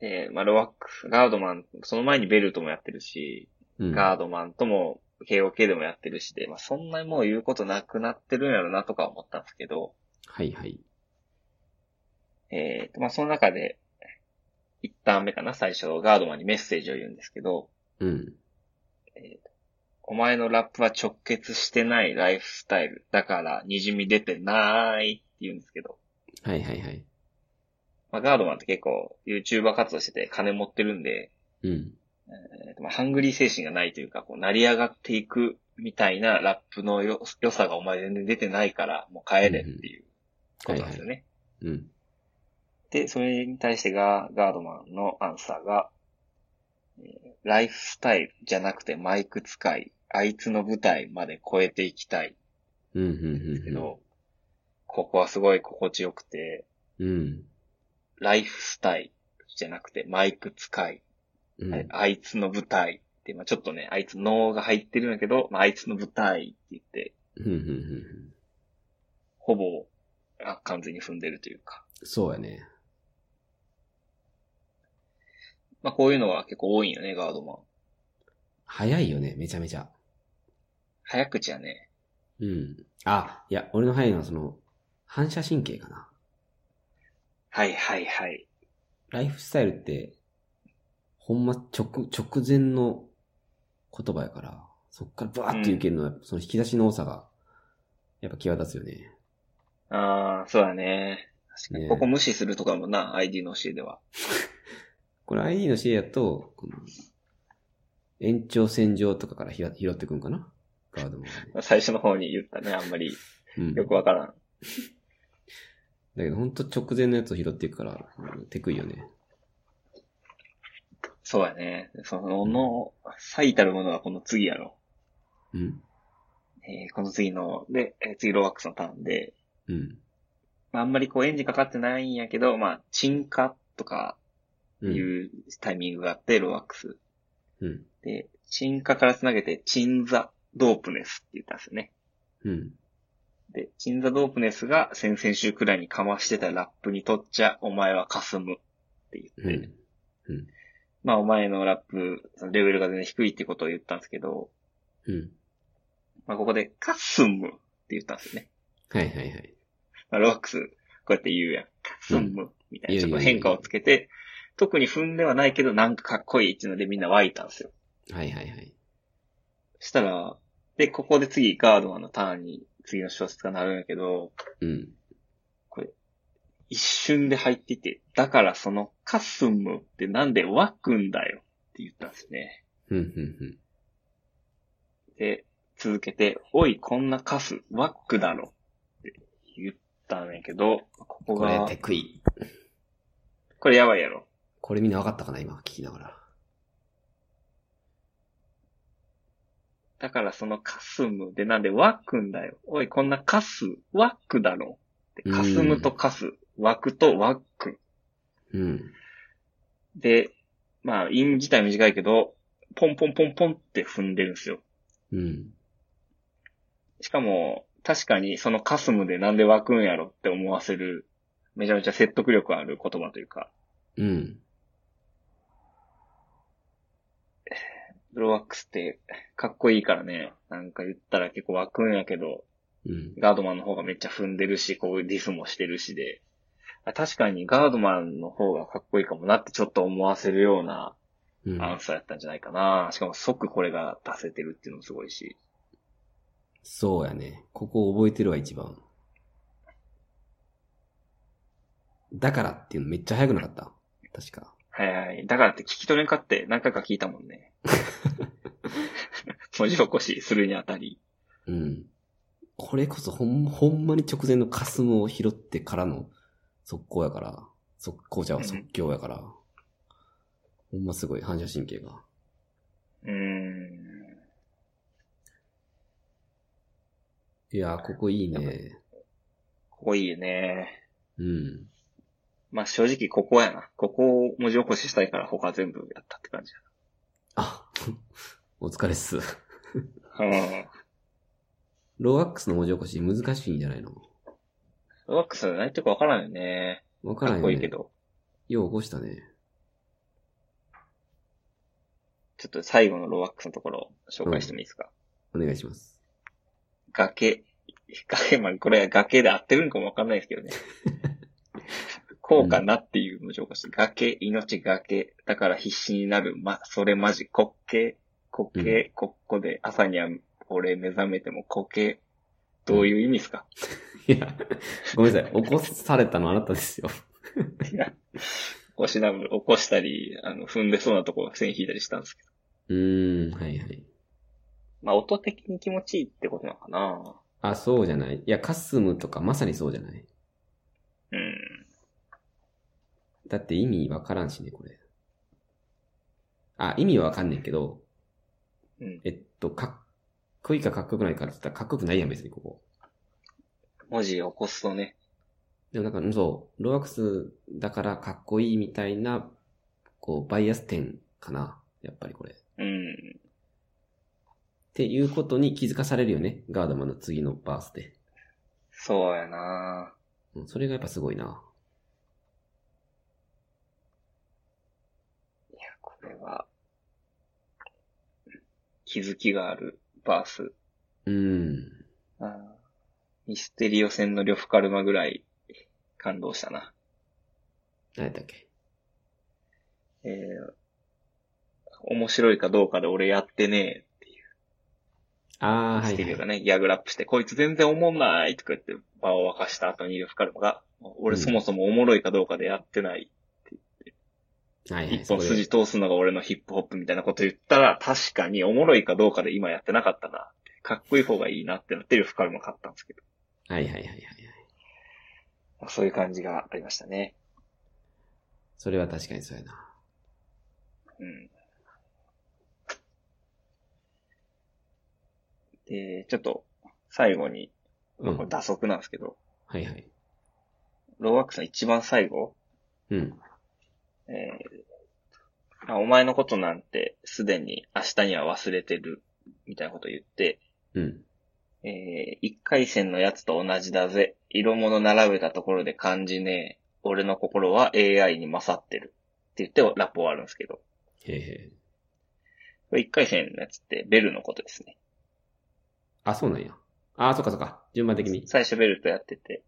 Speaker 1: で、まあローワックス、ガードマン、その前にベルトもやってるし、
Speaker 2: うん。
Speaker 1: ガードマンとも KOK でもやってるしで、まあそんなにもう言うことなくなってるんやろなとか思ったんですけど、
Speaker 2: はいはい。
Speaker 1: えーと、まあその中で、一旦目かな、最初、ガードマンにメッセージを言うんですけど、
Speaker 2: うん。
Speaker 1: お前のラップは直結してないライフスタイル。だから、滲み出てないって言うんですけど。
Speaker 2: はいはいはい。
Speaker 1: まあ、ガードマンって結構、YouTuber 活動してて金持ってるんで、
Speaker 2: うん。
Speaker 1: えーとまあ、ハングリー精神がないというか、こう、成り上がっていくみたいなラップのよ良さがお前全然出てないから、もう帰れっていうことなんですよね。
Speaker 2: うん。
Speaker 1: で、それに対してが、ガードマンのアンサーが、えーライフスタイルじゃなくてマイク使い、あいつの舞台まで超えていきたい。
Speaker 2: うん、うん、
Speaker 1: で
Speaker 2: う
Speaker 1: す
Speaker 2: ん。
Speaker 1: けど、、ここはすごい心地よくて、
Speaker 2: うん。
Speaker 1: ライフスタイルじゃなくてマイク使い、
Speaker 2: うん。
Speaker 1: あいつの舞台って、まあちょっとね、あいつ脳が入ってるんだけど、まああいつの舞台って言って、
Speaker 2: うん、うん、うん。
Speaker 1: ほぼ、あ完全に踏んでるというか。
Speaker 2: そうやね。
Speaker 1: まあこういうのが結構多いんよね、ガードマン。
Speaker 2: 早いよね、めちゃめちゃ。
Speaker 1: 早口やね。
Speaker 2: うん。あ、いや、俺の早いのはその、反射神経かな。
Speaker 1: はいはいはい。
Speaker 2: ライフスタイルって、ほんま直、直前の言葉やから、そっからバーっていけるのは、その引き出しの多さが、やっぱ際立つよね。
Speaker 1: ああ、そうだね。確かに。
Speaker 2: ね
Speaker 1: ここ無視するとかもな、ID の教えでは。
Speaker 2: これ ID の指令やと、この延長線上とかから拾拾ってくんかなガードマンはね
Speaker 1: まあ最初の方に言ったね、あんまり
Speaker 2: うん。
Speaker 1: よくわからん。
Speaker 2: だけど、ほんと直前のやつを拾っていくから、うんテクいよね。
Speaker 1: そうやね。その、最たるものがこの次やろ。
Speaker 2: うん。
Speaker 1: えーこの次の、で、えー次ローワックスのターンで、
Speaker 2: うん。
Speaker 1: まあ、あんまりこうエンジンかかってないんやけど、まあ、沈下とか
Speaker 2: うん。
Speaker 1: いうタイミングがあって、ローワックス。
Speaker 2: うん。
Speaker 1: で、沈下から繋げて、鎮座ドープネスって言ったんですよね。
Speaker 2: うん。
Speaker 1: で、鎮座ドープネスが先々週くらいにかましてたラップにとっちゃ、お前は霞むって言って、
Speaker 2: うん。
Speaker 1: まあお前のラップ、そのレベルが全然低いってことを言ったんですけど、
Speaker 2: うん。
Speaker 1: まあここで、カスムって言ったんですよね。
Speaker 2: はいはいはい。
Speaker 1: まあ、ロックス、こうやって言うやん。カスムみたい
Speaker 2: いや
Speaker 1: な、ちょ
Speaker 2: い
Speaker 1: っ
Speaker 2: やい
Speaker 1: と
Speaker 2: や
Speaker 1: 変化をつけて、特に踏んではないけど、なんかかっこいいっていうのでみんな湧いたんですよ。
Speaker 2: はいはいはい。
Speaker 1: したら、で、ここで次、ガードマンのターンに、次の小説がなるんやけど、
Speaker 2: うん。
Speaker 1: 一瞬で入っていって、だからそのカスムってなんで湧くんだよって言ったんですね。
Speaker 2: うん、うん、
Speaker 1: で、続けて、おい、こんなカス、ワックだろって言ったんやけど、こ
Speaker 2: う
Speaker 1: こ
Speaker 2: ん。これ
Speaker 1: が、、
Speaker 2: テクイ。
Speaker 1: これやばいやろ。
Speaker 2: これみんな分かったかな今聞きながら。
Speaker 1: だからそのカスムでなんで湧くんだよ。おい、こんなカス、ワックだろってカスムとカス、ワクとワック。
Speaker 2: うん。
Speaker 1: で、まあ、韻自体短いけど、ポンポンポンポンって踏んでるんですよ。
Speaker 2: うん。
Speaker 1: しかも、確かにそのカスムでなんで湧くんやろって思わせる、めちゃめちゃ説得力ある言葉というか、
Speaker 2: うん。
Speaker 1: ブロワックスってかっこいいからね、なんか言ったら結構湧くんやけど、
Speaker 2: うん。
Speaker 1: ガードマンの方がめっちゃ踏んでるし、こうディスもしてるしで、あ確かにガードマンの方がかっこいいかもなってちょっと思わせるような
Speaker 2: うん。
Speaker 1: アンサーやったんじゃないかな。しかも即これが出せてるっていうのもすごいし。
Speaker 2: そうやね。ここ覚えてるわ、一番。だからっていうのめっちゃ早くなかった。確か。
Speaker 1: はいはい。だからって聞き取れんかって何回か聞いたも んね。文字起こしするにあたり。
Speaker 2: うん。これこそほん、ほんまに直前のカスムを拾ってからの速攻やから、速攻じゃ
Speaker 1: うん
Speaker 2: 即興やから、ほんますごい反射神経が。
Speaker 1: うーん。
Speaker 2: いやー、ここいいね。
Speaker 1: ここいいよね。
Speaker 2: うん。
Speaker 1: まあ、正直ここやな。ここを文字起こししたいから他全部やったって感じ
Speaker 2: あ、 お疲れっす。
Speaker 1: だ。うん。
Speaker 2: ローワックスの文字起こし難しいんじゃないの
Speaker 1: ワックス何言ってるかわからんよね。
Speaker 2: わからん
Speaker 1: か
Speaker 2: よ、ね。
Speaker 1: っこいいけど。
Speaker 2: よう起こしたね。
Speaker 1: ちょっと最後のローワックスのところ紹介してもいいですか、
Speaker 2: お願いします。
Speaker 1: 崖。崖、まあ、これは崖で合ってるんかもわかんないですけ どね。こうかなっていう文字起こし。崖、命崖。だから必死になる。ま、それマジ滑稽。滑稽、こっこで朝には俺目覚めても滑稽。どういう意味ですか、
Speaker 2: いや、ごめんなさい。起こされたのあなたですよ。
Speaker 1: いや、起こしなぶ起こしたり、あの、踏んでそうなとこ線引いたりしたんですけど。
Speaker 2: うーん、はいはい。
Speaker 1: まあ、音的に気持ちいいってことなのかな
Speaker 2: あ、そうじゃない。いや、カスムとかまさにそうじゃない。
Speaker 1: うん。
Speaker 2: だって意味わからんしね、これ。あ、意味はわかんねんけど、
Speaker 1: うん。
Speaker 2: えっと、かっこいいかかっこよくないかって言ったらかっこよくないやん、別にここ。
Speaker 1: 文字起こすとね。
Speaker 2: でもなんか、そう、ローワックスだからかっこいいみたいな、こう、バイアス点かな。やっぱりこれ。っ
Speaker 1: うん。
Speaker 2: ていうことに気づかされるよね。ガードマンの次のバースで。
Speaker 1: そうやな
Speaker 2: うんそれがやっぱすごいな。
Speaker 1: いや、これは、気づきがあるバース。
Speaker 2: うん。
Speaker 1: あーミステリオ戦の呂布カルマぐらい感動したな。
Speaker 2: 何やったっけ
Speaker 1: えー、面白いかどうかで俺やってねえ
Speaker 2: ああ、は
Speaker 1: ス
Speaker 2: い、
Speaker 1: ティ
Speaker 2: は
Speaker 1: ーブが
Speaker 2: い。
Speaker 1: ね、ギャグラップして、こいつ全然おもんないとか言って場を沸かした後に呂布カルマが、俺そもそもおもろいかどうかでやってない。
Speaker 2: はいはい、
Speaker 1: 一
Speaker 2: そ
Speaker 1: 本
Speaker 2: こで
Speaker 1: 筋通すのが俺のヒップホップみたいなこと言ったら、確かにおもろいかどうかで今やってなかったな。かっこいい方がいいなってなって呂布カルマ買ったんですけど。
Speaker 2: はいはいはいはいはい。
Speaker 1: そういう感じがありましたね。
Speaker 2: それは確かにそうやな。
Speaker 1: うん。で、ちょっと、最後に、
Speaker 2: うん。
Speaker 1: これ
Speaker 2: は
Speaker 1: 打足なんですけど、
Speaker 2: いはい。
Speaker 1: ローワックさん一番最後、
Speaker 2: うん。
Speaker 1: えーあお前のことなんてすでに明日には忘れてる、みたいなこと言って、
Speaker 2: うん。
Speaker 1: えー一回戦のやつと同じだぜ。色物並べたところで感じねえ。俺の心は AI に勝ってる。って言ってラップ終わるんですけど。こ
Speaker 2: へえへえ。
Speaker 1: れ一回戦のやつってベルのことですね。
Speaker 2: あ、そうなんや。あ、そっかそっか。順番的に。
Speaker 1: 最初ベルとやってて、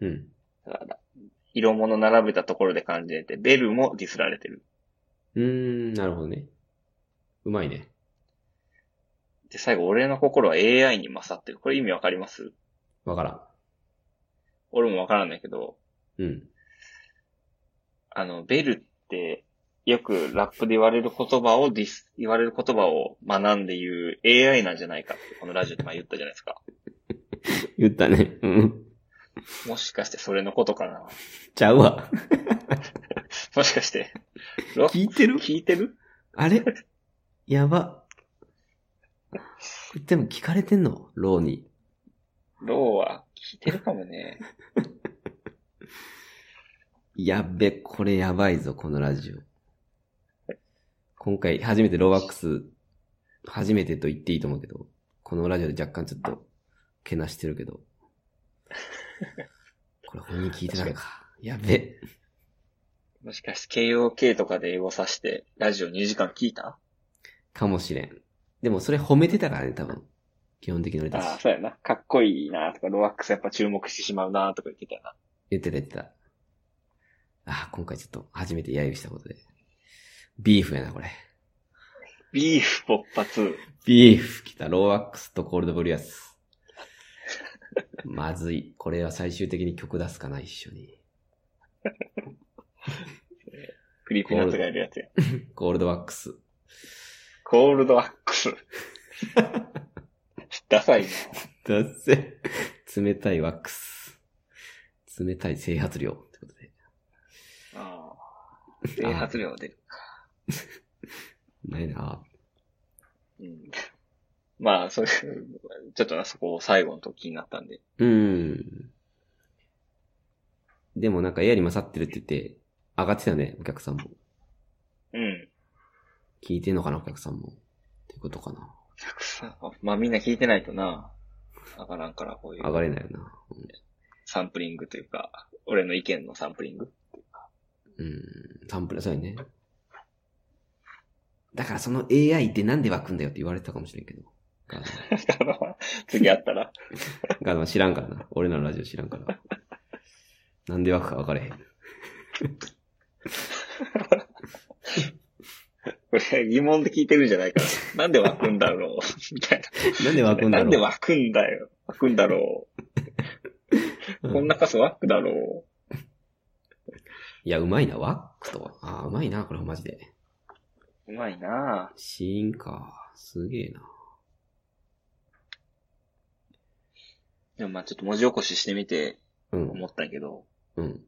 Speaker 2: うん。
Speaker 1: だから、色物並べたところで感じねえって、ベルもディスられてる。
Speaker 2: うーん、なるほどね。うまいね。
Speaker 1: で、最後、俺の心は AI に勝ってる。これ意味わかります
Speaker 2: わから
Speaker 1: 俺もわからないけど、
Speaker 2: ん。うん。
Speaker 1: あの、ベルって、よくラップで言われる言葉をディス、言われる言葉を学んで言う AI なんじゃないかって、このラジオで前言ったじゃないですか。
Speaker 2: 言ったね。うん。
Speaker 1: もしかしてそれのことかな
Speaker 2: ちゃうわ。
Speaker 1: もしかして、ロ
Speaker 2: 聞いてる
Speaker 1: 聞いてる
Speaker 2: あれやば。これでも聞かれてんのローに。
Speaker 1: ローは聞いてるかもね。
Speaker 2: やっべ、これやばいぞ、このラジオ。今回、初めてローワックス、初めてと言っていいと思うけど、このラジオで若干ちょっと、けなしてる けど。これ本人聞いてたのか。やっべ。
Speaker 1: もしかして KOK とかで英語さして、ラジオ2時間聞いた
Speaker 2: かもしれん。でもそれ褒めてたからね、多分。基本的に俺た
Speaker 1: ああ、
Speaker 2: ち。
Speaker 1: そうやな。かっこいいなとか、ローワックスやっぱ注目してしまうなとか言ってたよな。
Speaker 2: 言ってた言ってた。ああ、今回ちょっと初めて揶揄したことで。ビーフやな、これ。
Speaker 1: ビーフ勃発。
Speaker 2: ビーフ来た、ローワックスとコールドブリュアス。まずい。これは最終的に曲出すかな、一緒に。
Speaker 1: クリーピーナッツがやるやつや。
Speaker 2: コールドワックス。
Speaker 1: コールドワック ス。ダサいな。
Speaker 2: だっせ。冷たいワックス。冷たい整髪量。ってことで。
Speaker 1: ああ。整髪量で。
Speaker 2: ないな。
Speaker 1: うん。まあ、そういう、ちょっとな、そこを最後の時になったんで。
Speaker 2: うん。でもなんか、エアに勝ってるって言って、上がってたよね、お客さんも。
Speaker 1: うん。
Speaker 2: 聞いてんのかな、お客さんも。ってことかな。
Speaker 1: たくさん。まあみんな聞いてないとな、上がらんからこうい
Speaker 2: 上
Speaker 1: う
Speaker 2: がれないよな。
Speaker 1: サンプリングというか、俺の意見のサンプリング。
Speaker 2: うん。サンプル、そうやね。だからその AI ってなんで湧くんだよって言われてたかもしれんけど。ガードマン
Speaker 1: 次会ったら、
Speaker 2: ガードマン知らんからな。俺らのラジオ知らんから。なんで湧くか分かれへん。
Speaker 1: これ疑問で聞いてるんじゃないから、なんで湧くんだろうみたい
Speaker 2: なんで湧く
Speaker 1: な。
Speaker 2: んだ
Speaker 1: な
Speaker 2: ろう。
Speaker 1: んで 湧くんだよ。湧くんだろ
Speaker 2: う
Speaker 1: う。
Speaker 2: ん
Speaker 1: こんなカス湧くだろ
Speaker 2: いや、うまいな、湧くとは。ああ、うまいな、これはマジで。
Speaker 1: う。うまいなぁ。
Speaker 2: シーンか。すげえな。
Speaker 1: でもまあちょっと文字起こししてみて
Speaker 2: うん。
Speaker 1: 思ったけど、
Speaker 2: うん。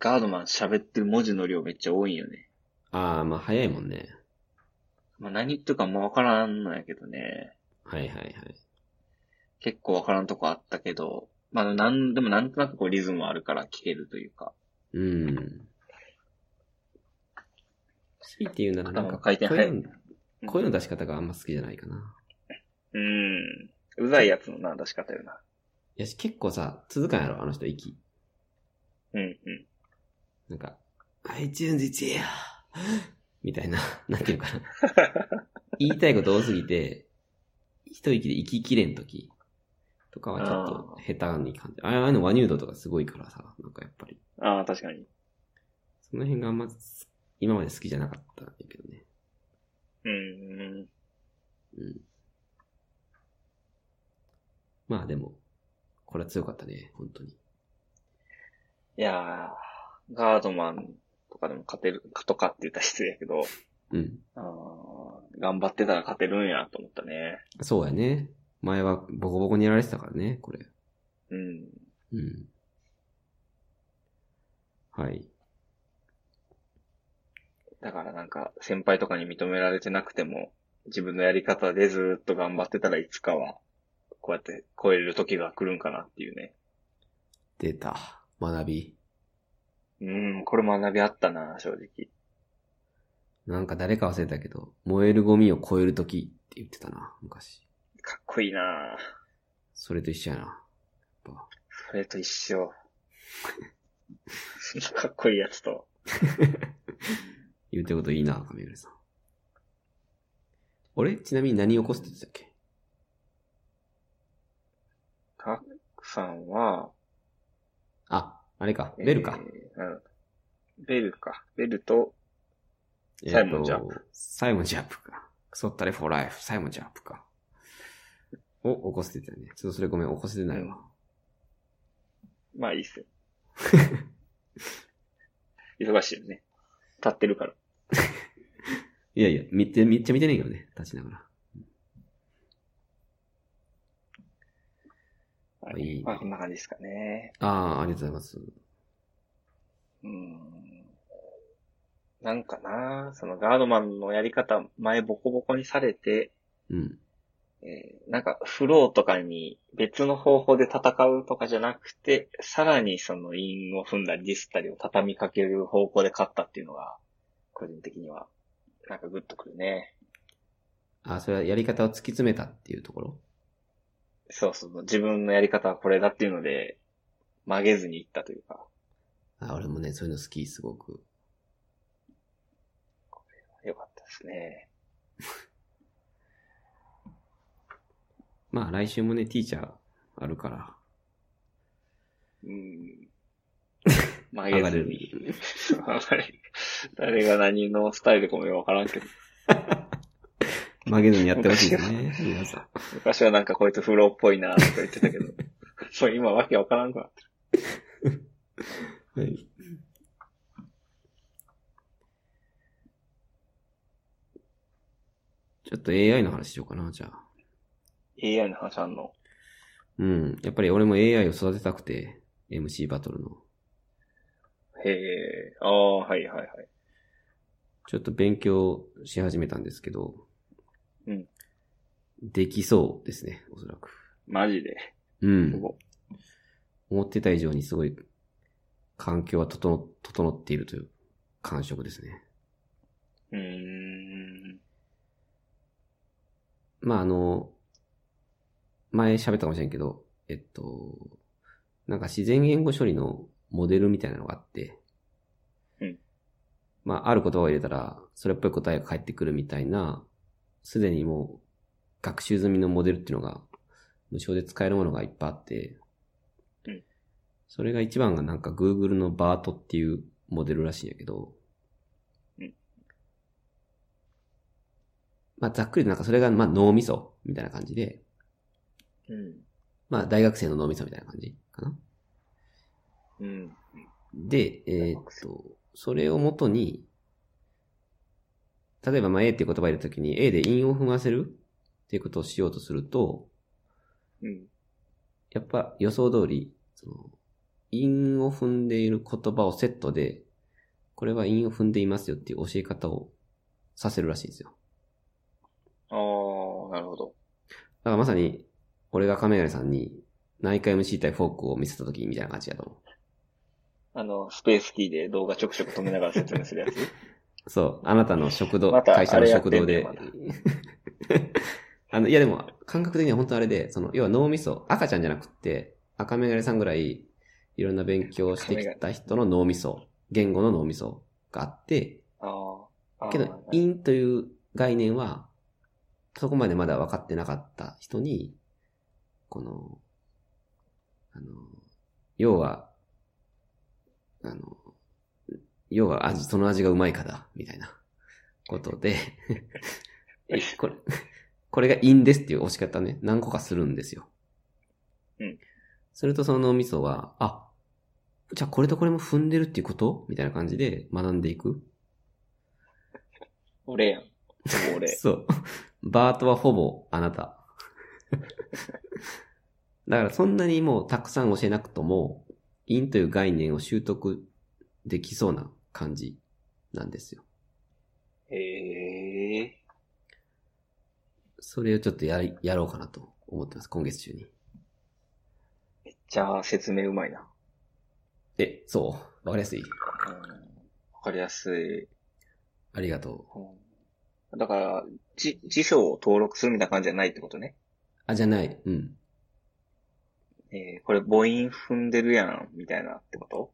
Speaker 1: ガードマン喋ってる文字の量めっちゃ多いんよね。
Speaker 2: ああ、まあ早いもんね。
Speaker 1: まあ何言ってるかもわからんのやけどね。
Speaker 2: はいはいはい。
Speaker 1: 結構わからんとこあったけど、まあ、なん、でもなんとなくこうリズムあるから聞けるというか、
Speaker 2: うん。強いて言うならなんか、
Speaker 1: 頭回転早い
Speaker 2: 声の声の出し方があんま好きじゃないかな。
Speaker 1: うん。うざいやつのな、出し方よな。
Speaker 2: いやし、結構さ、続かんやろ、あの人、息。
Speaker 1: うん、うん。
Speaker 2: なんか、iTunes 1位やみたいな、 なんていうかな。言いたいこと多すぎて、一息で息きれんときとかはちょっと下手に感じる。ああいうのワニュードとかすごいからさ、なんかやっぱり。
Speaker 1: ああ、確かに。
Speaker 2: その辺があんま、今まで好きじゃなかったんだけどね。
Speaker 1: うん。
Speaker 2: うん。まあでも、これは強かったね、本当に。
Speaker 1: いやー、ガードマンとかでも勝てる、とかって言ったら失礼やけど、
Speaker 2: うん。
Speaker 1: あー頑張ってたら勝てるんやと思ったね。
Speaker 2: そうやね。前はボコボコにやられてたからね、これ。
Speaker 1: うん。
Speaker 2: うん。はい。
Speaker 1: だからなんか、先輩とかに認められてなくても、自分のやり方でずーっと頑張ってたらいつかは、こうやって超える時が来るんかなっていうね。
Speaker 2: 出た。学び。
Speaker 1: うん、これ学びあったな、正直。
Speaker 2: なんか誰か忘れたけど、燃えるゴミを超えるときって言ってたな、昔。
Speaker 1: かっこいいな
Speaker 2: それと一緒やな。やっぱ
Speaker 1: それと一緒。 そんなかっこいいやつと。
Speaker 2: 言うてることいいな、亀浦さん。俺ちなみに何起こすって言ってたっけ
Speaker 1: たくさんは、
Speaker 2: あ、あれか、ベルか。
Speaker 1: えーうん。ベルか。ベルと、
Speaker 2: えーと
Speaker 1: サイモンジャンプ。
Speaker 2: サイモンジャンプか。クソったれフォーライフ、サイモンジャンプか。を起こせてたよね。ちょっとそれごめん、起こせてないわ。
Speaker 1: まあいい っすよ。忙しいよね。立ってるから。
Speaker 2: いやいや、見て、めっちゃ見てないけどね、立ちながら。
Speaker 1: はい
Speaker 2: いね
Speaker 1: まあこんな感じですかね。
Speaker 2: ああ、ありがとうございます。
Speaker 1: うん。なんかな、そのガードマンのやり方、前ボコボコにされて、
Speaker 2: うん。
Speaker 1: えーなんかフローとかに別の方法で戦うとかじゃなくて、さらにその韻を踏んだりディスったりを畳みかける方向で勝ったっていうのが、個人的には、なんかグッとくるね。
Speaker 2: あ、それはやり方を突き詰めたっていうところ
Speaker 1: そうそう、自分のやり方はこれだっていうので、曲げずにいったというか。
Speaker 2: あ、俺もね、そういうの好き、すごく。
Speaker 1: よかったですね。
Speaker 2: まあ、来週もね、ティーチャーあるから。
Speaker 1: うん。
Speaker 2: 上
Speaker 1: 曲げ
Speaker 2: がれ
Speaker 1: ず
Speaker 2: る
Speaker 1: に。。 あんまり誰が何のスタイルかもよくわからんけど。
Speaker 2: 曲げずにやってほしいですね。皆さん。
Speaker 1: 昔はなんかこいつフローっぽいなとか言ってた けど。そう、今わけわからんくなってる。
Speaker 2: はい。ちょっと AI の話しようかな、じゃあ。
Speaker 1: AI の話あんの。
Speaker 2: うん。やっぱり俺も AI を育てたくて、MC バトルの。
Speaker 1: へえ、ああ、はいはいはい。
Speaker 2: ちょっと勉強し始めたんですけど。
Speaker 1: うん。
Speaker 2: できそうですね、おそらく。
Speaker 1: マジで。
Speaker 2: う
Speaker 1: す
Speaker 2: ん。
Speaker 1: ご
Speaker 2: 思ってた以上にすごい、環境は整、整っているという感触ですね。
Speaker 1: うーん。
Speaker 2: まあ、あの、前喋ったかもしれんけど、えっと、なんか自然言語処理のモデルみたいなのがあって、
Speaker 1: うん
Speaker 2: まあ、ある言葉を入れたら、それっぽい答えが返ってくるみたいな、すでにもう、学習済みのモデルっていうのが、無償で使えるものがいっぱいあって、
Speaker 1: うん
Speaker 2: それが一番がなんか Google の BART っていうモデルらしいんやけど、まあ、ざっくりとなんかそれが、まあ、脳みそみたいな感じで、
Speaker 1: うん。
Speaker 2: まあ、大学生の脳みそみたいな感じかな。
Speaker 1: うん。
Speaker 2: で、えーっと、それをもとに、例えば、まあ、A っていう言葉を入れるときに、A で韻を踏ませるっていうことをしようとすると、
Speaker 1: うん。
Speaker 2: やっぱ予想通り、その、韻を踏んでいる言葉をセットで、これは韻を踏んでいますよっていう教え方をさせるらしいんですよ。
Speaker 1: ああ、なるほど。
Speaker 2: だからまさに、俺が亀谷さんに、内科 MC 対フォークを見せたときみたいな感じだと思う。
Speaker 1: あの、スペースキーで動画ちょくちょく止めながら説明す るやつ。
Speaker 2: そう、あなたの食堂、
Speaker 1: また
Speaker 2: 会社の食堂で
Speaker 1: あれやって。
Speaker 2: あの、いやでも、感覚的には本当あれで、その、要は脳みそ、赤ちゃんじゃなくって、赤メガネさんぐらい、いろんな勉強をしてきた人の脳みそ、言語の脳みそがあって、
Speaker 1: あーあー。
Speaker 2: けど、インという概念は、そこまでまだ分かってなかった人に、この、あの、要は、あの、要は味、その味がうまいかだ、みたいなこと で、えこれ、これがインですっていう押し方ね、何個かするんですよ。
Speaker 1: うん。
Speaker 2: するとその脳みそは、あ、じゃあこれとこれも踏んでるっていうことみたいな感じで学んでいく。
Speaker 1: 俺やん。ほぼ 俺。
Speaker 2: そう。バートはほぼあなた。 だからそんなにもうたくさん教えなくとも、インという概念を習得できそうな感じなんですよ。
Speaker 1: へえ。
Speaker 2: それをちょっとやり、やろうかなと思ってます、今月中に。
Speaker 1: めっちゃ説明うまいな。
Speaker 2: え、そうわかりやすい
Speaker 1: うんわかりやすい。
Speaker 2: ありがとう。
Speaker 1: うんだから、じ、辞書を登録するみたいな感じじゃないってことね。
Speaker 2: あ、じゃない。うん。
Speaker 1: えーこれ母音踏んでるやん、みたいなってこと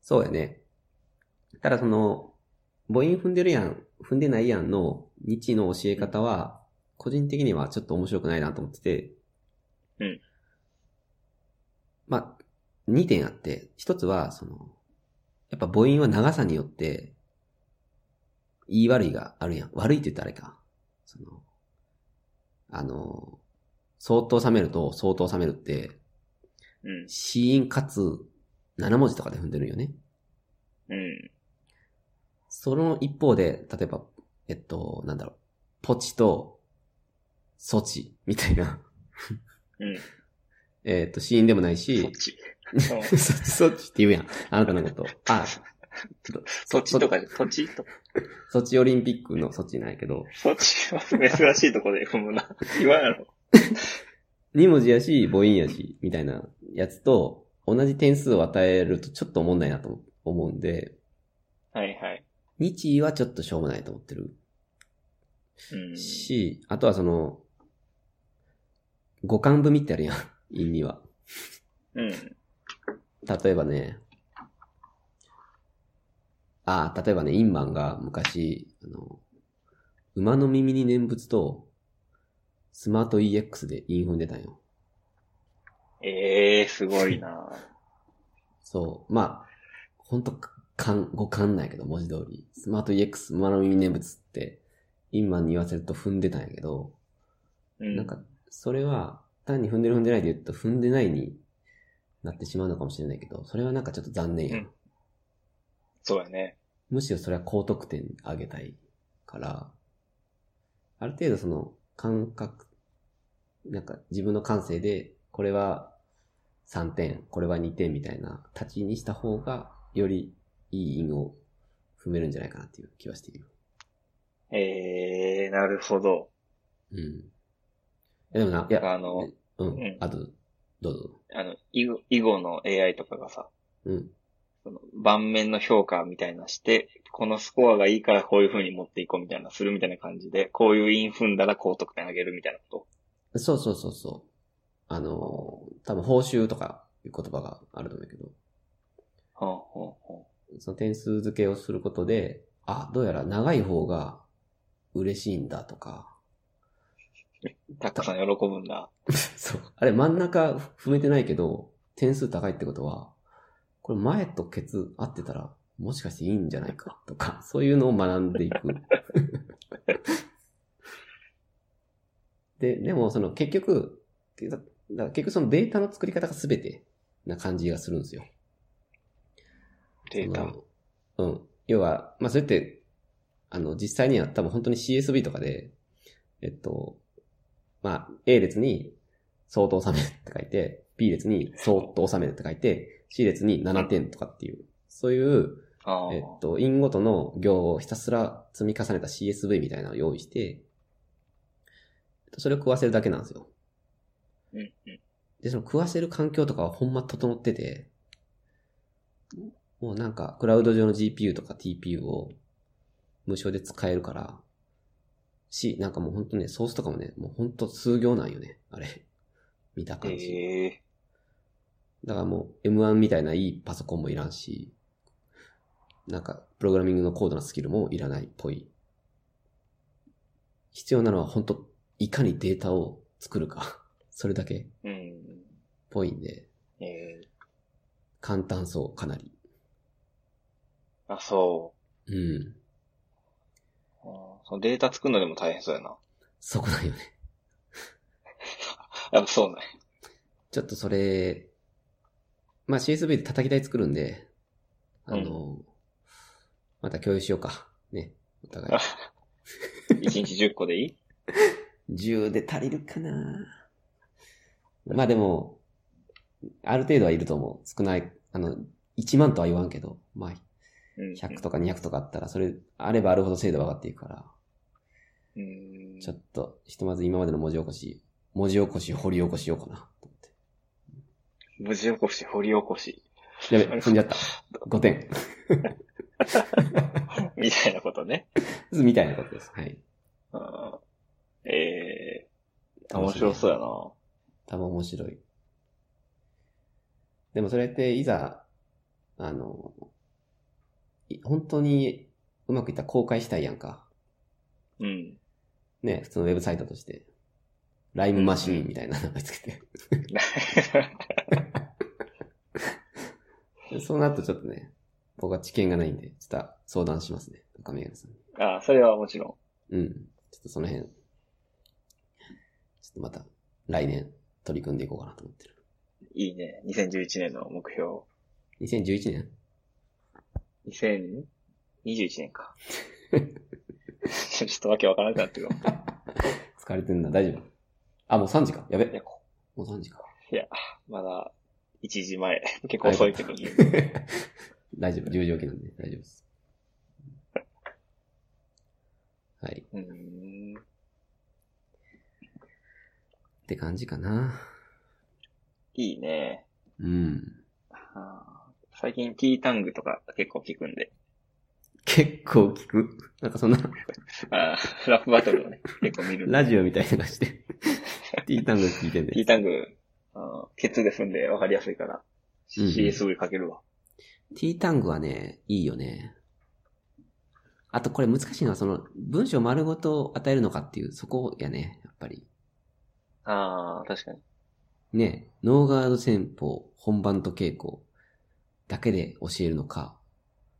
Speaker 2: そうやね。ただその、母音踏んでるやん、踏んでないやんの日の教え方は、個人的にはちょっと面白くないなと思ってて。
Speaker 1: うん。
Speaker 2: まあ、2点あって、一つは、その、やっぱ母音は長さによって、言い悪いがあるやん。悪いって言ったらあれか。その、あの、相当冷めると相当冷めるって、
Speaker 1: うん。
Speaker 2: 死因かつ7文字とかで踏んでるんよね。
Speaker 1: うん。
Speaker 2: その一方で、例えば、えっと、なんだろう、ポチと、措置みたいな、
Speaker 1: うん。
Speaker 2: えっと、死因でもないし
Speaker 1: そっ、ち。
Speaker 2: 措置、措置って言うやん。あなたのこと。あ、ちょっと
Speaker 1: そっちとか、そっちとか。
Speaker 2: 措置オリンピックの措置なんやけど、
Speaker 1: そっちは珍しいとこで踏むな。言わんやろ。
Speaker 2: 2文字やし、母音やし、みたいなやつと、同じ点数を与えるとちょっとおもんないなと思うんで、
Speaker 1: はいはい。
Speaker 2: 日位はちょっとしょうもないと思ってる。
Speaker 1: うん。
Speaker 2: し、あとはその、五感文ってあるやん、陰には。
Speaker 1: うん。
Speaker 2: 例えばね、ああ、例えばね、インマンが昔、あの、馬の耳に念仏と、スマート EX でイン踏んでたんよ。
Speaker 1: ええー、すごいな
Speaker 2: そう。まあ、ほんと、勘、五感なんやけど、文字通り。スマート EX、馬の耳に念仏って、インマンに言わせると踏んでたんやけど、
Speaker 1: うん。
Speaker 2: なんか、それは、単に踏んでる踏んでないで言うと、踏んでないになってしまうのかもしれないけど、それはなんかちょっと残念やん。
Speaker 1: うんそうやね。
Speaker 2: むしろそれは高得点上げたいから、ある程度その感覚、なんか自分の感性で、これは3点、これは2点みたいな立ちにした方が、よりいい韻を踏めるんじゃないかなっていう気はしている。
Speaker 1: ええー、なるほど。
Speaker 2: うん。いやでもな、いや、
Speaker 1: あの、
Speaker 2: う
Speaker 1: うんん、
Speaker 2: あと、どうぞ。
Speaker 1: あの、囲碁囲碁の AI とかがさ、
Speaker 2: うん。
Speaker 1: その盤面の評価みたいなして、このスコアがいいからこういう風に持っていこうみたいな、するみたいな感じで、こういうイン踏んだら高得点上げるみたいなこ
Speaker 2: そうそうそうそう。あのー、多分報酬とかいう言葉があると思うけど、
Speaker 1: と。ほんほんほん。
Speaker 2: その点数付けをすることで、あ、どうやら長い方が嬉しいんだとか、
Speaker 1: たっかさん喜ぶんだ。
Speaker 2: そう。あれ真ん中踏めてないけど、点数高いってことは、これ前とケツ合ってたら、もしかしていいんじゃないかとか、 そういうのを学んでいく。 で、でもその結局、だだから結局そのデータの作り方が全てな感じがするんですよ。
Speaker 1: デー
Speaker 2: そ
Speaker 1: タ。
Speaker 2: のうん。要は、まあ、それって、あの、実際には多分本当に CSV とかで、えっと、まあ、A 列に相当収めるって書いて、B 列に相当収めるって書いて、C 列に7点とかっていう、そういう、
Speaker 1: ああ。
Speaker 2: えっと、因ごとの行をひたすら積み重ねた CSV みたいなのを用意して、えっとそれを食わせるだけなんですよ。
Speaker 1: うんうん。
Speaker 2: で、その食わせる環境とかはほんま整ってて、もうなんか、クラウド上の GPU とか TPU を無償で使えるから、し、なんかもうほんとね、ソースとかもね、もうほんと数行なんよね、あれ。 見た感じ。
Speaker 1: ええ
Speaker 2: だからもう M1 みたいないいパソコンもいらんし、なんか、プログラミングの高度なスキルもいらないっぽい。必要なのはほんと、いかにデータを作るか、 それだけっ
Speaker 1: ー。
Speaker 2: ぽいんで、
Speaker 1: うん。ええ
Speaker 2: 簡単そう、かなり。
Speaker 1: ー。あ、そう。
Speaker 2: うん。
Speaker 1: あーそのデータ作るのでも大変そうやな。
Speaker 2: そこなんよね。
Speaker 1: やっぱそうね。
Speaker 2: ちょっとそれ、まあ CSV で叩き台作るんで、あの、また共有しようか。ね。お互
Speaker 1: 1日10個でいい
Speaker 2: い。10で足りるかなまあでも、ある程度はいると思う。少ない、あの、1万とは言わんけど、まあ、
Speaker 1: うん
Speaker 2: 100とか200とかあったら、それ、あればあるほど精度が上がっていくから、
Speaker 1: うん。
Speaker 2: ちょっと、ひとまず今までの文字起こし、文字起こし、掘り起こしようかな、と思って。
Speaker 1: 文字起こし、掘り起こし、
Speaker 2: やべ、踏んじゃった。5点。
Speaker 1: みたいなことね。
Speaker 2: みたいなことです。はい。
Speaker 1: うんええ面白そうやな。
Speaker 2: 多分面白い。でもそれって、いざ、あの、い本当にうまくいったら公開したいやんか。
Speaker 1: うん。
Speaker 2: ね、普通のウェブサイトとして。ライムマシーンみたいな名前つけて。 そうなるとちょっとね、僕は知見がないんで、ちょっと相談しますね。中宮さんに。
Speaker 1: ああ、それはもちろ
Speaker 2: うん。ちょっとその辺、ちょっとまた来年取り組んでいこうかなと思ってる。
Speaker 1: ん。いいね。2011年の目標。
Speaker 2: 2011年
Speaker 1: 2021年 か。ちょっとわけわからなくなってくる。
Speaker 2: 疲れてんな、大丈夫。あ、もう3時か。やべ。
Speaker 1: いや
Speaker 2: もう3時か。
Speaker 1: まだ、1時前。 結構遅いけど、ね、
Speaker 2: 大丈夫。10時起きなんで大丈夫です。はい。
Speaker 1: うーん。
Speaker 2: って感じかな。
Speaker 1: いいね。
Speaker 2: うん。
Speaker 1: あー最近 T タングとか結構聞くんで。
Speaker 2: 結構聞く。なんかそんな、
Speaker 1: あーラップバトルを ね、結構見るんで。
Speaker 2: ラジオみたいなのして T タング聞いてん
Speaker 1: T
Speaker 2: で。
Speaker 1: タング、あーケツが済んでわかりやすいから、
Speaker 2: うん
Speaker 1: CSV かけるわ。
Speaker 2: T タングはね、いいよね。あとこれ難しいのは、その、文章丸ごと与えるのかっていう、そこやね、やっぱり。
Speaker 1: ああ、確かに。
Speaker 2: ね、ノーガード戦法、本番と稽古だけで教えるのか、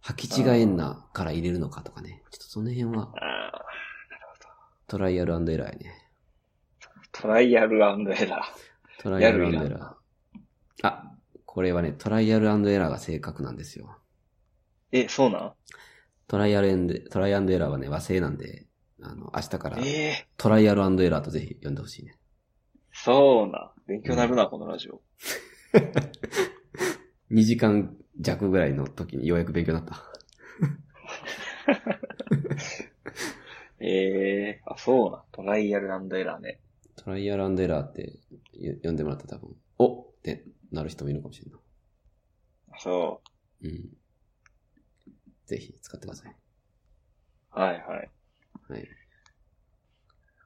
Speaker 2: 履き違えんなから入れるのかとかね。ちょっとその辺は
Speaker 1: ああ、
Speaker 2: トライアルエラーやね。
Speaker 1: トライアルアンドエラ
Speaker 2: トライアルエ
Speaker 1: やる
Speaker 2: ラー。あ、これはね、トライアルエラーが正確なんですよ。
Speaker 1: ー。え、そうなん
Speaker 2: トライアルエンデトライアンドエラーはね、和製なんで、あの、明日から
Speaker 1: ええ
Speaker 2: トライアルエラーとぜひ読んでほしいね。
Speaker 1: そうなん。勉強になるな、このラジオ。
Speaker 2: 2時間弱ぐらいの時にようやく勉強になった。
Speaker 1: ええあ、そうなん。トライアルアンドエラーね。
Speaker 2: トライアルエラーってよ読んでもらったら多分、おってなる人もいるかもしれない。
Speaker 1: そ
Speaker 2: うん。ぜひ使ってください。
Speaker 1: う。はいはい。
Speaker 2: はい。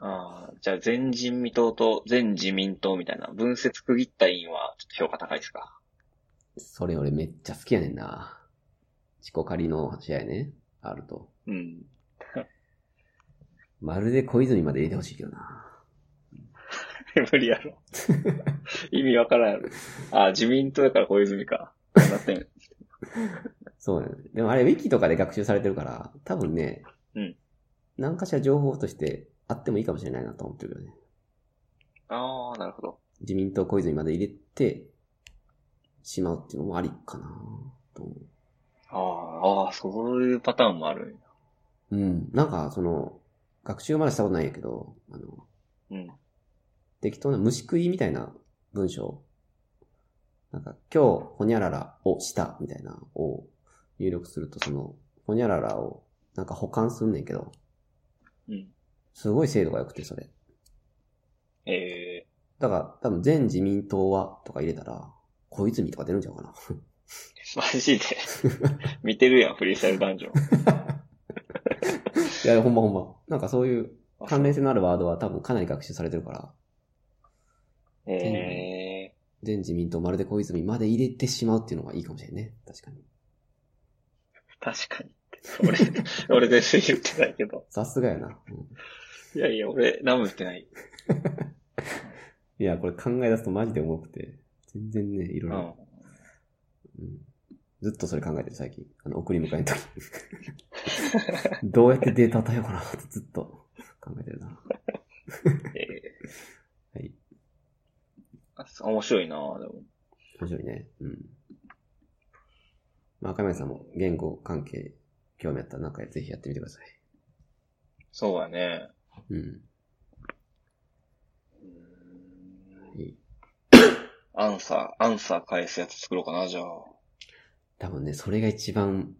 Speaker 1: ああ、じゃあ全人民党と全自民党みたいな分節区切った委員はちょっと評価高いですか
Speaker 2: それ俺めっちゃ好きやねんな。チコカリの試合ね。あると。
Speaker 1: うん。
Speaker 2: まるで小泉まで入れてほしいけどな。
Speaker 1: 無理や ろ。意味わからんやろ。ああ、自民党やから小泉か。こんな点。
Speaker 2: そうね。でもあれ、ウィキとかで学習されてるから、多分ね、
Speaker 1: うん。
Speaker 2: 何かしら情報としてあってもいいかもしれないなと思ってるけどね。
Speaker 1: ああ、なるほど。
Speaker 2: 自民党小泉まで入れてしまうっていうのもありかなと思う。
Speaker 1: ああ、ああ、そういうパターンもあるんや。
Speaker 2: うん。なんか、その、学習まだしたことないんやけど、あの、
Speaker 1: うん。
Speaker 2: 適当な虫食いみたいな文章。なんか、今日、ほにゃららをしたみたいなを入力すると、その、ほにゃららをなんか保管すんねんけど、
Speaker 1: うん。
Speaker 2: すごい精度が良くて、それ。
Speaker 1: ええ
Speaker 2: だから、多分全自民党はとか入れたら、小泉とか出るんちゃうかな。
Speaker 1: マジ で。見てるやん、フリースタイルダンジョン。
Speaker 2: いや、ほんまほんま。なんかそういう
Speaker 1: あ
Speaker 2: 関連性のあるワードは多分かなり学習されてるから、
Speaker 1: ええ
Speaker 2: 全自民党まるで小泉まで入れてしまうっていうのがいいかもしれんね。確かに。
Speaker 1: 確かに。俺、俺 全然言ってないけど。
Speaker 2: さすがやな。うん
Speaker 1: いやいや、俺、何も言ってない。
Speaker 2: いや、これ考え出すとマジで重くて、全然ね、いろ
Speaker 1: う
Speaker 2: い
Speaker 1: ん
Speaker 2: ろ。。うんずっとそれ考えてる、最近。あの、送り迎えの時。どうやってデータ与えようかなってずっと考えてるな。
Speaker 1: ええ
Speaker 2: はい。
Speaker 1: あそう面白いなでも。
Speaker 2: 面白いね。うん。まあ、赤宮さんも言語関係興味あったらなんかぜひやってみてください。
Speaker 1: そうだね。
Speaker 2: うん。
Speaker 1: うーん
Speaker 2: はい
Speaker 1: アンサー、アンサー返すやつ作ろうかな、じゃあ。
Speaker 2: 多分ね、それが一番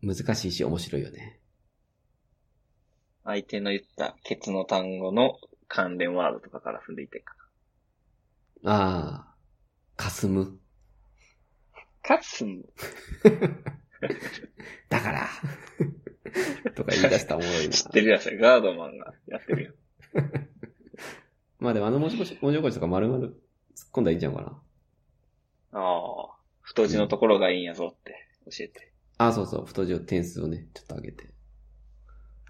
Speaker 2: 難しいし面白いよね。
Speaker 1: 相手の言ったケツの単語の関連ワードとかから踏んでいってか。
Speaker 2: ああ、霞む。
Speaker 1: カツン
Speaker 2: だから とか言い出したらおもろいな。
Speaker 1: 知ってるやつや、ガードマンがやってるよ。
Speaker 2: まあでもあの文字起こし、文字起こしとか丸々突っ込んだらいいんちゃうかな。
Speaker 1: ああ、太字のところがいいんやぞって教えて。
Speaker 2: あ、そうそう、太字を点数をね、ちょっと上げて。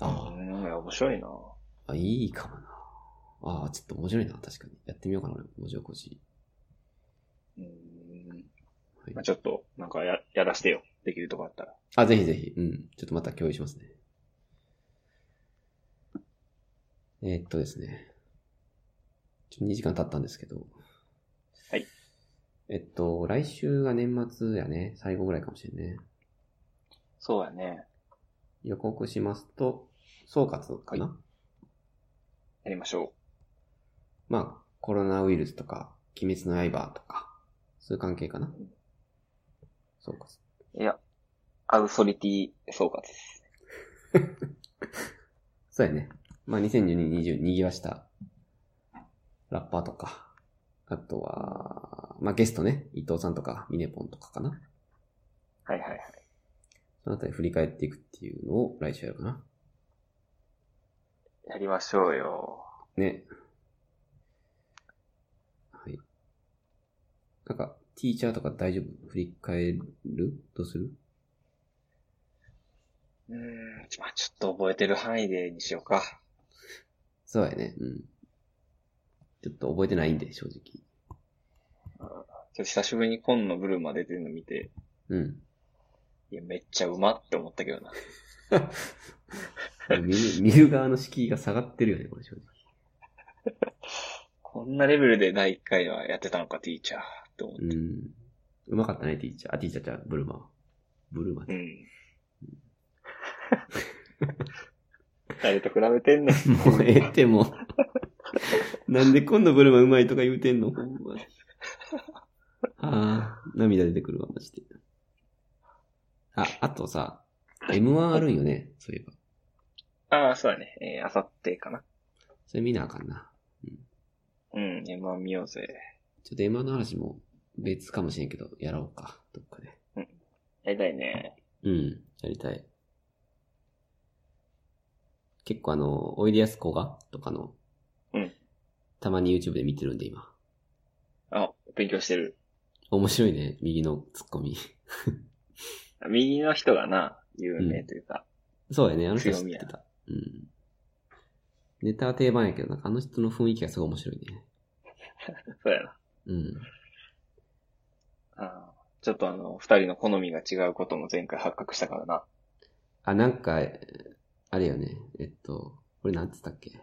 Speaker 2: あ
Speaker 1: うん、いや面白いな
Speaker 2: あ、あいいかもな。ああ、ちょっと面白いな、確かに。やってみようかな、俺文字起こし。
Speaker 1: うん。
Speaker 2: はい
Speaker 1: まあ、ちょっと、なんかや、やらしてよ。できるとこあったら。
Speaker 2: あ、ぜひぜひ。うん。ちょっとまた共有しますね。えーっとですね。ちょ2時間経ったんですけど。
Speaker 1: はい。
Speaker 2: えっと、来週が年末やね。最後ぐらいかもしれんね。
Speaker 1: そうやね。
Speaker 2: 予告しますと、総括かな、
Speaker 1: やりましょ
Speaker 2: まあ、コロナウイルスとか、鬼滅の刃とか、そういう関係かな総括。
Speaker 1: う。いや、アウソリティ総括です。
Speaker 2: そうやね。まあ、2022、20、わしたラッパーとか、あとは、まあ、ゲストね、伊藤さんとか、ミネポンとかかな。
Speaker 1: はいはいはい。
Speaker 2: そのあたり振り返っていくっていうのを来週やるかな。
Speaker 1: やりましょうよ。
Speaker 2: ね。はい。なんか、ティーチャーとか大丈夫振り返るどうする
Speaker 1: うーん、まあちょっと覚えてる範囲でにしようか。
Speaker 2: そうやね。うん。ちょっと覚えてないんで、正直。
Speaker 1: ちょっと久しぶりに今野ブルマ出てるの見て、
Speaker 2: うん。
Speaker 1: いや、めっちゃうまって思ったけどな。
Speaker 2: 見る、 見る側の敷居が下がってるよね、これ正直。
Speaker 1: こんなレベルで第1回はやってたのか、ティーチャーって思って。
Speaker 2: うん。うまかったね、ティーチャー。あ、ティーチャーちゃう、ブルマは。ブルマ
Speaker 1: う
Speaker 2: で。
Speaker 1: ん。 誰と比べて んねん。
Speaker 2: もうええってもう。なんで今度ブルマうまいとか言うてんのほんまに。ああ、涙出てくるわ、マジで。あ、あとさ、M1 あるんよね、そういえば。
Speaker 1: ああ、そうだね。えー、あさってかな。
Speaker 2: それ見なあかんな。
Speaker 1: うん、M1 見ようぜ。
Speaker 2: ちょっと M1 の話も別かもしれんけど、やろうか、どっかで。
Speaker 1: やりたいね。
Speaker 2: うん、やりたい。結構あの、おいでやすこがとかの、
Speaker 1: うん
Speaker 2: たまに YouTube で見てるんで今。
Speaker 1: あ、勉強してる。
Speaker 2: 面白いね、右のツッコミ。
Speaker 1: 右の人がな、有名というか。
Speaker 2: そうやね、あの人知っ
Speaker 1: 強み
Speaker 2: て
Speaker 1: や
Speaker 2: た。うん。ネタは定番やけど、なんかあの人の雰囲気がすごい面白いね。
Speaker 1: そうやな。
Speaker 2: うん。
Speaker 1: あーちょっとあの、二人の好みが違うことも前回発覚したからな。
Speaker 2: あ、なんか、えーあれよね、えっと、これなんつったっけ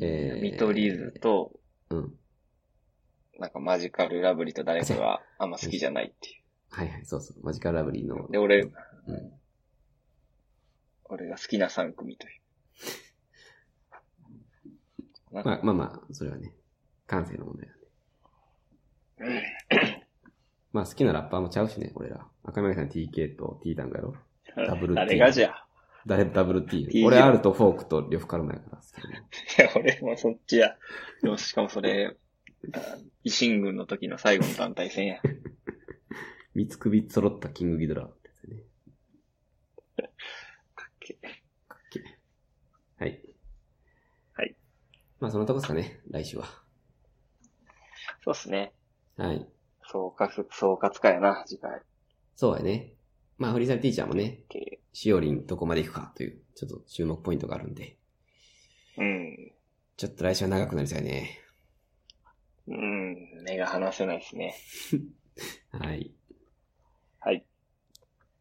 Speaker 2: えー
Speaker 1: 見取り図と、
Speaker 2: うん。
Speaker 1: なんかマジカルラブリーと誰かがあんま好きじゃないってい
Speaker 2: はいはい、そうそう。マジカルラブリーの
Speaker 1: う。。で、俺、
Speaker 2: うん。
Speaker 1: 俺が好きな3組という。なんか
Speaker 2: まあまあまあ、それはね、感性の問題なんで。まあ好きなラッパーもちゃうしね、俺ら。赤嶺さん TK と T ダンゴやろダブル T
Speaker 1: 誰がじゃあ
Speaker 2: 誰ダブル T。
Speaker 1: T
Speaker 2: 俺 R とフォークと呂布カルマやから好きだね。
Speaker 1: いや、俺もそっちや。でもしかもそれ、あ維新軍の時の最後の団 体戦や。
Speaker 2: 三つ首揃ったキングギドラってやつね。
Speaker 1: け
Speaker 2: かっけえはい。
Speaker 1: はい。
Speaker 2: まあそのとこですかね、来週は。
Speaker 1: そうっすね。
Speaker 2: はい。
Speaker 1: 総括、総括かやな、次回。
Speaker 2: そうやね。まあフリーザルティーチャーもね、
Speaker 1: OK
Speaker 2: しおりんどこまで行くかという、ちょっと注目ポイントがあるんで、
Speaker 1: うん。
Speaker 2: ちょっと来週は長くなりそうやね。
Speaker 1: うん、目が離せないですね。
Speaker 2: はい。
Speaker 1: はい。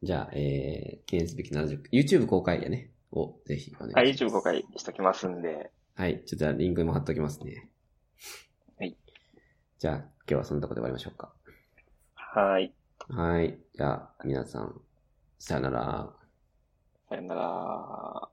Speaker 2: じゃあ、えー、記念すべき70、YouTube 公開やね。を、ぜひお願いします。
Speaker 1: はい、15。回しときますんで。
Speaker 2: はい、ちょっとじゃあリンクも貼っときますね。
Speaker 1: はい。
Speaker 2: じゃあ、今日はそんなとこで終わりましょうか。
Speaker 1: はい。
Speaker 2: はい。じゃあ、皆さん、さよなら。
Speaker 1: さよなら。